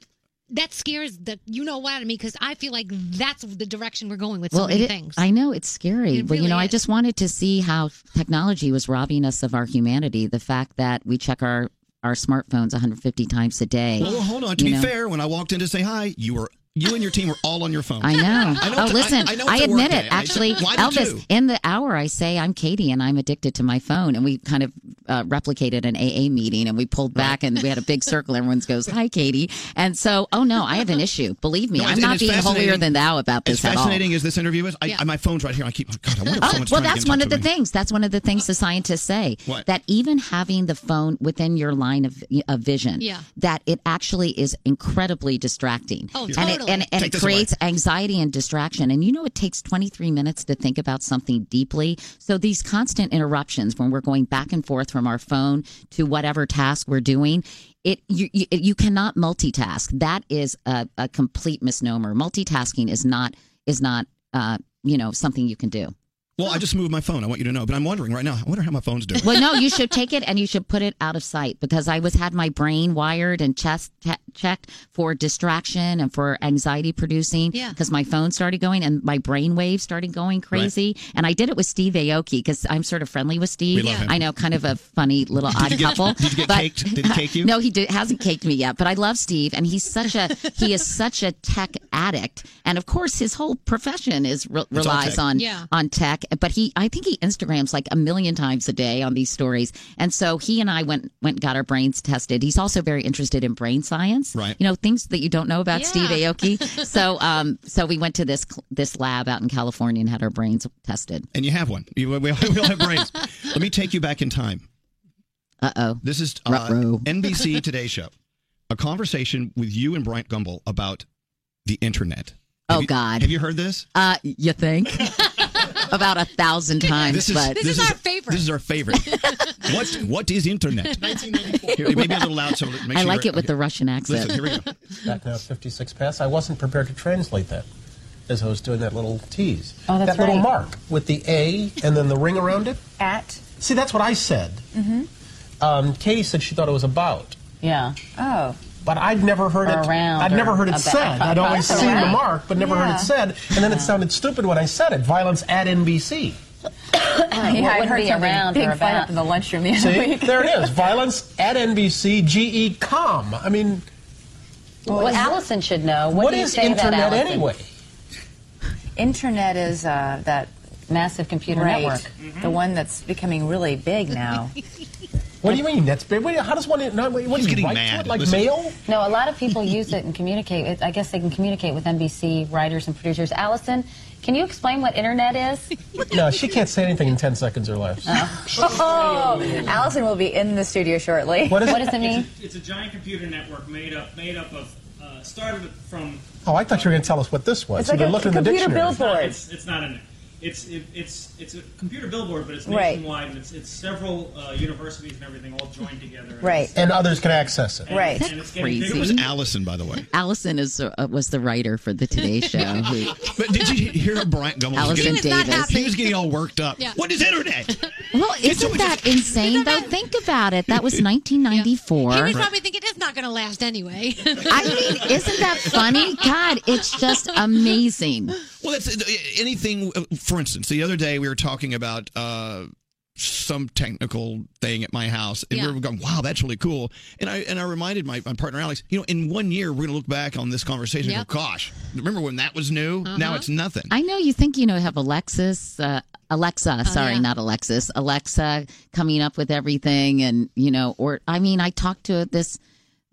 [SPEAKER 3] that scares the you know what out of me because I feel like that's the direction we're going with so
[SPEAKER 13] well,
[SPEAKER 3] many
[SPEAKER 13] it,
[SPEAKER 3] things.
[SPEAKER 13] I know it's scary,
[SPEAKER 3] It
[SPEAKER 13] but you know,
[SPEAKER 3] really
[SPEAKER 13] I just wanted to see how technology was robbing us of our humanity. The fact that we check our our smartphones 150 times a day.
[SPEAKER 1] Well, Oh, hold on. To
[SPEAKER 13] you
[SPEAKER 1] be
[SPEAKER 13] know?
[SPEAKER 1] fair, when I walked in to say hi, you were you and your team were all on your phone.
[SPEAKER 13] I know.
[SPEAKER 1] (laughs) I know
[SPEAKER 13] oh,
[SPEAKER 1] it's- I-
[SPEAKER 13] listen,
[SPEAKER 1] I
[SPEAKER 13] I,
[SPEAKER 1] know it's a
[SPEAKER 13] admit
[SPEAKER 1] work
[SPEAKER 13] it.
[SPEAKER 1] day. I
[SPEAKER 13] Actually,
[SPEAKER 1] said, why did
[SPEAKER 13] Elvis,
[SPEAKER 1] you?
[SPEAKER 13] in the hour, I say I'm Katie and I'm addicted to my phone, and we kind of uh, replicated an AA meeting, and we pulled back, and we had a big circle. Everyone goes, "Hi, Katie," and so, oh no, I have an issue. Believe me,
[SPEAKER 1] No,
[SPEAKER 13] I'm
[SPEAKER 1] it's- and
[SPEAKER 13] not
[SPEAKER 1] it's
[SPEAKER 13] being holier
[SPEAKER 1] fascinating-
[SPEAKER 13] than thou about
[SPEAKER 1] As
[SPEAKER 13] this at all.
[SPEAKER 1] fascinating as this interview is, I,
[SPEAKER 13] Yeah.
[SPEAKER 1] I- my phone's right here. I keep. oh, God, I wonder if
[SPEAKER 13] Oh,
[SPEAKER 1] someone's
[SPEAKER 13] well,
[SPEAKER 1] trying to
[SPEAKER 13] that's
[SPEAKER 1] get in
[SPEAKER 13] one
[SPEAKER 1] touch
[SPEAKER 13] of the
[SPEAKER 1] with me.
[SPEAKER 13] things. That's one of the things the scientists say
[SPEAKER 1] What?
[SPEAKER 13] that even having the phone within your line of a vision,
[SPEAKER 3] Yeah.
[SPEAKER 13] that it actually is incredibly distracting.
[SPEAKER 3] Oh,
[SPEAKER 13] And it,
[SPEAKER 3] totally.
[SPEAKER 13] and, and
[SPEAKER 3] Take
[SPEAKER 13] it
[SPEAKER 3] this away.
[SPEAKER 13] creates anxiety and distraction. And you know, it takes 23 minutes to think about something deeply. So these constant interruptions when we're going back and forth from our phone to whatever task we're doing. It you, you you cannot multitask. That is a, a complete misnomer. Multitasking is not is not uh, you know something you can do.
[SPEAKER 1] Well, I just moved my phone. I want you to know, but I'm wondering right now. I wonder how my phone's doing.
[SPEAKER 13] Well, no, you should take it and you should put it out of sight because I was had my brain wired and chest te- checked for distraction and for anxiety producing.
[SPEAKER 3] Yeah.
[SPEAKER 13] Because my phone started going and my brain waves started going crazy, and I did it with Steve Aoki because I'm sort of friendly with Steve.
[SPEAKER 6] We love him.
[SPEAKER 13] I know, kind of a funny little odd
[SPEAKER 6] Did you get-
[SPEAKER 13] couple.
[SPEAKER 6] (laughs) did you get
[SPEAKER 13] but-
[SPEAKER 6] caked? Did he cake
[SPEAKER 13] (laughs)
[SPEAKER 6] you?
[SPEAKER 13] No, he did, hasn't caked me yet. But I love Steve, and he's such a he is such a tech addict, and of course his whole profession is re-
[SPEAKER 6] all
[SPEAKER 13] relies
[SPEAKER 6] tech.
[SPEAKER 13] on
[SPEAKER 6] Yeah.
[SPEAKER 13] on tech, but he I think he Instagrams like a million times a day on these stories. And so he and I went went and got our brains tested. He's also very interested in brain science. Right. You know, things that you don't know about Steve Aoki. so um so we went to this cl- this lab out in California and had our brains tested.
[SPEAKER 1] and you have one. (laughs) You, we, we all have brains. Let me take you back in time.
[SPEAKER 13] Uh oh.
[SPEAKER 1] This is uh,
[SPEAKER 13] (laughs)
[SPEAKER 1] NBC Today Show. A conversation with you and Bryant Gumbel about the internet.
[SPEAKER 13] Oh God.
[SPEAKER 1] Have you heard this?
[SPEAKER 13] Uh you (laughs) think? About a thousand times,
[SPEAKER 1] This is,
[SPEAKER 13] but
[SPEAKER 1] this favorite. This is our favorite. (laughs) what what is internet? Here, maybe a little loud. So make
[SPEAKER 13] I
[SPEAKER 1] sure
[SPEAKER 13] like
[SPEAKER 1] you're-
[SPEAKER 13] it with the Russian accent.
[SPEAKER 1] Listen, here we go.
[SPEAKER 10] That uh, 56 pass, I wasn't prepared to translate that as I was doing that little tease.
[SPEAKER 17] Oh, that's
[SPEAKER 10] that little
[SPEAKER 17] right.
[SPEAKER 10] mark with the A and then the ring around it.
[SPEAKER 17] At.
[SPEAKER 10] See, that's what I said.
[SPEAKER 17] Mm-hmm.
[SPEAKER 10] Um, Katie said she thought it was about.
[SPEAKER 17] Yeah. (clears throat) Oh.
[SPEAKER 10] But I'd never heard it.
[SPEAKER 17] Around
[SPEAKER 10] I'd never
[SPEAKER 17] or
[SPEAKER 10] heard it
[SPEAKER 17] about.
[SPEAKER 10] said. I'd always
[SPEAKER 17] That's
[SPEAKER 10] seen the
[SPEAKER 17] right.
[SPEAKER 10] mark, but never heard
[SPEAKER 17] Yeah.
[SPEAKER 10] it said. And then it sounded stupid when I said it. Violence at
[SPEAKER 17] (laughs)
[SPEAKER 10] NBC.
[SPEAKER 17] Yeah,
[SPEAKER 10] What
[SPEAKER 17] I'd
[SPEAKER 10] would
[SPEAKER 17] heard
[SPEAKER 10] be
[SPEAKER 17] something
[SPEAKER 10] around or
[SPEAKER 17] big fight
[SPEAKER 10] about?
[SPEAKER 17] up in the lunchroom the other
[SPEAKER 10] See,
[SPEAKER 17] week.
[SPEAKER 10] there
[SPEAKER 17] (laughs)
[SPEAKER 10] it is. Violence at NBC. GE E, com. I mean,
[SPEAKER 17] Well, Allison should know.
[SPEAKER 10] what
[SPEAKER 17] do you
[SPEAKER 10] is
[SPEAKER 17] say to that,
[SPEAKER 10] internet
[SPEAKER 17] Allison?
[SPEAKER 10] anyway?
[SPEAKER 17] Internet is uh, that massive computer
[SPEAKER 10] Right.
[SPEAKER 17] network, the one that's becoming really big (laughs) now.
[SPEAKER 10] What do you mean? That's big. What, how does one? Not, what do you write To it? Like mail?
[SPEAKER 17] No, a lot of (laughs) people use it and communicate. It, I guess they can communicate with NBC writers and producers. Allison, can you explain what internet is?
[SPEAKER 13] (laughs)
[SPEAKER 10] No, she can't say anything in ten seconds or less.
[SPEAKER 17] Uh-huh. (laughs) oh, Allison will be in the studio shortly.
[SPEAKER 10] What is it?
[SPEAKER 17] what does it mean?
[SPEAKER 26] It's a giant computer network made up made up of uh, started from.
[SPEAKER 10] Oh, I thought you were going to tell us what this was.
[SPEAKER 26] It's
[SPEAKER 10] You've
[SPEAKER 26] like
[SPEAKER 10] been
[SPEAKER 26] a
[SPEAKER 10] looking in the
[SPEAKER 26] computer
[SPEAKER 10] dictionary.
[SPEAKER 26] It's not, it's, it's not in there. It's it, it's it's a computer billboard, but it's
[SPEAKER 2] Right.
[SPEAKER 26] nationwide, and it's it's several uh, universities and everything all joined together. (laughs) and
[SPEAKER 2] Right.
[SPEAKER 26] it's-
[SPEAKER 2] And
[SPEAKER 8] others can access
[SPEAKER 26] and- and it's getting bigger.
[SPEAKER 1] Who was Allison, by the way?
[SPEAKER 13] Allison is uh, was the writer for the
[SPEAKER 1] (laughs)
[SPEAKER 13] Today Show. who-
[SPEAKER 1] But did you hear how (laughs) Brian Gumbel was
[SPEAKER 13] Allison
[SPEAKER 1] getting,
[SPEAKER 13] He was not Davis.
[SPEAKER 1] He was getting all worked up.
[SPEAKER 13] Yeah.
[SPEAKER 1] What is internet?
[SPEAKER 13] well, isn't that insane though? Think about it.
[SPEAKER 1] (laughs)
[SPEAKER 13] That was 1994.
[SPEAKER 14] He was probably thinking it's not going to last anyway.
[SPEAKER 13] (laughs) I mean, isn't that funny? God, it's just amazing.
[SPEAKER 1] Well, that's uh, anything. For instance, the other day we were talking about uh, some technical thing at my house, and we
[SPEAKER 6] Yeah.
[SPEAKER 1] were going, "Wow, that's really cool." And I and I reminded my, my partner Alex, you know, in one year we're going to look back on this conversation
[SPEAKER 13] Yep.
[SPEAKER 1] and go, "Gosh, remember when that was new? Now
[SPEAKER 13] Uh-huh.
[SPEAKER 1] it's nothing."
[SPEAKER 13] I know you think you know have Alexis, uh, Alexa. Sorry, not Alexis. Alexa coming up with everything, and you know, or I mean, I talk to this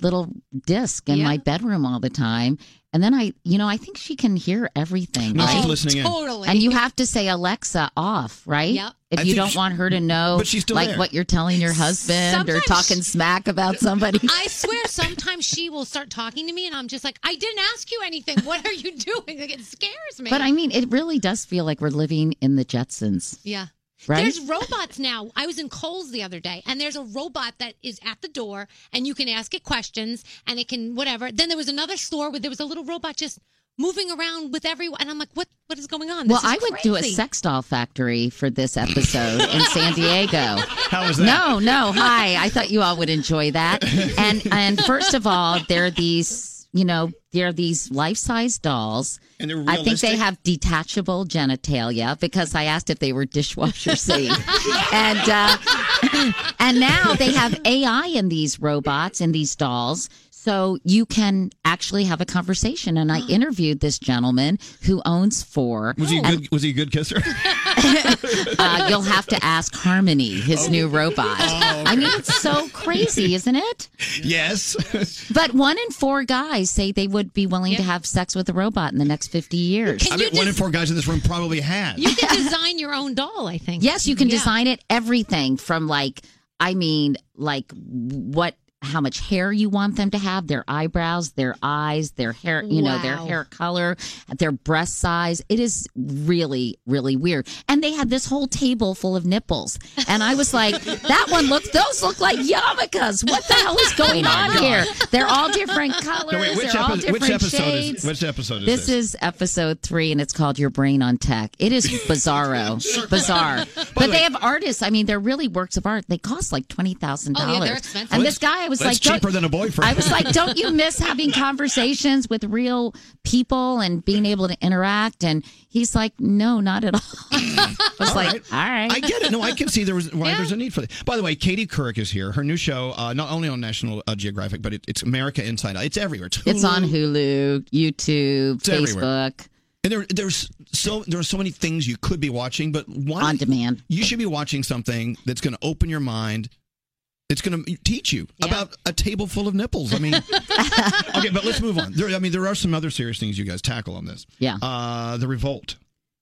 [SPEAKER 13] little disc in my bedroom all the time, and then I, you know, I think she can hear everything.
[SPEAKER 1] No, she's
[SPEAKER 13] right?
[SPEAKER 1] listening in. Totally.
[SPEAKER 13] And you have to say Alexa off, right?
[SPEAKER 1] Yep. I
[SPEAKER 13] If you
[SPEAKER 1] think
[SPEAKER 13] don't
[SPEAKER 1] she-
[SPEAKER 13] want her to know,
[SPEAKER 1] but she's still
[SPEAKER 13] like
[SPEAKER 1] there.
[SPEAKER 13] what you're telling your husband or
[SPEAKER 14] Sometimes
[SPEAKER 13] talking smack about somebody.
[SPEAKER 14] I swear, sometimes she will start talking to me, and I'm just like, I didn't ask you anything. What are you doing? Like, it scares me.
[SPEAKER 13] But I mean, it really does feel like we're living in the Jetsons.
[SPEAKER 14] yeah.
[SPEAKER 13] Right?
[SPEAKER 14] There's robots now. I was in Kohl's the other day, and there's a robot that is at the door, and you can ask it questions, and it can whatever. Then there was another store where there was a little robot just moving around with everyone, and I'm like, what? What is going on?
[SPEAKER 13] Well,
[SPEAKER 14] This is
[SPEAKER 13] I went to a
[SPEAKER 14] crazy.
[SPEAKER 13] sex (laughs) doll factory for this episode
[SPEAKER 14] (laughs)
[SPEAKER 13] in San Diego. How
[SPEAKER 1] was
[SPEAKER 14] that?
[SPEAKER 13] No, no. Hi, I thought you all would enjoy that. And and first of all, there are these, you know, there are these life size dolls.
[SPEAKER 1] And they're
[SPEAKER 13] I think they
[SPEAKER 1] realistic?
[SPEAKER 13] have detachable genitalia because I asked if they were dishwasher safe,
[SPEAKER 1] (laughs)
[SPEAKER 13] and uh, (laughs) and now they have AI in these robots and these dolls. So you can actually have a conversation, and I interviewed this gentleman who owns four.
[SPEAKER 1] Was he a
[SPEAKER 13] and
[SPEAKER 1] good? Was he a good kisser?
[SPEAKER 13] (laughs)
[SPEAKER 1] (laughs)
[SPEAKER 13] uh, you'll have to ask Harmony,
[SPEAKER 1] Oh.
[SPEAKER 13] his new robot. I mean, it's so crazy, isn't it?
[SPEAKER 1] yes.
[SPEAKER 13] But one in four guys say they would be willing to have sex with a robot in the next 50 years.
[SPEAKER 1] I bet one in four guys in this room probably has.
[SPEAKER 14] (laughs) You can design your own doll, I think.
[SPEAKER 13] Yes, you can
[SPEAKER 14] Yeah.
[SPEAKER 13] design it everything from like, I mean, like what, how much hair you want them to have, their eyebrows, their eyes, their hair, you know, their
[SPEAKER 14] Wow.
[SPEAKER 13] hair color, their breast size. It is really, really weird. And they had this whole table full of nipples. And I was like, that one looks, those look like yarmulkes. What the hell is going
[SPEAKER 1] Oh my
[SPEAKER 13] on
[SPEAKER 1] God.
[SPEAKER 13] here? They're all
[SPEAKER 1] (laughs)
[SPEAKER 13] different colors.
[SPEAKER 1] No, wait, which,
[SPEAKER 13] they're all
[SPEAKER 1] epi-
[SPEAKER 13] different
[SPEAKER 1] which episode
[SPEAKER 13] shades.
[SPEAKER 1] is which episode is
[SPEAKER 13] This is episode three, and it's called Your Brain on Tech. It
[SPEAKER 1] (laughs)
[SPEAKER 13] is bizarro, bizarre. But they have artists. I mean, they're really works of art. They cost like twenty thousand
[SPEAKER 14] Oh, yeah, they're
[SPEAKER 13] dollars.
[SPEAKER 14] expensive.
[SPEAKER 13] And
[SPEAKER 14] That's-
[SPEAKER 13] this guy, I was
[SPEAKER 1] that's
[SPEAKER 13] like, don't-
[SPEAKER 1] cheaper than a boyfriend.
[SPEAKER 13] I was
[SPEAKER 1] (laughs)
[SPEAKER 13] like, don't you miss having conversations with real people and being able to interact? And he's like, no, not at all. (laughs) I was like, all right,
[SPEAKER 1] I get it. No, I can see there was why there's a need for this. By the way, Katie Couric is here. Her new show, uh, not only on National uh, Geographic, but it, it's America Inside Out. It's everywhere. It's,
[SPEAKER 13] It's on
[SPEAKER 1] Hulu.
[SPEAKER 13] Hulu, YouTube,
[SPEAKER 1] It's
[SPEAKER 13] Facebook.
[SPEAKER 1] everywhere. And there, there's so there are so many things you could be watching, but why on
[SPEAKER 13] demand.
[SPEAKER 1] You should be watching something that's going to open your mind. It's going to teach you about a table full of
[SPEAKER 13] (laughs)
[SPEAKER 1] nipples. I mean, okay, but let's move on. There, I mean, there are some other serious things you guys tackle on this.
[SPEAKER 13] Yeah.
[SPEAKER 1] uh, the revolt.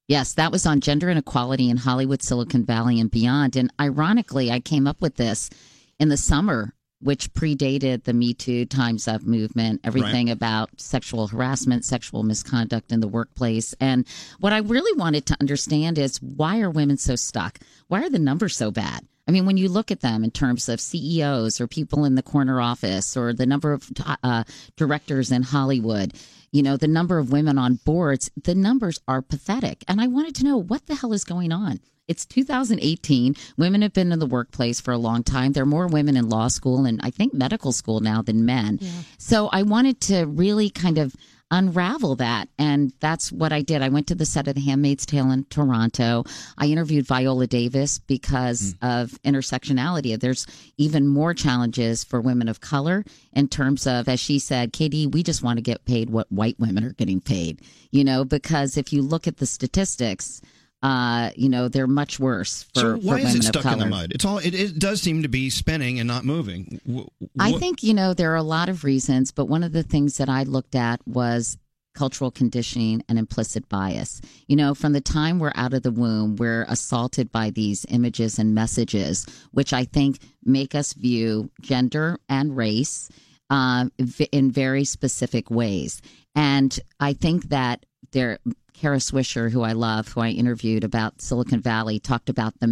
[SPEAKER 13] Yes, that was on gender inequality in Hollywood, Silicon Valley, and beyond. And ironically, I came up with this in the summer, which predated the Me Too, Time's Up movement, everything about sexual harassment, sexual misconduct in the workplace. And what I really wanted to understand is why are women so stuck? Why are the numbers so bad? I mean, when you look at them in terms of CEOs or people in the corner office or the number of uh, directors in Hollywood, you know, the number of women on boards, the numbers are pathetic. And I wanted to know what the hell is going on. It's 2018. Women have been in the workplace for a long time. There are more women in law school and I think medical school now than men. So I wanted to really kind of unravel that. And that's what I did. I went to the set of The Handmaid's Tale in Toronto. I interviewed Viola Davis because
[SPEAKER 1] Hmm.
[SPEAKER 13] of intersectionality. There's even more challenges for women of color in terms of, as she said, Katie, we just want to get paid what white women are getting paid, you know, because if you look at the statistics, uh, you know, they're much worse for,
[SPEAKER 1] so
[SPEAKER 13] for
[SPEAKER 1] why
[SPEAKER 13] women
[SPEAKER 1] is it
[SPEAKER 13] of
[SPEAKER 1] stuck
[SPEAKER 13] color.
[SPEAKER 1] in the mud? It's all. It, it does seem to be spinning and not moving. Wh-
[SPEAKER 13] I
[SPEAKER 1] wh-
[SPEAKER 13] think, you know, there are a lot of reasons, but one of the things that I looked at was cultural conditioning and implicit bias. You know, from the time we're out of the womb, we're assaulted by these images and messages, which I think make us view gender and race um, v- in very specific ways. And I think that there Kara Swisher, who I love, who I interviewed about Silicon Valley, talked about the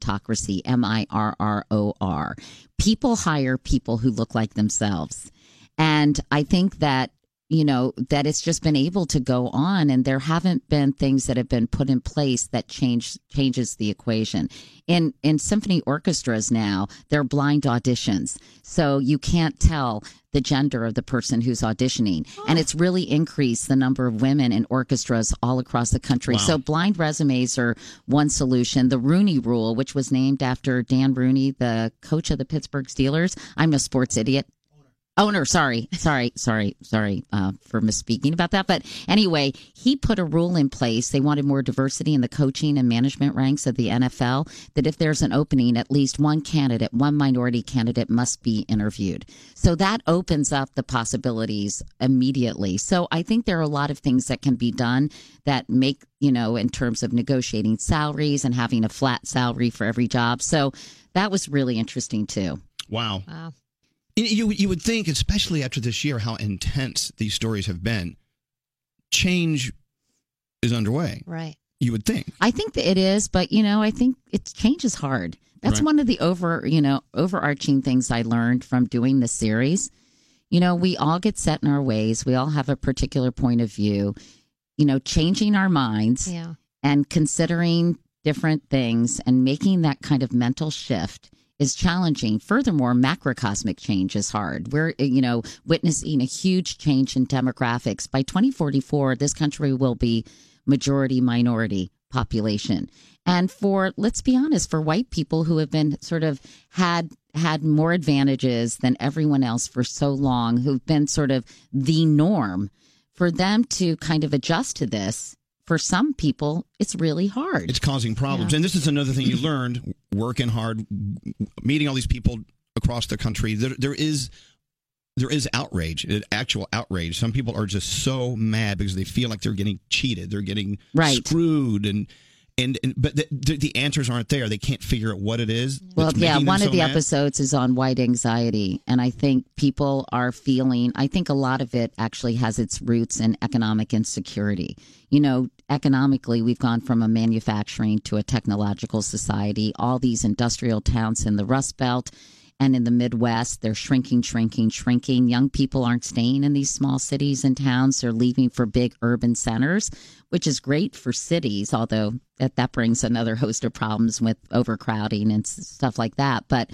[SPEAKER 13] meritocracy, M I R R O R. People hire people who look like themselves. And I think that, you know, that it's just been able to go on and there haven't been things that have been put in place that change changes the equation. In in symphony orchestras now, they're blind auditions. So you can't tell the gender of the person who's auditioning. And it's really increased the number of women in orchestras all across the country.
[SPEAKER 2] Wow.
[SPEAKER 13] So blind resumes are one solution. The Rooney Rule, which was named after Dan Rooney, the coach of the Pittsburgh Steelers. I'm no sports idiot owner Oh, sorry sorry sorry sorry uh, for misspeaking about that but anyway he put a rule in place they wanted more diversity in the coaching and management ranks of the nfl that if there's an opening at least one candidate one minority candidate must be interviewed so that opens up the possibilities immediately so i think there are a lot of things that can be done that make you know in terms of negotiating salaries and having a flat salary for every job so that was really interesting too
[SPEAKER 1] Wow. Wow. You you would think, especially after this year, how intense these stories have been. Change is underway.
[SPEAKER 14] Right.
[SPEAKER 1] You would think.
[SPEAKER 13] I think that it is, but you know, I think it changes hard. That's
[SPEAKER 1] Right.
[SPEAKER 13] one of the over, you know, overarching things I learned from doing this series. You know, we all get set in our ways. We all have a particular point of view. You know, changing our minds
[SPEAKER 14] Yeah.
[SPEAKER 13] and considering different things and making that kind of mental shift is challenging. Furthermore, macrocosmic change is hard. We're, you know, witnessing a huge change in demographics. By 2044, this country will be majority minority population. And for, let's be honest, for white people who have been sort of had had more advantages than everyone else for so long, who've been sort of the norm, for them to kind of adjust to this, for some people, it's really hard.
[SPEAKER 1] It's causing problems. And this is another thing you learned working hard, meeting all these people across the country. There, there is. There is outrage, uh, actual outrage. Some people are just so mad because they feel like they're getting cheated, they're getting
[SPEAKER 13] Right.
[SPEAKER 1] screwed, and and, and but the, the, the answers aren't there. They can't figure out what it is.
[SPEAKER 13] Well,
[SPEAKER 1] that's
[SPEAKER 13] yeah,
[SPEAKER 1] making them
[SPEAKER 13] one
[SPEAKER 1] so
[SPEAKER 13] of the
[SPEAKER 1] mad.
[SPEAKER 13] episodes is on white anxiety. And I think people are feeling, I think a lot of it actually has its roots in economic insecurity. You know, economically, we've gone from a manufacturing to a technological society. All these industrial towns in the Rust Belt and in the Midwest, they're shrinking, shrinking, shrinking. Young people aren't staying in these small cities and towns. They're leaving for big urban centers, which is great for cities, although that, that brings another host of problems with overcrowding and s- stuff like that. But,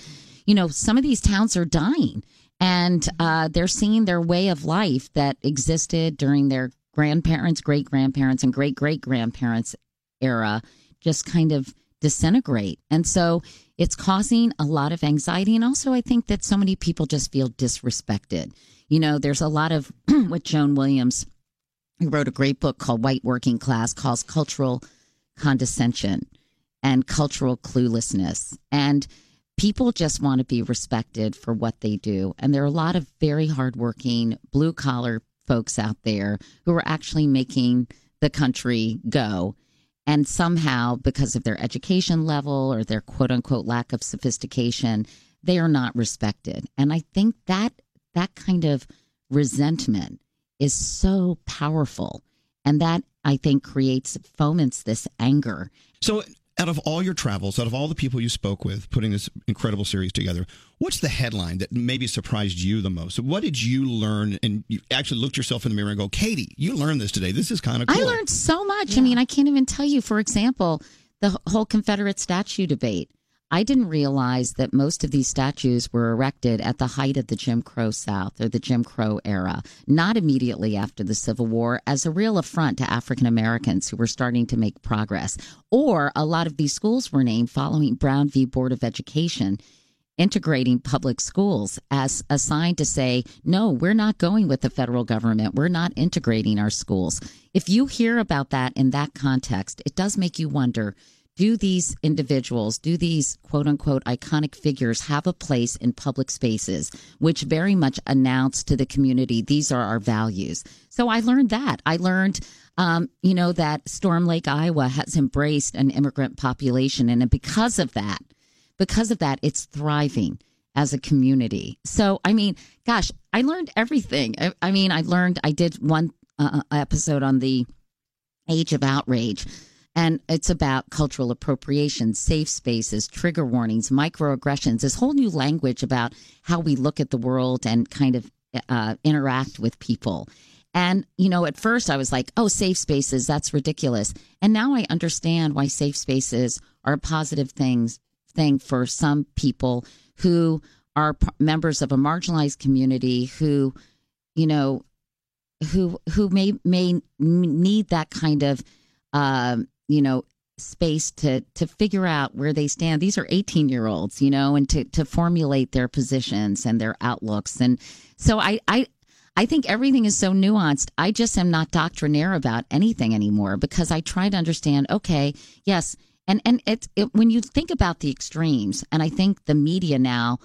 [SPEAKER 13] you know, some of these towns are dying and uh, they're seeing their way of life that existed during their grandparents, great grandparents, and great great grandparents era just kind of disintegrate. And so it's causing a lot of anxiety. And also, I think that so many people just feel disrespected. You know, there's a lot of (clears throat) what Joan Williams who wrote a great book called White Working Class calls cultural condescension and cultural cluelessness. And people just want to be respected for what they do. And there are a lot of very hardworking blue collar folks out there who are actually making the country go. And somehow, because of their education level or their quote unquote lack of sophistication, they are not respected. And I think that that kind of resentment is so powerful. And that I think creates, foments this anger.
[SPEAKER 1] So, out of all your travels, out of all the people you spoke with, putting this incredible series together, what's the headline that maybe surprised you the most? What did you learn? And you actually looked yourself in the mirror and go, Katie, you learned this today. This is kind of Oh, cool.
[SPEAKER 13] I learned so much. I mean, I can't even tell you. For example, the wh- whole Confederate statue debate. I didn't realize that most of these statues were erected at the height of the Jim Crow South or the Jim Crow era, not immediately after the Civil War, as a real affront to African Americans who were starting to make progress. Or a lot of these schools were named following Brown v. Board of Education integrating public schools as a sign to say, no, we're not going with the federal government. We're not integrating our schools. If you hear about that in that context, it does make you wonder do these individuals, do these quote unquote iconic figures have a place in public spaces, which very much announce to the community, these are our values? So I learned that. I learned um, you know, that Storm Lake, Iowa has embraced an immigrant population. And because of that, because of that, it's thriving as a community. So, I mean, gosh, I learned everything. I, I mean, I learned, I did one uh, episode on uh, the Age of Outrage. And it's about cultural appropriation, safe spaces, trigger warnings, microaggressions, this whole new language about how we look at the world and kind of uh, interact with people. And, you know, at first I was like, oh, safe spaces, that's ridiculous. And now I understand why safe spaces are a positive things, thing for some people who are p- members of a marginalized community who, you know, who who may may need that kind of um, you know space to to figure out where they stand. These are eighteen year olds, you know, and to to formulate their positions and their outlooks. And so I I I think everything is so nuanced. I just am not doctrinaire about anything anymore because I try to understand. Okay, yes. And and it's it, when you think about the extremes, and I think the media now,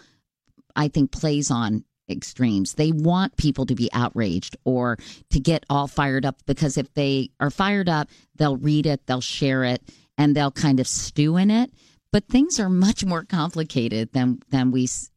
[SPEAKER 13] I think plays on extremes. They want people to be outraged or to get all fired up because if they are fired up, they'll read it, they'll share it, and they'll kind of stew in it. But things are much more complicated than than we s-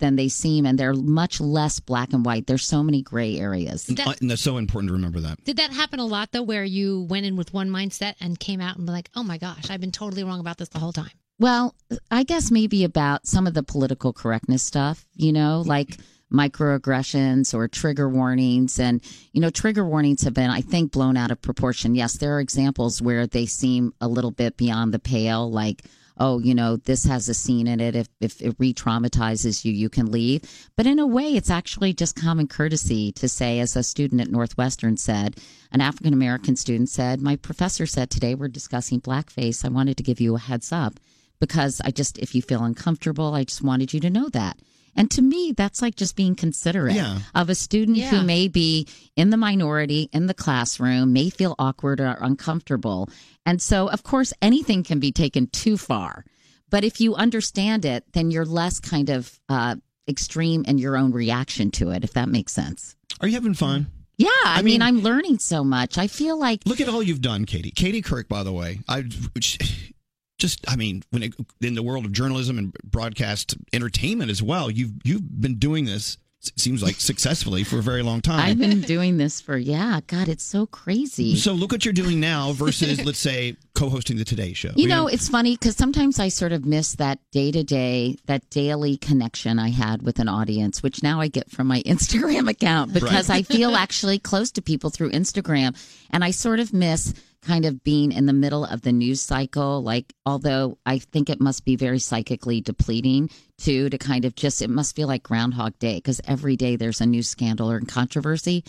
[SPEAKER 13] than they seem, and they're much less black and white. There's so many gray areas.
[SPEAKER 1] And, uh, and that's so important to remember that.
[SPEAKER 14] Did that happen a lot though, where you went in with one mindset and came out and were like, "Oh my gosh, I've been totally wrong about this the whole time."
[SPEAKER 13] Well, I guess maybe about some of the political correctness stuff, you know, like microaggressions or trigger warnings. And, you know, trigger warnings have been, I think, blown out of proportion. Yes, there are examples where they seem a little bit beyond the pale, like, oh, you know, this has a scene in it. If, if it re traumatizes you, you can leave. But in a way, it's actually just common courtesy to say, as a student at Northwestern said, an African American student said, my professor said today we're discussing blackface. I wanted to give you a heads up because I just, if you feel uncomfortable, I just wanted you to know that. And to me, that's like just being considerate
[SPEAKER 2] Yeah.
[SPEAKER 13] of a student
[SPEAKER 2] Yeah.
[SPEAKER 13] who may be in the minority in the classroom, may feel awkward or uncomfortable. And so, of course, anything can be taken too far. But if you understand it, then you're less kind of uh, extreme in your own reaction to it, if that makes sense.
[SPEAKER 1] Are you having fun?
[SPEAKER 13] Yeah. I, mean, I'm learning so much. I feel like
[SPEAKER 1] Look at all you've done, Katie. Katie Kirk, by the way, I (sighs) which- just, I mean, when it, in the world of journalism and broadcast entertainment as well, you've you've been doing this. s- Seems like successfully for a very long time.
[SPEAKER 13] I've
[SPEAKER 1] (laughs)
[SPEAKER 13] been doing this for, yeah, God, it's so crazy.
[SPEAKER 1] So look what you're doing now
[SPEAKER 13] (laughs)
[SPEAKER 1] versus, let's say, co-hosting the Today Show.
[SPEAKER 13] You know, it's funny because sometimes I sort of miss that day to day, that daily connection I had with an audience, which now I get from my (laughs) Instagram account because
[SPEAKER 2] Right.
[SPEAKER 13] I feel actually close to people through Instagram. And I sort of miss kind of being in the middle of the news cycle. Like, although I think it must be very psychically depleting too, to kind of just, it must feel like Groundhog Day because every day there's a new scandal or controversy.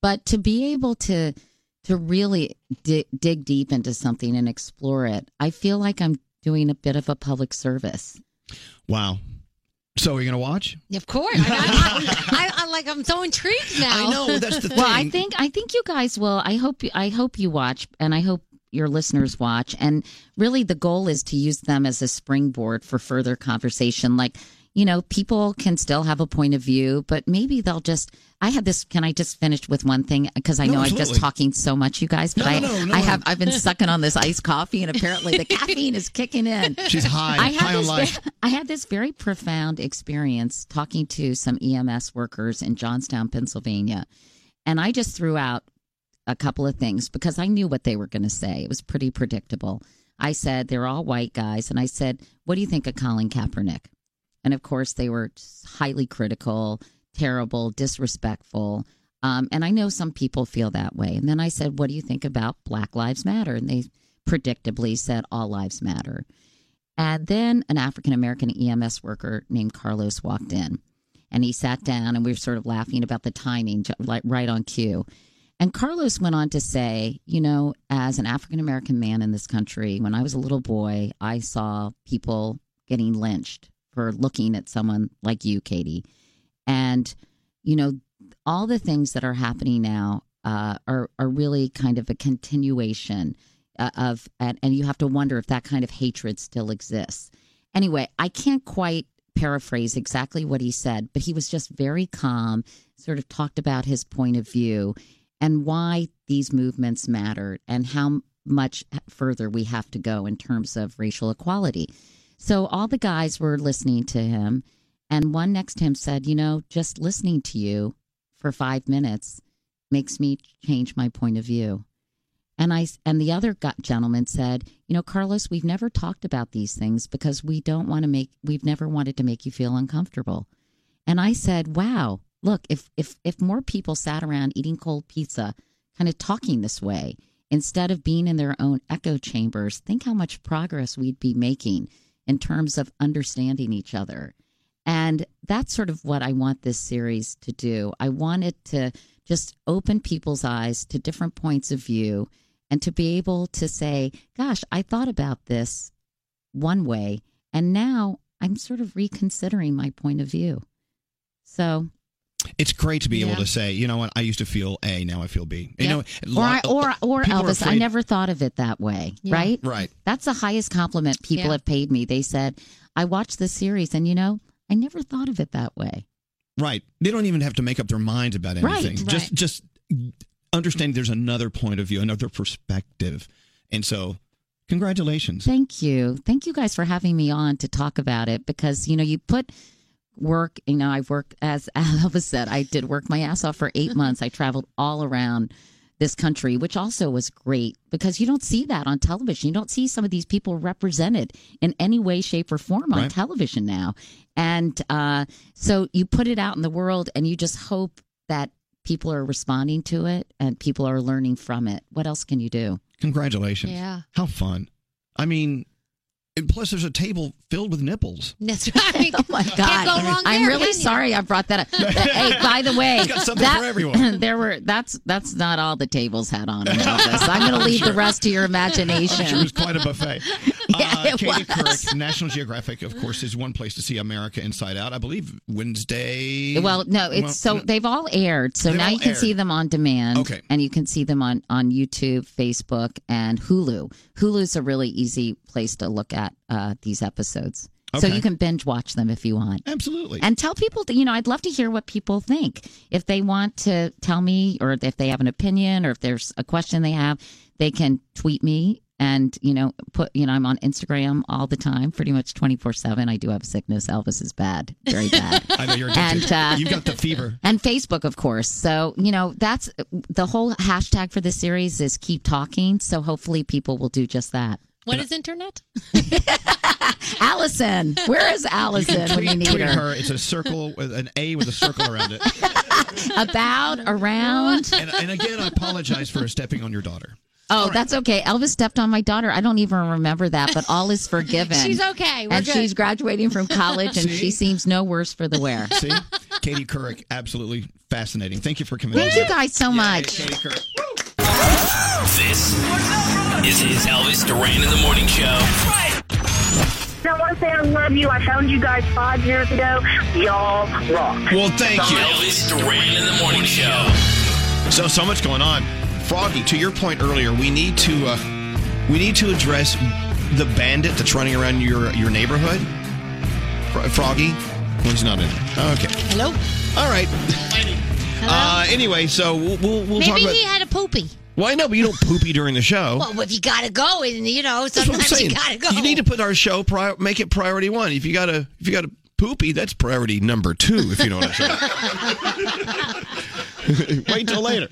[SPEAKER 13] But to be able to, to really di- dig deep into something and explore it. I feel like I'm doing a bit of a public service.
[SPEAKER 1] wow. So are you going to watch?
[SPEAKER 14] Of course, I,
[SPEAKER 1] (laughs)
[SPEAKER 14] I, I, I like. I'm so intrigued now.
[SPEAKER 1] I know, that's the
[SPEAKER 13] (laughs) Well, I think I think you guys will. I hope you- I hope you watch, and I hope your listeners watch. And really, the goal is to use them as a springboard for further conversation. Like, you know, people can still have a point of view, but maybe they'll just. I had this. Can I just finish with one thing? Because I
[SPEAKER 2] No,
[SPEAKER 13] know I'm just
[SPEAKER 2] absolutely.
[SPEAKER 13] talking so much, you guys. But
[SPEAKER 2] No,
[SPEAKER 13] I,
[SPEAKER 2] no, no,
[SPEAKER 13] I have.
[SPEAKER 2] no.
[SPEAKER 13] I've been sucking on this iced coffee, and
[SPEAKER 2] (laughs)
[SPEAKER 13] apparently the caffeine is kicking in. (laughs)
[SPEAKER 2] She's high,
[SPEAKER 13] I had
[SPEAKER 2] high on
[SPEAKER 13] this
[SPEAKER 2] life.
[SPEAKER 13] I had this very profound experience talking to some EMS workers in Johnstown, Pennsylvania. And I just threw out a couple of things because I knew what they were going to say. It was pretty predictable. I said, they're all white guys. And I said, what do you think of Colin Kaepernick? And of course, they were highly critical, terrible, disrespectful. Um, and I know some people feel that way. And then I said, what do you think about Black Lives Matter? And they predictably said, all lives matter. And then an African American EMS worker named Carlos walked in and he sat down and we were sort of laughing about the timing, ju- like right on cue. And Carlos went on to say, you know, as an African American man in this country, when I was a little boy, I saw people getting lynched for looking at someone like you, Katie. And, you know, all the things that are happening now uh, are, are really kind of a continuation uh, of, and, and you have to wonder if that kind of hatred still exists. Anyway, I can't quite paraphrase exactly what he said, but he was just very calm, sort of talked about his point of view and why these movements matter and how much further we have to go in terms of racial equality. So all the guys were listening to him, and one next to him said, You know, just listening to you for five minutes makes me change my point of view. And I s- and the other gu gentleman said, "You know, Carlos, we've never talked about these things because we don't want to make we've never wanted to make you feel uncomfortable." And I said, "Wow, look, if if if more people sat around eating cold pizza, kind of talking this way, instead of being in their own echo chambers, think how much progress we'd be making in terms of understanding each other." And that's sort of what I want this series to do. I want it to just open people's eyes to different points of view and to be able to say, gosh, I thought about this one way, and now I'm sort of reconsidering my point of view. So,
[SPEAKER 1] It's great to be
[SPEAKER 13] Yeah.
[SPEAKER 1] able to say, you know what, I used to feel A, now I feel B. You
[SPEAKER 13] Yeah.
[SPEAKER 1] know,
[SPEAKER 13] or,
[SPEAKER 1] lo-
[SPEAKER 13] I- or, or
[SPEAKER 1] people are
[SPEAKER 13] Elvis, I
[SPEAKER 1] afraid-
[SPEAKER 13] never thought of it that way,
[SPEAKER 1] Yeah.
[SPEAKER 13] right?
[SPEAKER 1] Right.
[SPEAKER 13] That's the highest compliment people
[SPEAKER 1] Yeah.
[SPEAKER 13] have paid me. They said, I watched this series, and you know, I never thought of it that way.
[SPEAKER 1] Right. They don't even have to make up their minds about
[SPEAKER 13] Right,
[SPEAKER 1] anything.
[SPEAKER 13] right.
[SPEAKER 1] Just just understand there's another point of view, another perspective. And so congratulations.
[SPEAKER 13] Thank you. Thank you guys for having me on to talk about it because, you know, you put work, you know, I worked, as (laughs) Elvis said, I did work my ass off for eight months. I traveled all around this country, which also was great because you don't see that on television. You don't see some of these people represented in any way, shape, or form on
[SPEAKER 2] Right.
[SPEAKER 13] television now. And uh, so you put it out in the world and you just hope that people are responding to it and people are learning from it. What else can you do? (laughs)
[SPEAKER 1] Congratulations.
[SPEAKER 13] Yeah.
[SPEAKER 1] How fun. I mean, and plus there's a table filled with nipples.
[SPEAKER 14] That's
[SPEAKER 13] (laughs)
[SPEAKER 14] right.
[SPEAKER 13] oh my God.
[SPEAKER 14] go wrong
[SPEAKER 13] I'm
[SPEAKER 14] there,
[SPEAKER 13] really
[SPEAKER 14] can you?
[SPEAKER 13] sorry I brought that up. But, hey, by the way,
[SPEAKER 14] It's got something
[SPEAKER 13] that-
[SPEAKER 14] for
[SPEAKER 13] (clears throat)
[SPEAKER 14] everyone.
[SPEAKER 13] There were that's that's not all the tables had on
[SPEAKER 1] (laughs)
[SPEAKER 13] in Elvis. I'm going to leave the rest to your imagination.
[SPEAKER 1] It was quite a buffet.
[SPEAKER 13] Yeah, it
[SPEAKER 1] Uh, Katie
[SPEAKER 13] was.
[SPEAKER 1] Couric, National Geographic, of course, is one place to see America Inside Out. I believe Wednesday.
[SPEAKER 13] (laughs) Well, no, it's so
[SPEAKER 1] Well,
[SPEAKER 13] they've all aired. So
[SPEAKER 1] They've
[SPEAKER 13] now
[SPEAKER 1] all
[SPEAKER 13] you can
[SPEAKER 1] aired.
[SPEAKER 13] see them on demand.
[SPEAKER 1] Okay.
[SPEAKER 13] And you can see them on, on YouTube, Facebook, and Hulu. Hulu's a really easy place to look at uh, these episodes. So
[SPEAKER 2] Okay.
[SPEAKER 13] you can binge watch them if you want.
[SPEAKER 1] Absolutely.
[SPEAKER 13] And tell people, that, you know, I'd love to hear what people think. If they want to tell me or if they have an opinion or if there's a question they have, they can tweet me and, you know, put, you know, I'm on Instagram all the time, pretty much 24 7. I do have sickness. Elvis is bad, very bad.
[SPEAKER 1] (laughs) I know you're
[SPEAKER 13] And,
[SPEAKER 1] addicted.
[SPEAKER 13] uh,
[SPEAKER 1] You've got the fever.
[SPEAKER 13] and Facebook, of course. So, you know, that's the whole hashtag for this series is keep talking. So hopefully people will do just that.
[SPEAKER 14] What is internet?
[SPEAKER 13] Allison, where is Allison when you
[SPEAKER 1] Tweet-
[SPEAKER 13] need
[SPEAKER 1] tweet
[SPEAKER 13] her?
[SPEAKER 1] It's a circle, with an A with a circle around it.
[SPEAKER 13] (laughs) About, around.
[SPEAKER 1] And, and again, I apologize for stepping on your daughter.
[SPEAKER 13] Oh, that's okay. Elvis stepped on my daughter. I don't even remember that, but all
[SPEAKER 14] (laughs)
[SPEAKER 13] is forgiven.
[SPEAKER 14] She's okay. We're
[SPEAKER 13] and
[SPEAKER 14] good.
[SPEAKER 13] she's graduating from college, and
[SPEAKER 1] See?
[SPEAKER 13] she seems no worse for the wear.
[SPEAKER 1] See? Katie Couric, absolutely fascinating. Thank you for coming
[SPEAKER 13] Thank
[SPEAKER 1] on.
[SPEAKER 13] you guys so much.
[SPEAKER 1] Katie Couric.
[SPEAKER 12] This is Elvis Duran in the Morning Show.
[SPEAKER 6] I want to say I love you. I found you guys five years ago. Y'all rock.
[SPEAKER 1] Well, thank you.
[SPEAKER 12] Elvis Duran in the Morning Show.
[SPEAKER 1] So so much going on. Froggy, to your point earlier, we need to uh, we need to address the bandit that's running around your your neighborhood. Fro- Froggy, well, he's not in. it. Okay.
[SPEAKER 14] Hello.
[SPEAKER 1] All right. Uh, anyway, so we'll we'll, we'll talk
[SPEAKER 14] Maybe
[SPEAKER 1] about.
[SPEAKER 14] he had a poopy.
[SPEAKER 1] well, I know, but you don't poopy during the show.
[SPEAKER 14] Well, if you gotta go, and you know,
[SPEAKER 1] Oh. that's what I'm
[SPEAKER 14] sometimes
[SPEAKER 1] saying.
[SPEAKER 14] you gotta go.
[SPEAKER 1] You need to put our show prior, make it priority one. If you gotta if you gotta poopy, that's priority number two. If you know what I'm saying.
[SPEAKER 15] (laughs)
[SPEAKER 1] (laughs) Wait till later.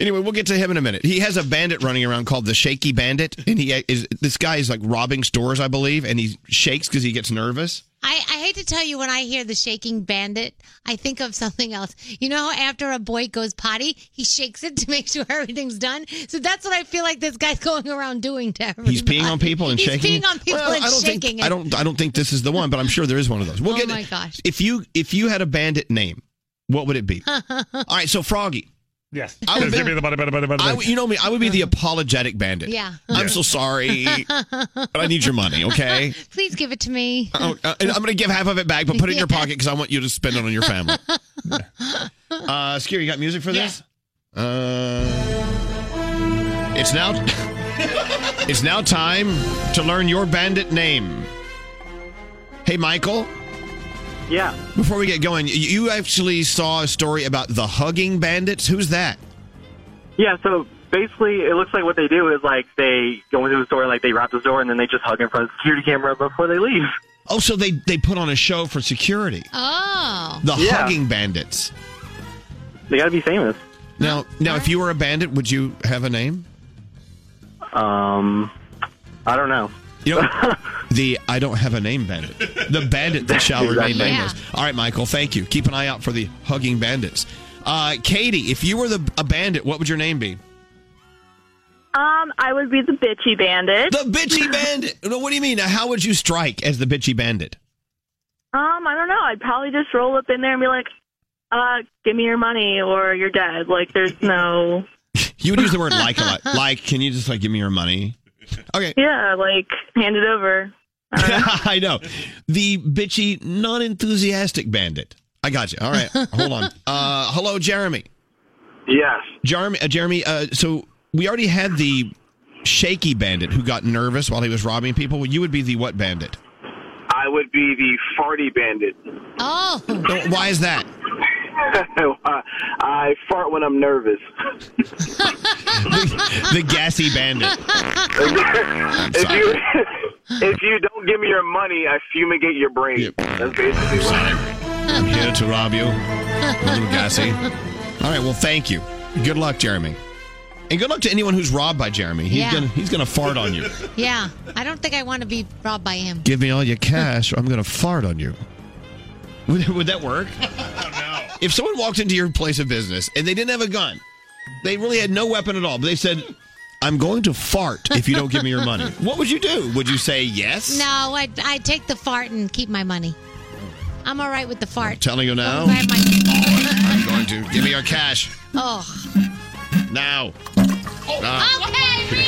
[SPEAKER 1] Anyway, we'll get to him in a minute. He has a bandit running around called the Shaky Bandit, and he is this guy is like robbing stores, I believe, and he shakes because he gets nervous.
[SPEAKER 14] I, I hate to tell you, when I hear the shaking bandit, I think of something else. You know, how after a boy goes potty, he shakes it to make (laughs) sure everything's done. So that's what I feel like this guy's going around doing to everybody.
[SPEAKER 1] He's peeing on people and
[SPEAKER 14] He's
[SPEAKER 1] shaking.
[SPEAKER 14] peeing on people
[SPEAKER 1] Well,
[SPEAKER 14] and
[SPEAKER 1] I don't
[SPEAKER 14] shaking
[SPEAKER 1] think
[SPEAKER 14] it.
[SPEAKER 1] I don't I don't think this is the one, but I'm sure there is one of those. We'll
[SPEAKER 14] Oh
[SPEAKER 1] get
[SPEAKER 14] my gosh. (laughs)
[SPEAKER 1] If you if you had a bandit name, what would it be? All right, so Froggy.
[SPEAKER 19] Yes.
[SPEAKER 1] I would
[SPEAKER 19] Yes, give
[SPEAKER 1] be-
[SPEAKER 19] me the body, body, body, body.
[SPEAKER 1] I, would- you know me. I would be the
[SPEAKER 19] Uh-huh.
[SPEAKER 1] apologetic bandit.
[SPEAKER 14] Yeah.
[SPEAKER 1] I'm so
[SPEAKER 14] (laughs)
[SPEAKER 1] sorry, but I need your money. Okay.
[SPEAKER 14] Please give it to me.
[SPEAKER 1] Oh, uh, and I'm going to give half of it back, but put it in your pocket because I want you to spend it on your family. (laughs) Uh, Skier, you got music for this? Uh, it's now. (laughs) it's now time to learn your bandit name. Hey, Michael.
[SPEAKER 19] Yeah.
[SPEAKER 1] Before we get going, y- you actually saw a story about the hugging bandits. Who's that?
[SPEAKER 19] Yeah, so basically, it looks like what they do is like they go into the store, like they wrap the store, and then they just hug in front of the security camera before they leave.
[SPEAKER 1] Oh, so they they put on a show for security.
[SPEAKER 14] (laughs) Oh.
[SPEAKER 1] The hugging bandits.
[SPEAKER 19] They got to be famous.
[SPEAKER 1] Now, now, if you were a bandit, would you have a name?
[SPEAKER 19] Um, I don't know.
[SPEAKER 1] You
[SPEAKER 19] (laughs)
[SPEAKER 1] know, the I don't have a name bandit. The bandit that shall remain
[SPEAKER 19] Exactly.
[SPEAKER 1] nameless. All right, Michael, thank you. Keep an eye out for the hugging bandits. Uh, Katie, if you were the, a bandit, what would your name be?
[SPEAKER 2] Um, I would be the bitchy bandit.
[SPEAKER 1] The bitchy bandit. (laughs) No, what do you mean? How would you strike as the bitchy bandit?
[SPEAKER 2] Um, I don't know. I'd probably just roll up in there and be like, "Uh, give me your money or you're dead." Like, there's no.
[SPEAKER 1] You would use the word like a lot. Like, can you just like give me your money? Okay.
[SPEAKER 2] Yeah, like hand it over.
[SPEAKER 1] (laughs) I know. The bitchy, non enthusiastic bandit. I got you. All right. Hold
[SPEAKER 4] (laughs)
[SPEAKER 1] on. Uh, hello, Jeremy.
[SPEAKER 4] Yes.
[SPEAKER 1] Jeremy, uh, Jeremy uh, so we already had the shaky bandit who got nervous while he was robbing people. You would be the what bandit?
[SPEAKER 4] I would be the farty bandit. (laughs)
[SPEAKER 14] Oh.
[SPEAKER 1] Why is that?
[SPEAKER 4] I fart when I'm (laughs) nervous.
[SPEAKER 1] (laughs) The gassy
[SPEAKER 4] (laughs)
[SPEAKER 1] bandit.
[SPEAKER 4] if you if you don't give me your money, I fumigate your brain. That's basically what.
[SPEAKER 1] I'm here to rob you. A little gassy. All right. Well, thank you. Good luck, Jeremy. And good luck to anyone who's robbed by Jeremy. He's
[SPEAKER 14] Yeah.
[SPEAKER 1] gonna he's gonna fart on you.
[SPEAKER 14] Yeah, I don't think I want to be robbed by him.
[SPEAKER 1] Give me all your cash, or I'm gonna fart on you. Would, would that
[SPEAKER 14] (laughs)
[SPEAKER 1] work? If someone walked into your place of business and they didn't have a gun, they really had no weapon at all, but they said, "I'm going to fart if you don't give me your
[SPEAKER 14] (laughs)
[SPEAKER 1] money." What would you do? Would you say yes?
[SPEAKER 14] No, I I take the fart and keep my money. I'm all right with the fart.
[SPEAKER 1] Telling you now,
[SPEAKER 14] I have my-
[SPEAKER 1] I'm going to give me your cash
[SPEAKER 14] oh,
[SPEAKER 1] now. Ah.
[SPEAKER 14] okay, really?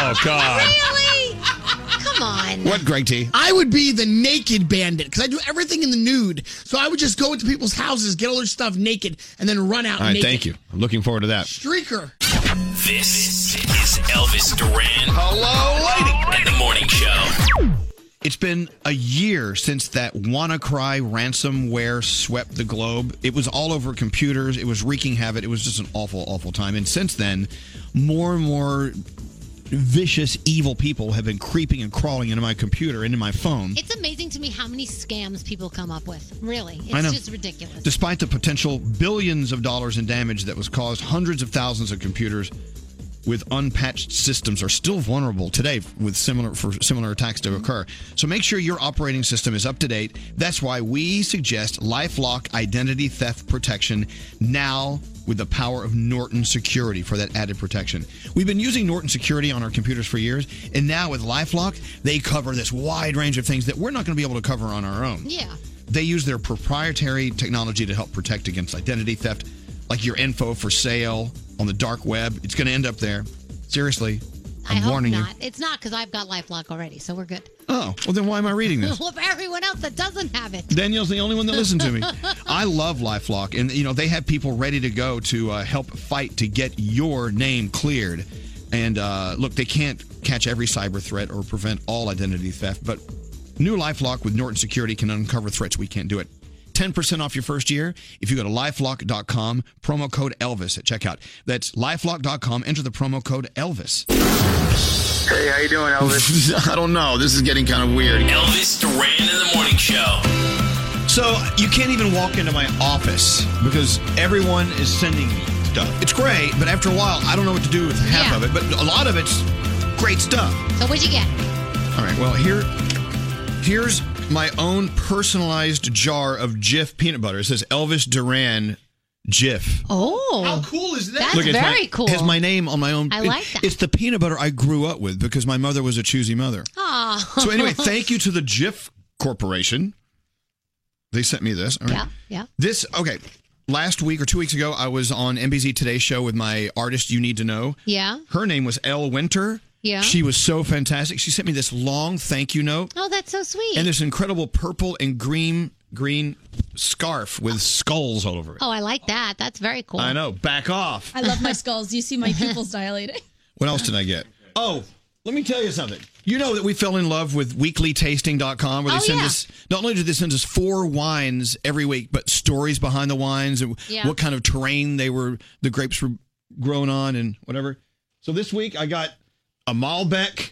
[SPEAKER 1] Oh God!
[SPEAKER 14] really? Come on.
[SPEAKER 1] What, Greg T?
[SPEAKER 11] I would be the naked bandit because I do everything in the nude. So I would just go into people's houses, get all their stuff naked, and then run out.
[SPEAKER 1] All right,
[SPEAKER 11] naked.
[SPEAKER 1] thank you. I'm looking forward to that.
[SPEAKER 11] Streaker.
[SPEAKER 12] This is Elvis Duran.
[SPEAKER 1] Hello,
[SPEAKER 12] lady. And the morning show.
[SPEAKER 1] It's been a year since that WannaCry ransomware swept the globe. It was all over computers. It was wreaking havoc. It was just an awful, awful time. And since then, more and more vicious, evil people have been creeping and crawling into my computer, into my phone.
[SPEAKER 14] It's amazing to me how many scams people come up with. Really, it's
[SPEAKER 1] I know.
[SPEAKER 14] just ridiculous.
[SPEAKER 1] Despite the potential billions of dollars in damage that was caused, hundreds of thousands of computers with unpatched systems are still vulnerable today with similar for similar attacks to occur. So make sure your operating system is up to date. That's why we suggest LifeLock identity theft protection now with the power of Norton Security for that added protection. We've been using Norton Security on our computers for years, and now with LifeLock, they cover this wide range of things that we're not going to be able to cover on our own.
[SPEAKER 14] Yeah.
[SPEAKER 1] They use their proprietary technology to help protect against identity theft, like your info for sale on the dark web. It's going to end up there. Seriously,
[SPEAKER 14] I
[SPEAKER 1] I'm
[SPEAKER 14] hope
[SPEAKER 1] warning
[SPEAKER 14] not.
[SPEAKER 1] you.
[SPEAKER 14] It's not because I've got LifeLock already, so we're good.
[SPEAKER 1] Oh, well, then why am I reading
[SPEAKER 14] (laughs)
[SPEAKER 1] this?
[SPEAKER 14] Well, for everyone else that doesn't have it.
[SPEAKER 1] Danielle's the only one that listened to me. I love LifeLock, and you know they have people ready to go to uh, help fight to get your name cleared. And uh, look, they can't catch every cyber threat or prevent all identity theft, but new LifeLock with Norton Security can uncover threats we can't do it. 10% off your first year if you go to lifelock.com, promo code Elvis at checkout. That's lifelock.com, enter the promo code Elvis.
[SPEAKER 25] Hey, how you doing,
[SPEAKER 1] (laughs)
[SPEAKER 25] Elvis? I don't know. This is getting kind of weird.
[SPEAKER 12] Elvis Duran in the morning show.
[SPEAKER 1] So you can't even walk into my office because everyone is sending me stuff. It's great, but after a while, I don't know what to do with half of it. But a lot of it's great stuff.
[SPEAKER 14] So what'd you get?
[SPEAKER 1] All right. Well, here, here's my own personalized jar of Jif peanut butter. It says Elvis Duran Jif.
[SPEAKER 14] Oh,
[SPEAKER 7] how cool is that?
[SPEAKER 14] That's
[SPEAKER 1] Look, it's my-
[SPEAKER 14] very cool.
[SPEAKER 1] Has my name on my own.
[SPEAKER 14] I like that.
[SPEAKER 1] It's the peanut butter I grew up with because my mother was a choosy mother.
[SPEAKER 14] Aw.
[SPEAKER 1] So
[SPEAKER 14] (laughs)
[SPEAKER 1] anyway, thank you to the Jif Corporation. They sent me this. All right.
[SPEAKER 14] Yeah, yeah.
[SPEAKER 1] This okay. Last week or two weeks ago, I was on NBC Today show with my artist you need to know.
[SPEAKER 14] Yeah.
[SPEAKER 1] Her name was Elle Winter.
[SPEAKER 14] Yeah.
[SPEAKER 1] She was so fantastic. She sent me this long thank you note
[SPEAKER 14] Oh, that's so sweet.
[SPEAKER 1] and this incredible purple and green green scarf with skulls all over it.
[SPEAKER 14] oh, I like that. That's very cool.
[SPEAKER 1] I know. Back off.
[SPEAKER 18] I love my skulls. You see my pupils dilating.
[SPEAKER 1] What else did I get? Oh, let me tell you something. You know that we fell in love with weeklytasting.com where they
[SPEAKER 20] Oh,
[SPEAKER 1] send
[SPEAKER 20] yeah.
[SPEAKER 1] us not only do they send us four wines every week, but stories behind the wines and
[SPEAKER 20] Yeah.
[SPEAKER 1] what kind of terrain they were the grapes were grown on and whatever. So this week I got a Malbec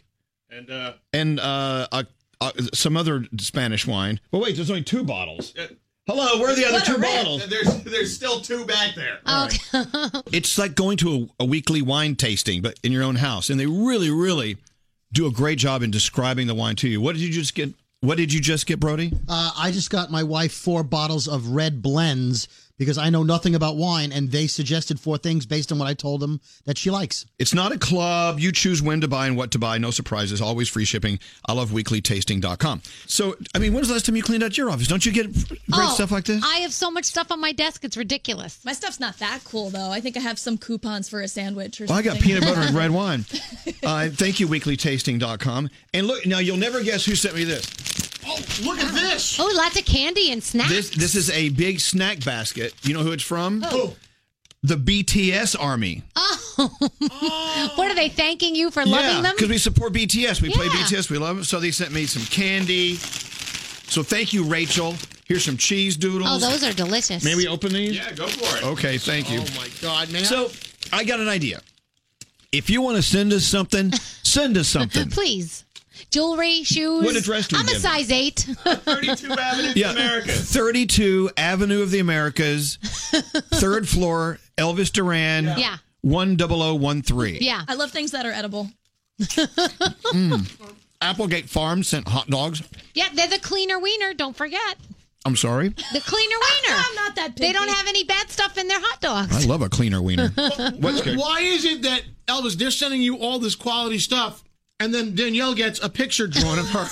[SPEAKER 5] And uh,
[SPEAKER 1] and uh, a, a, some other Spanish wine. But wait, there's only two bottles. Hello, where are the other two bottles?
[SPEAKER 2] There's there's still two back there.
[SPEAKER 14] Oh. (laughs)
[SPEAKER 1] It's like going to a, a weekly wine tasting, but in your own house, and they really, really do a great job in describing the wine to you. What did you just get? What did you just get, Brody?
[SPEAKER 16] Uh, I just got my wife four bottles of red blends because I know nothing about wine, and they suggested four things based on what I told them that she likes.
[SPEAKER 1] It's not a club. You choose when to buy and what to buy. No surprises. Always free shipping. I love weeklytasting.com. So, I mean, when's the last time you cleaned out your office? Don't you get (laughs) great
[SPEAKER 14] Oh,
[SPEAKER 1] stuff like this?
[SPEAKER 14] I have so much stuff on my desk; it's ridiculous.
[SPEAKER 20] My stuff's not that cool though. I think I have some coupons for a sandwich or
[SPEAKER 1] Well, I
[SPEAKER 20] something.
[SPEAKER 1] got peanut butter
[SPEAKER 14] (laughs)
[SPEAKER 1] and red wine. Uh, thank you, weeklytasting.com. And look, now you'll never guess who sent me this.
[SPEAKER 14] Oh, look at this! Oh, lots of candy and snacks.
[SPEAKER 1] This this is a big snack basket. You know who it's from?
[SPEAKER 14] Who?
[SPEAKER 1] The BTS Army.
[SPEAKER 14] Oh. (laughs) what are they thanking you for loving them?
[SPEAKER 1] because we support BTS. We play
[SPEAKER 14] Yeah.
[SPEAKER 1] BTS. We love them. So they sent me some candy. So thank you, Rachel. Here's some cheese doodles.
[SPEAKER 14] Oh, those are delicious.
[SPEAKER 1] May we open these?
[SPEAKER 14] Yeah,
[SPEAKER 1] go for it. Okay, thank you.
[SPEAKER 21] Oh my God, man!
[SPEAKER 1] So I got an idea. If you want to send us
[SPEAKER 14] (laughs)
[SPEAKER 1] something, send us something.
[SPEAKER 14] Please, jewelry, shoes.
[SPEAKER 1] What address do we
[SPEAKER 14] I'm a
[SPEAKER 1] give?
[SPEAKER 14] size eight. (laughs) Thirty-two Avenue.
[SPEAKER 1] Yeah, 32 Avenue of the Americas,
[SPEAKER 14] (laughs)
[SPEAKER 1] third floor, Elvis Duran,
[SPEAKER 20] Yeah.
[SPEAKER 1] 10013.
[SPEAKER 20] Yeah. I love things that are edible.
[SPEAKER 1] Mm. Applegate Farm sent hot dogs.
[SPEAKER 14] Yeah, they're the cleaner wiener. Don't forget
[SPEAKER 1] I'm sorry.
[SPEAKER 14] the cleaner wiener. (laughs) I'm not that. They don't have any bad stuff in their hot dogs.
[SPEAKER 1] I love a cleaner wiener. (laughs) What's
[SPEAKER 14] (laughs)
[SPEAKER 1] good?
[SPEAKER 21] Why is it that Elvis? They're sending you all this quality stuff, and then Danielle gets a picture drawn of her.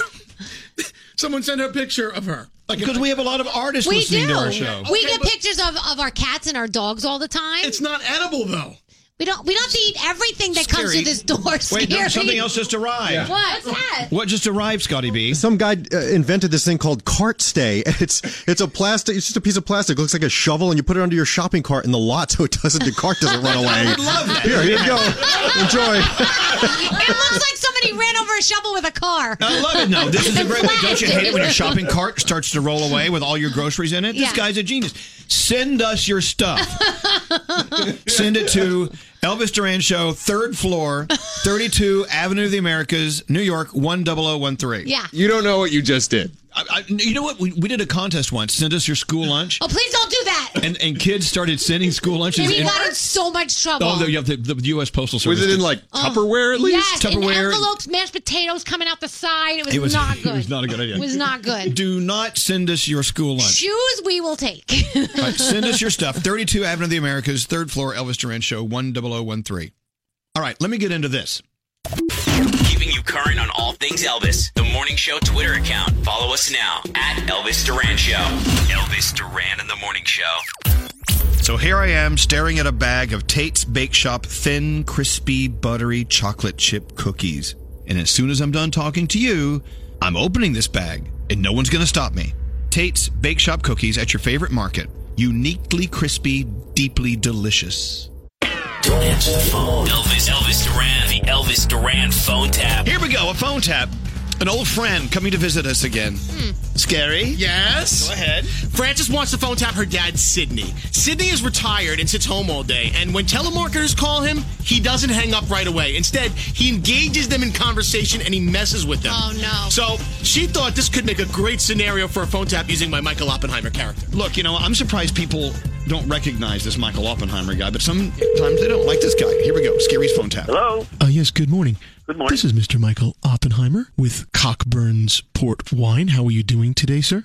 [SPEAKER 21] (laughs) Someone sent her a picture of her.
[SPEAKER 1] Because we have a lot of artists
[SPEAKER 14] we
[SPEAKER 21] listening to
[SPEAKER 14] do.
[SPEAKER 21] our show.
[SPEAKER 14] We
[SPEAKER 21] Okay,
[SPEAKER 14] get
[SPEAKER 21] but-
[SPEAKER 14] pictures of, of our cats and our dogs all the time. It's
[SPEAKER 21] not edible though.
[SPEAKER 14] We don't. We don't have to eat everything that comes
[SPEAKER 1] Scary.
[SPEAKER 14] through this door.
[SPEAKER 1] Wait, no,
[SPEAKER 14] Scary.
[SPEAKER 1] something else just arrived.
[SPEAKER 14] What? What's that?
[SPEAKER 1] What just arrived, Scotty B?
[SPEAKER 2] Some guy uh, invented this thing called cart stay. (laughs) It's it's a plastic. It's just a piece of plastic. looks like a shovel, and you put it under your shopping cart in the lot, so it doesn't the cart
[SPEAKER 1] (laughs)
[SPEAKER 2] doesn't run away.
[SPEAKER 14] I would love that.
[SPEAKER 2] Here, here you go. Enjoy.
[SPEAKER 14] (laughs) it looks like somebody ran over a shovel with a car.
[SPEAKER 1] I love it. No, this is a
[SPEAKER 14] And
[SPEAKER 1] great way. Don't you
[SPEAKER 14] slashed
[SPEAKER 1] hate it when your
[SPEAKER 14] (laughs)
[SPEAKER 1] shopping cart starts to roll away with all your groceries in it? This
[SPEAKER 14] Yeah.
[SPEAKER 1] guy's a genius. Send us your stuff. Send it to Elvis Duran Show, third floor, 32 Avenue of the Americas, New York, 10013.
[SPEAKER 14] Yeah.
[SPEAKER 5] You don't know what you just did.
[SPEAKER 1] I, I, you know what? We, we did a contest once. Send us your school lunch.
[SPEAKER 14] Oh, please don't do that.
[SPEAKER 1] And, and kids started sending school lunches.
[SPEAKER 14] We
[SPEAKER 1] in-
[SPEAKER 14] got in so much trouble.
[SPEAKER 1] Oh, the, yeah, the, the U.S. Postal Service.
[SPEAKER 5] Was it in, like,
[SPEAKER 14] Oh, Yes,
[SPEAKER 1] Tupperware.
[SPEAKER 14] and envelopes, mashed potatoes coming out the side. It was, not
[SPEAKER 1] (laughs)
[SPEAKER 14] good.
[SPEAKER 1] It was not a good idea.
[SPEAKER 14] It was not good.
[SPEAKER 1] Do not send us your school lunch.
[SPEAKER 14] Shoes we will take.
[SPEAKER 1] All right,
[SPEAKER 14] (laughs)
[SPEAKER 1] send us your stuff. 32 Avenue of the Americas, third floor, Elvis Duran Show, 10013. All right, let me get into this.
[SPEAKER 12] Keeping you current on all things Elvis. The Morning Show Twitter account. Follow us now at Elvis Duran Show. Elvis Duran and the Morning Show.
[SPEAKER 1] So here I am staring at a bag of Tate's Bake Shop thin, crispy, buttery chocolate chip cookies. And as soon as I'm done talking to you, I'm opening this bag and no one's going to stop me. Tate's Bake Shop cookies at your favorite market. Uniquely crispy, deeply delicious.
[SPEAKER 12] Don't answer the phone. Elvis, Elvis Duran, the Elvis Duran phone tap.
[SPEAKER 1] Here we go, a phone tap. An old friend coming to visit us again. Scary?
[SPEAKER 2] Yes.
[SPEAKER 1] Go ahead.
[SPEAKER 2] Frances
[SPEAKER 21] wants to phone tap her dad, Sydney. Sydney is retired and sits home all day. And when telemarketers call him, he doesn't hang up right away. Instead, he engages them in conversation and he messes with them.
[SPEAKER 20] Oh, no.
[SPEAKER 21] So she thought this could make a great scenario for a phone tap using my Michael Oppenheimer character.
[SPEAKER 1] Look, you know, I'm surprised people don't recognize this Michael Oppenheimer guy, but sometimes they don't like this guy. Here we go. Scary's phone tap. Hello.
[SPEAKER 21] Uh, yes, good morning.
[SPEAKER 1] Good morning.
[SPEAKER 21] This is Mr. Michael Oppenheimer with Cockburn's Port Wine. How are you doing today, sir?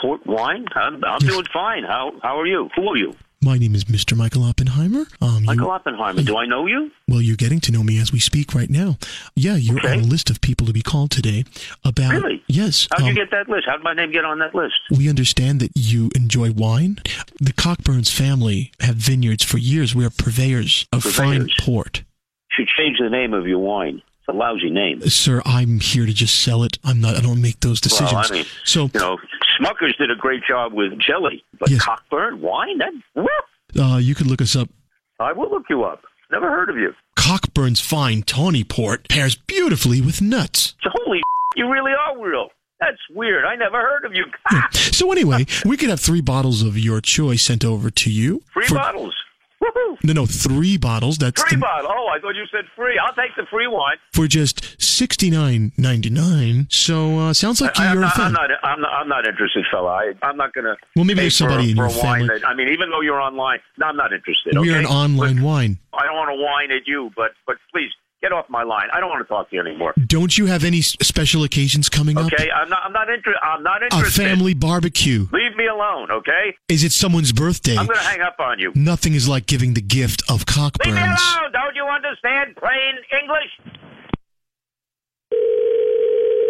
[SPEAKER 3] Port wine? I'm, I'm doing fine. How how are you? Who are you?
[SPEAKER 21] My name is Mr. Michael Oppenheimer. Um,
[SPEAKER 3] Michael Oppenheimer. Do I know you?
[SPEAKER 21] Well, you're getting to know me as we speak right now. Yeah, you're on a list of people to be called today about.
[SPEAKER 3] Really?
[SPEAKER 21] Yes.
[SPEAKER 3] How'd you
[SPEAKER 21] um,
[SPEAKER 3] get that list? How'd my name get on that list?
[SPEAKER 21] we understand that you enjoy wine. The Cockburns family have vineyards for years. We are purveyors of fine port.
[SPEAKER 3] You should change the name of your wine. It's a lousy name.
[SPEAKER 21] Sir, I'm here to just sell it. I'm not. I don't make those decisions.
[SPEAKER 3] Well, I mean,
[SPEAKER 21] so
[SPEAKER 3] you know, Smuckers did a great job with jelly, but Cockburn wine? That whoop.
[SPEAKER 21] uh, you could look us up.
[SPEAKER 3] I will look you up. Never heard of you.
[SPEAKER 21] Cockburn's fine tawny port pairs beautifully with nuts.
[SPEAKER 3] So, holy, (laughs) you really are real. That's weird. I never heard of you.
[SPEAKER 21] Yeah.
[SPEAKER 23] (laughs)
[SPEAKER 21] So anyway, we could have three bottles of your choice sent over to you.
[SPEAKER 3] Three
[SPEAKER 21] for-
[SPEAKER 3] bottles. Woohoo!
[SPEAKER 23] two.
[SPEAKER 21] No, no, three bottles. That's
[SPEAKER 23] Free
[SPEAKER 21] the-
[SPEAKER 23] bottle. Oh, I thought you said free. I'll take the free one.
[SPEAKER 21] for just sixty nine ninety nine. So uh, sounds like
[SPEAKER 23] I, I'm,
[SPEAKER 21] you're a
[SPEAKER 23] not, I'm
[SPEAKER 21] fan.
[SPEAKER 23] not. I'm not. I'm not interested, fella. I, I'm not gonna.
[SPEAKER 21] Well, maybe
[SPEAKER 23] pay
[SPEAKER 21] there's somebody
[SPEAKER 23] for,
[SPEAKER 21] in
[SPEAKER 23] for
[SPEAKER 21] your
[SPEAKER 23] a wine
[SPEAKER 21] family.
[SPEAKER 23] That, I mean, even though you're online, no, I'm not interested.
[SPEAKER 21] We are an
[SPEAKER 23] okay?
[SPEAKER 21] online wine.
[SPEAKER 23] I don't want to whine at you, but but please get off my line. I don't want to talk to you anymore.
[SPEAKER 21] Don't you have any s- special occasions coming
[SPEAKER 23] Okay, I'm not. I'm not interested. I'm not
[SPEAKER 21] up? A
[SPEAKER 23] interested.
[SPEAKER 21] family barbecue.
[SPEAKER 23] Leave me alone, okay?
[SPEAKER 21] Is it someone's birthday?
[SPEAKER 23] I'm gonna hang up on you.
[SPEAKER 21] Nothing is like giving the gift of
[SPEAKER 23] Leave me
[SPEAKER 21] cockburns.
[SPEAKER 23] alone! Don't you understand plain English?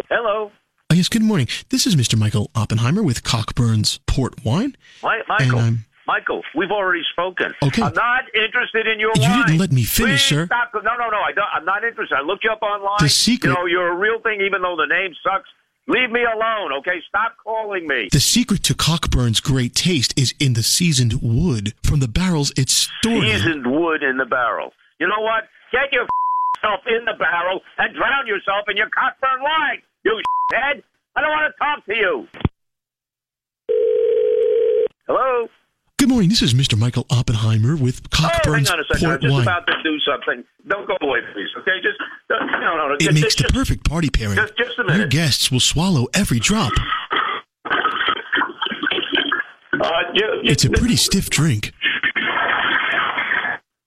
[SPEAKER 23] Hello.
[SPEAKER 21] Oh, yes, good morning. This is Mr. Michael Oppenheimer with Cockburns Port Wine.
[SPEAKER 23] Mi- Michael,
[SPEAKER 21] And, um,
[SPEAKER 23] Michael, we've already spoken.
[SPEAKER 21] Okay.
[SPEAKER 23] I'm not interested in your
[SPEAKER 21] You
[SPEAKER 23] wine.
[SPEAKER 21] didn't let me finish,
[SPEAKER 23] Please
[SPEAKER 21] sir.
[SPEAKER 23] Stop. No, no, no. I don't, I'm not interested. I looked you up online.
[SPEAKER 21] The secret-
[SPEAKER 23] You know, you're a real thing, even though the name sucks. Leave me alone, okay? Stop calling me.
[SPEAKER 21] The secret to Cockburn's great taste is in the seasoned wood from the barrels it's stored in.
[SPEAKER 23] Seasoned wood in the barrel. You know what? Get your (laughs) self in the barrel and drown yourself in your cockburn wine, you (laughs) head. I don't want to talk to you. Hello.
[SPEAKER 21] Good morning. This is Mr. Michael Oppenheimer with
[SPEAKER 23] oh, hang
[SPEAKER 21] Cockburn's
[SPEAKER 23] on a second. I'm
[SPEAKER 21] Port
[SPEAKER 23] just
[SPEAKER 21] Wine.
[SPEAKER 23] about to do something. Don't go away, please. Okay, just uh, no, no, no.
[SPEAKER 21] It
[SPEAKER 23] just,
[SPEAKER 21] makes
[SPEAKER 23] just,
[SPEAKER 21] the perfect party pairing.
[SPEAKER 23] Just, just a
[SPEAKER 21] Your
[SPEAKER 23] minute.
[SPEAKER 21] guests will swallow every drop.
[SPEAKER 23] Uh, ju- ju-
[SPEAKER 21] It's a pretty stiff drink.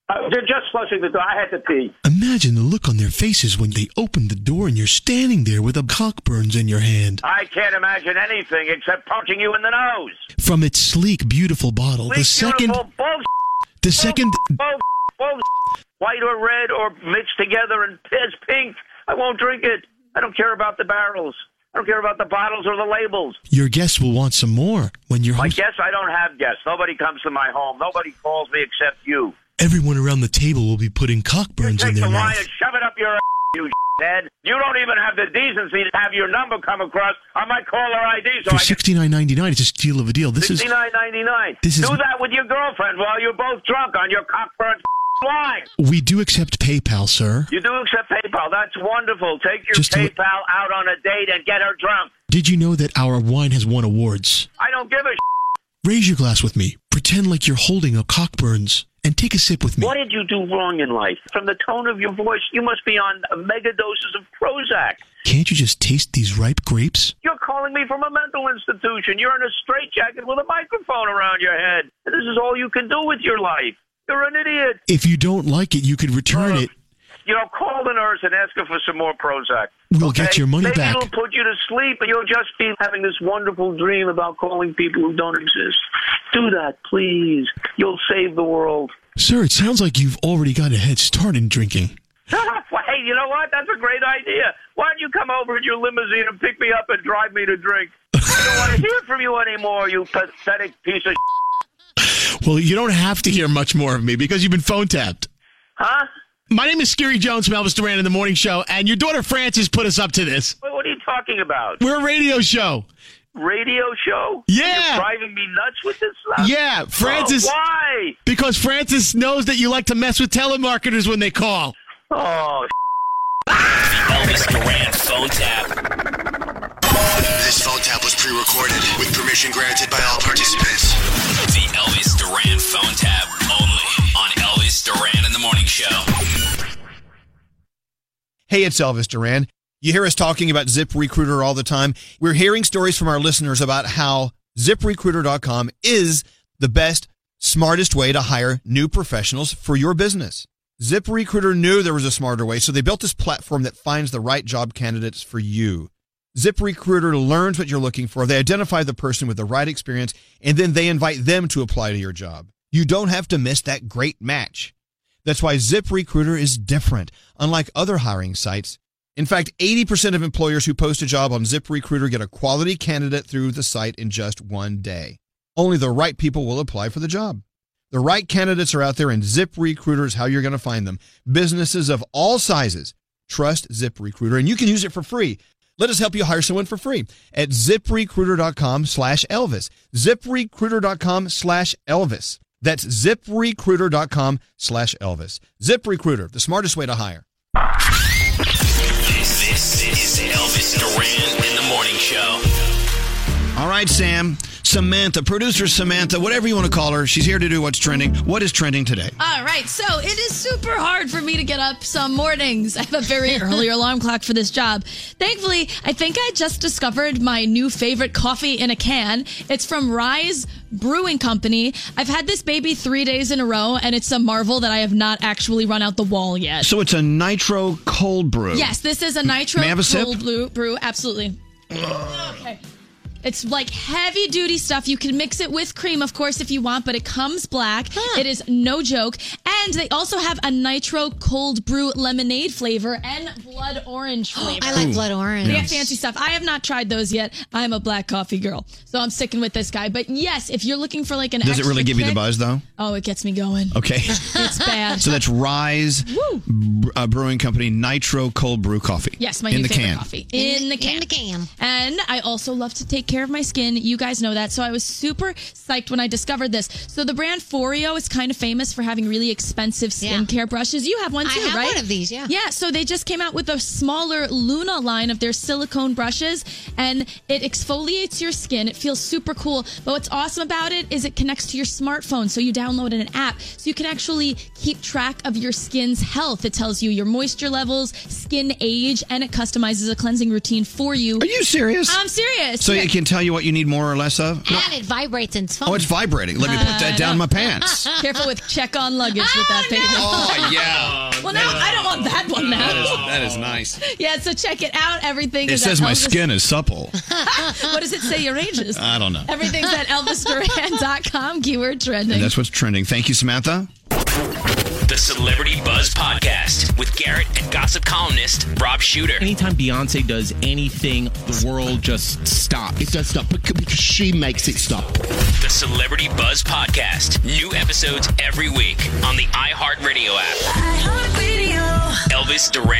[SPEAKER 23] uh, ju- just flushing the door. I had to pee.
[SPEAKER 21] Imagine the look on their faces when they open the door and you're standing there with a Cockburn's in your hand.
[SPEAKER 23] I can't imagine anything except punching you in the nose.
[SPEAKER 21] From its sleek, beautiful bottle, the
[SPEAKER 23] Please,
[SPEAKER 21] second,
[SPEAKER 23] beautiful bull-
[SPEAKER 21] the second,
[SPEAKER 23] bull- bull- white or red or mixed together and piss pink. I won't drink it. I don't care about the barrels. I don't care about the bottles or the labels.
[SPEAKER 21] your guests will want some more when your
[SPEAKER 23] My
[SPEAKER 21] host.
[SPEAKER 23] guests, I don't have guests. Nobody comes to my home. Nobody calls me except you.
[SPEAKER 21] Everyone around the table will be putting Cockburn's in
[SPEAKER 23] Take the
[SPEAKER 21] their mouth.
[SPEAKER 23] wine and shove it up your ass, you head. You don't even have the decency to have your number come across on my caller ID. So
[SPEAKER 21] For
[SPEAKER 23] I
[SPEAKER 21] sixty nine ninety nine, it's a steal of a deal. This is
[SPEAKER 23] sixty nine ninety nine.
[SPEAKER 21] This is-
[SPEAKER 23] Do that with your girlfriend while you're both drunk on your cockburn line.
[SPEAKER 21] we do accept PayPal, sir.
[SPEAKER 23] You do accept PayPal. That's wonderful. Take your
[SPEAKER 21] Just to-
[SPEAKER 23] PayPal out on a date and get her drunk.
[SPEAKER 21] Did you know that our wine has won awards?
[SPEAKER 23] I don't give a.
[SPEAKER 21] Raise your glass with me. Pretend like you're holding a Cockburn's and take a sip with me.
[SPEAKER 23] What did you do wrong in life? From the tone of your voice, you must be on mega doses of Prozac.
[SPEAKER 21] Can't you just taste these ripe grapes?
[SPEAKER 23] You're calling me from a mental institution. You're in a straitjacket with a microphone around your head. And this is all you can do with your life. You're an idiot.
[SPEAKER 21] If you don't like it, you could return it.
[SPEAKER 23] You know, call the nurse and ask her for some more Prozac.
[SPEAKER 21] We'll get your money
[SPEAKER 23] Maybe
[SPEAKER 21] back.
[SPEAKER 23] it'll put you to sleep, and you'll just be having this wonderful dream about calling people who don't exist. Do that, please. You'll save the world. (laughs)
[SPEAKER 21] Sir, it sounds like you've already got a head start in drinking.
[SPEAKER 23] Well, hey, you know what? That's a great idea. Why don't you come over in your limousine and pick me up and drive me to drink? I don't want to hear from you anymore, you pathetic piece of.
[SPEAKER 21] Well, you don't have to hear much more of me because you've been phone tapped.
[SPEAKER 23] Huh?
[SPEAKER 21] My name is Scary Jones from Elvis Duran in the Morning Show, and your daughter Frances put us up to this.
[SPEAKER 23] What are you talking about?
[SPEAKER 21] We're a radio show.
[SPEAKER 23] radio show?
[SPEAKER 21] Yeah.
[SPEAKER 23] You're driving me nuts with this stuff?
[SPEAKER 21] Yeah, Francis.
[SPEAKER 23] Oh, why?
[SPEAKER 21] Because Francis knows that you like to mess with telemarketers when they call.
[SPEAKER 23] Oh,
[SPEAKER 12] Elvis Duran phone tap.
[SPEAKER 27] This phone tap was pre-recorded with permission granted by all participants.
[SPEAKER 12] The Elvis Duran phone tap only on Elvis Duran in the Morning Show.
[SPEAKER 1] Hey, it's Elvis Duran. You hear us talking about ZipRecruiter all the time. We're hearing stories from our listeners about how ziprecruiter.com is the best, smartest way to hire new professionals for your business. ZipRecruiter knew there was a smarter way, so they built this platform that finds the right job candidates for you. ZipRecruiter learns what you're looking for. They identify the person with the right experience, and then they invite them to apply to your job. You don't have to miss that great match. That's why ZipRecruiter is different, unlike other hiring sites. In fact, 80% of employers who post a job on ZipRecruiter get a quality candidate through the site in just one day. Only the right people will apply for the job. The right candidates are out there, and ZipRecruiter is how you're going to find them. Businesses of all sizes trust ZipRecruiter, and you can use it for free. Let us help you hire someone for free at ziprecruiter.com slash Elvis. ZipRecruiter.com slash Elvis. That's ziprecruiter.com slash Elvis. ZipRecruiter, the smartest way to hire.
[SPEAKER 12] This, this is Elvis Duran in the Morning Show.
[SPEAKER 1] All right, Sam. Samantha, producer Samantha, whatever you want to call her. She's here to do what's trending. What is trending today?
[SPEAKER 20] All right, so it is super hard for me to get up some mornings. I have a very early alarm clock for this job. Thankfully, I think I just discovered my new favorite coffee in a can. It's from Rise Brewing Company. I've had this baby three days in a row, and it's a marvel that I have not actually run out the wall yet.
[SPEAKER 1] So it's a nitro cold brew.
[SPEAKER 20] Yes, this is a nitro
[SPEAKER 1] May I have a sip?
[SPEAKER 20] cold brew, brew. Absolutely. okay. It's like heavy duty stuff. You can mix it with cream, of course, if you want, but it comes black. It is no joke. And they also have a nitro cold brew lemonade flavor and blood orange flavor.
[SPEAKER 14] (gasps) I like Ooh. blood orange.
[SPEAKER 20] They
[SPEAKER 14] Yeah.
[SPEAKER 20] have fancy stuff. I have not tried those yet. I'm a black coffee girl, so I'm sticking with this guy. But yes, if you're looking for like an
[SPEAKER 1] Does it really
[SPEAKER 20] extra
[SPEAKER 1] give you the
[SPEAKER 20] kick-
[SPEAKER 1] buzz though?
[SPEAKER 20] Oh, it gets me going. (laughs)
[SPEAKER 1] Okay.
[SPEAKER 20] It's bad.
[SPEAKER 1] so that's Rise Br- uh, Brewing Company Nitro Cold Brew Coffee.
[SPEAKER 20] Yes, my
[SPEAKER 1] in
[SPEAKER 20] new
[SPEAKER 1] the
[SPEAKER 20] favorite
[SPEAKER 1] can.
[SPEAKER 20] coffee. In, the can. In the can. And I also love to take care of my skin. You guys know that. So I was super psyched when I discovered this. So the brand Foreo is kind of famous for having really expensive skincare brushes. You have one
[SPEAKER 14] I
[SPEAKER 20] too,
[SPEAKER 14] have
[SPEAKER 20] right?
[SPEAKER 14] one of these, yeah.
[SPEAKER 20] Yeah, so they just came out with a smaller Luna line of their silicone brushes and it exfoliates your skin. It feels super cool. But what's awesome about it is it connects to your smartphone. So you download an app so you can actually keep track of your skin's health. It tells you your moisture levels, skin age, and it customizes a cleansing routine for you. Are
[SPEAKER 1] you serious?
[SPEAKER 20] I'm serious.
[SPEAKER 1] So
[SPEAKER 20] Yeah.
[SPEAKER 1] it can tell you what you need more or less of? No.
[SPEAKER 20] And it vibrates and
[SPEAKER 1] Oh, it's vibrating. Let me put that down my pants.
[SPEAKER 20] (laughs) Careful with check on luggage (laughs) with that thing.
[SPEAKER 1] Oh, yeah.
[SPEAKER 20] well, now I don't want that one now.
[SPEAKER 1] that is nice.
[SPEAKER 20] (laughs) Yeah, so check it out. Everything
[SPEAKER 1] It
[SPEAKER 20] is
[SPEAKER 1] says
[SPEAKER 20] at
[SPEAKER 1] my
[SPEAKER 20] Elvis-
[SPEAKER 1] skin is supple.
[SPEAKER 20] (laughs) what does it say your age is?
[SPEAKER 1] I don't know. (laughs)
[SPEAKER 20] Everything's at elvisduran.com, keyword trending.
[SPEAKER 1] And that's what's trending. Thank you, Samantha.
[SPEAKER 12] The Celebrity Buzz Podcast with Garrett and gossip columnist Rob Shooter.
[SPEAKER 13] Anytime Beyonce does anything, the world just stops. It does stop bec- because she makes it stop.
[SPEAKER 12] The Celebrity Buzz Podcast. New episodes every week on the iHeartRadio app. Elvis Duran.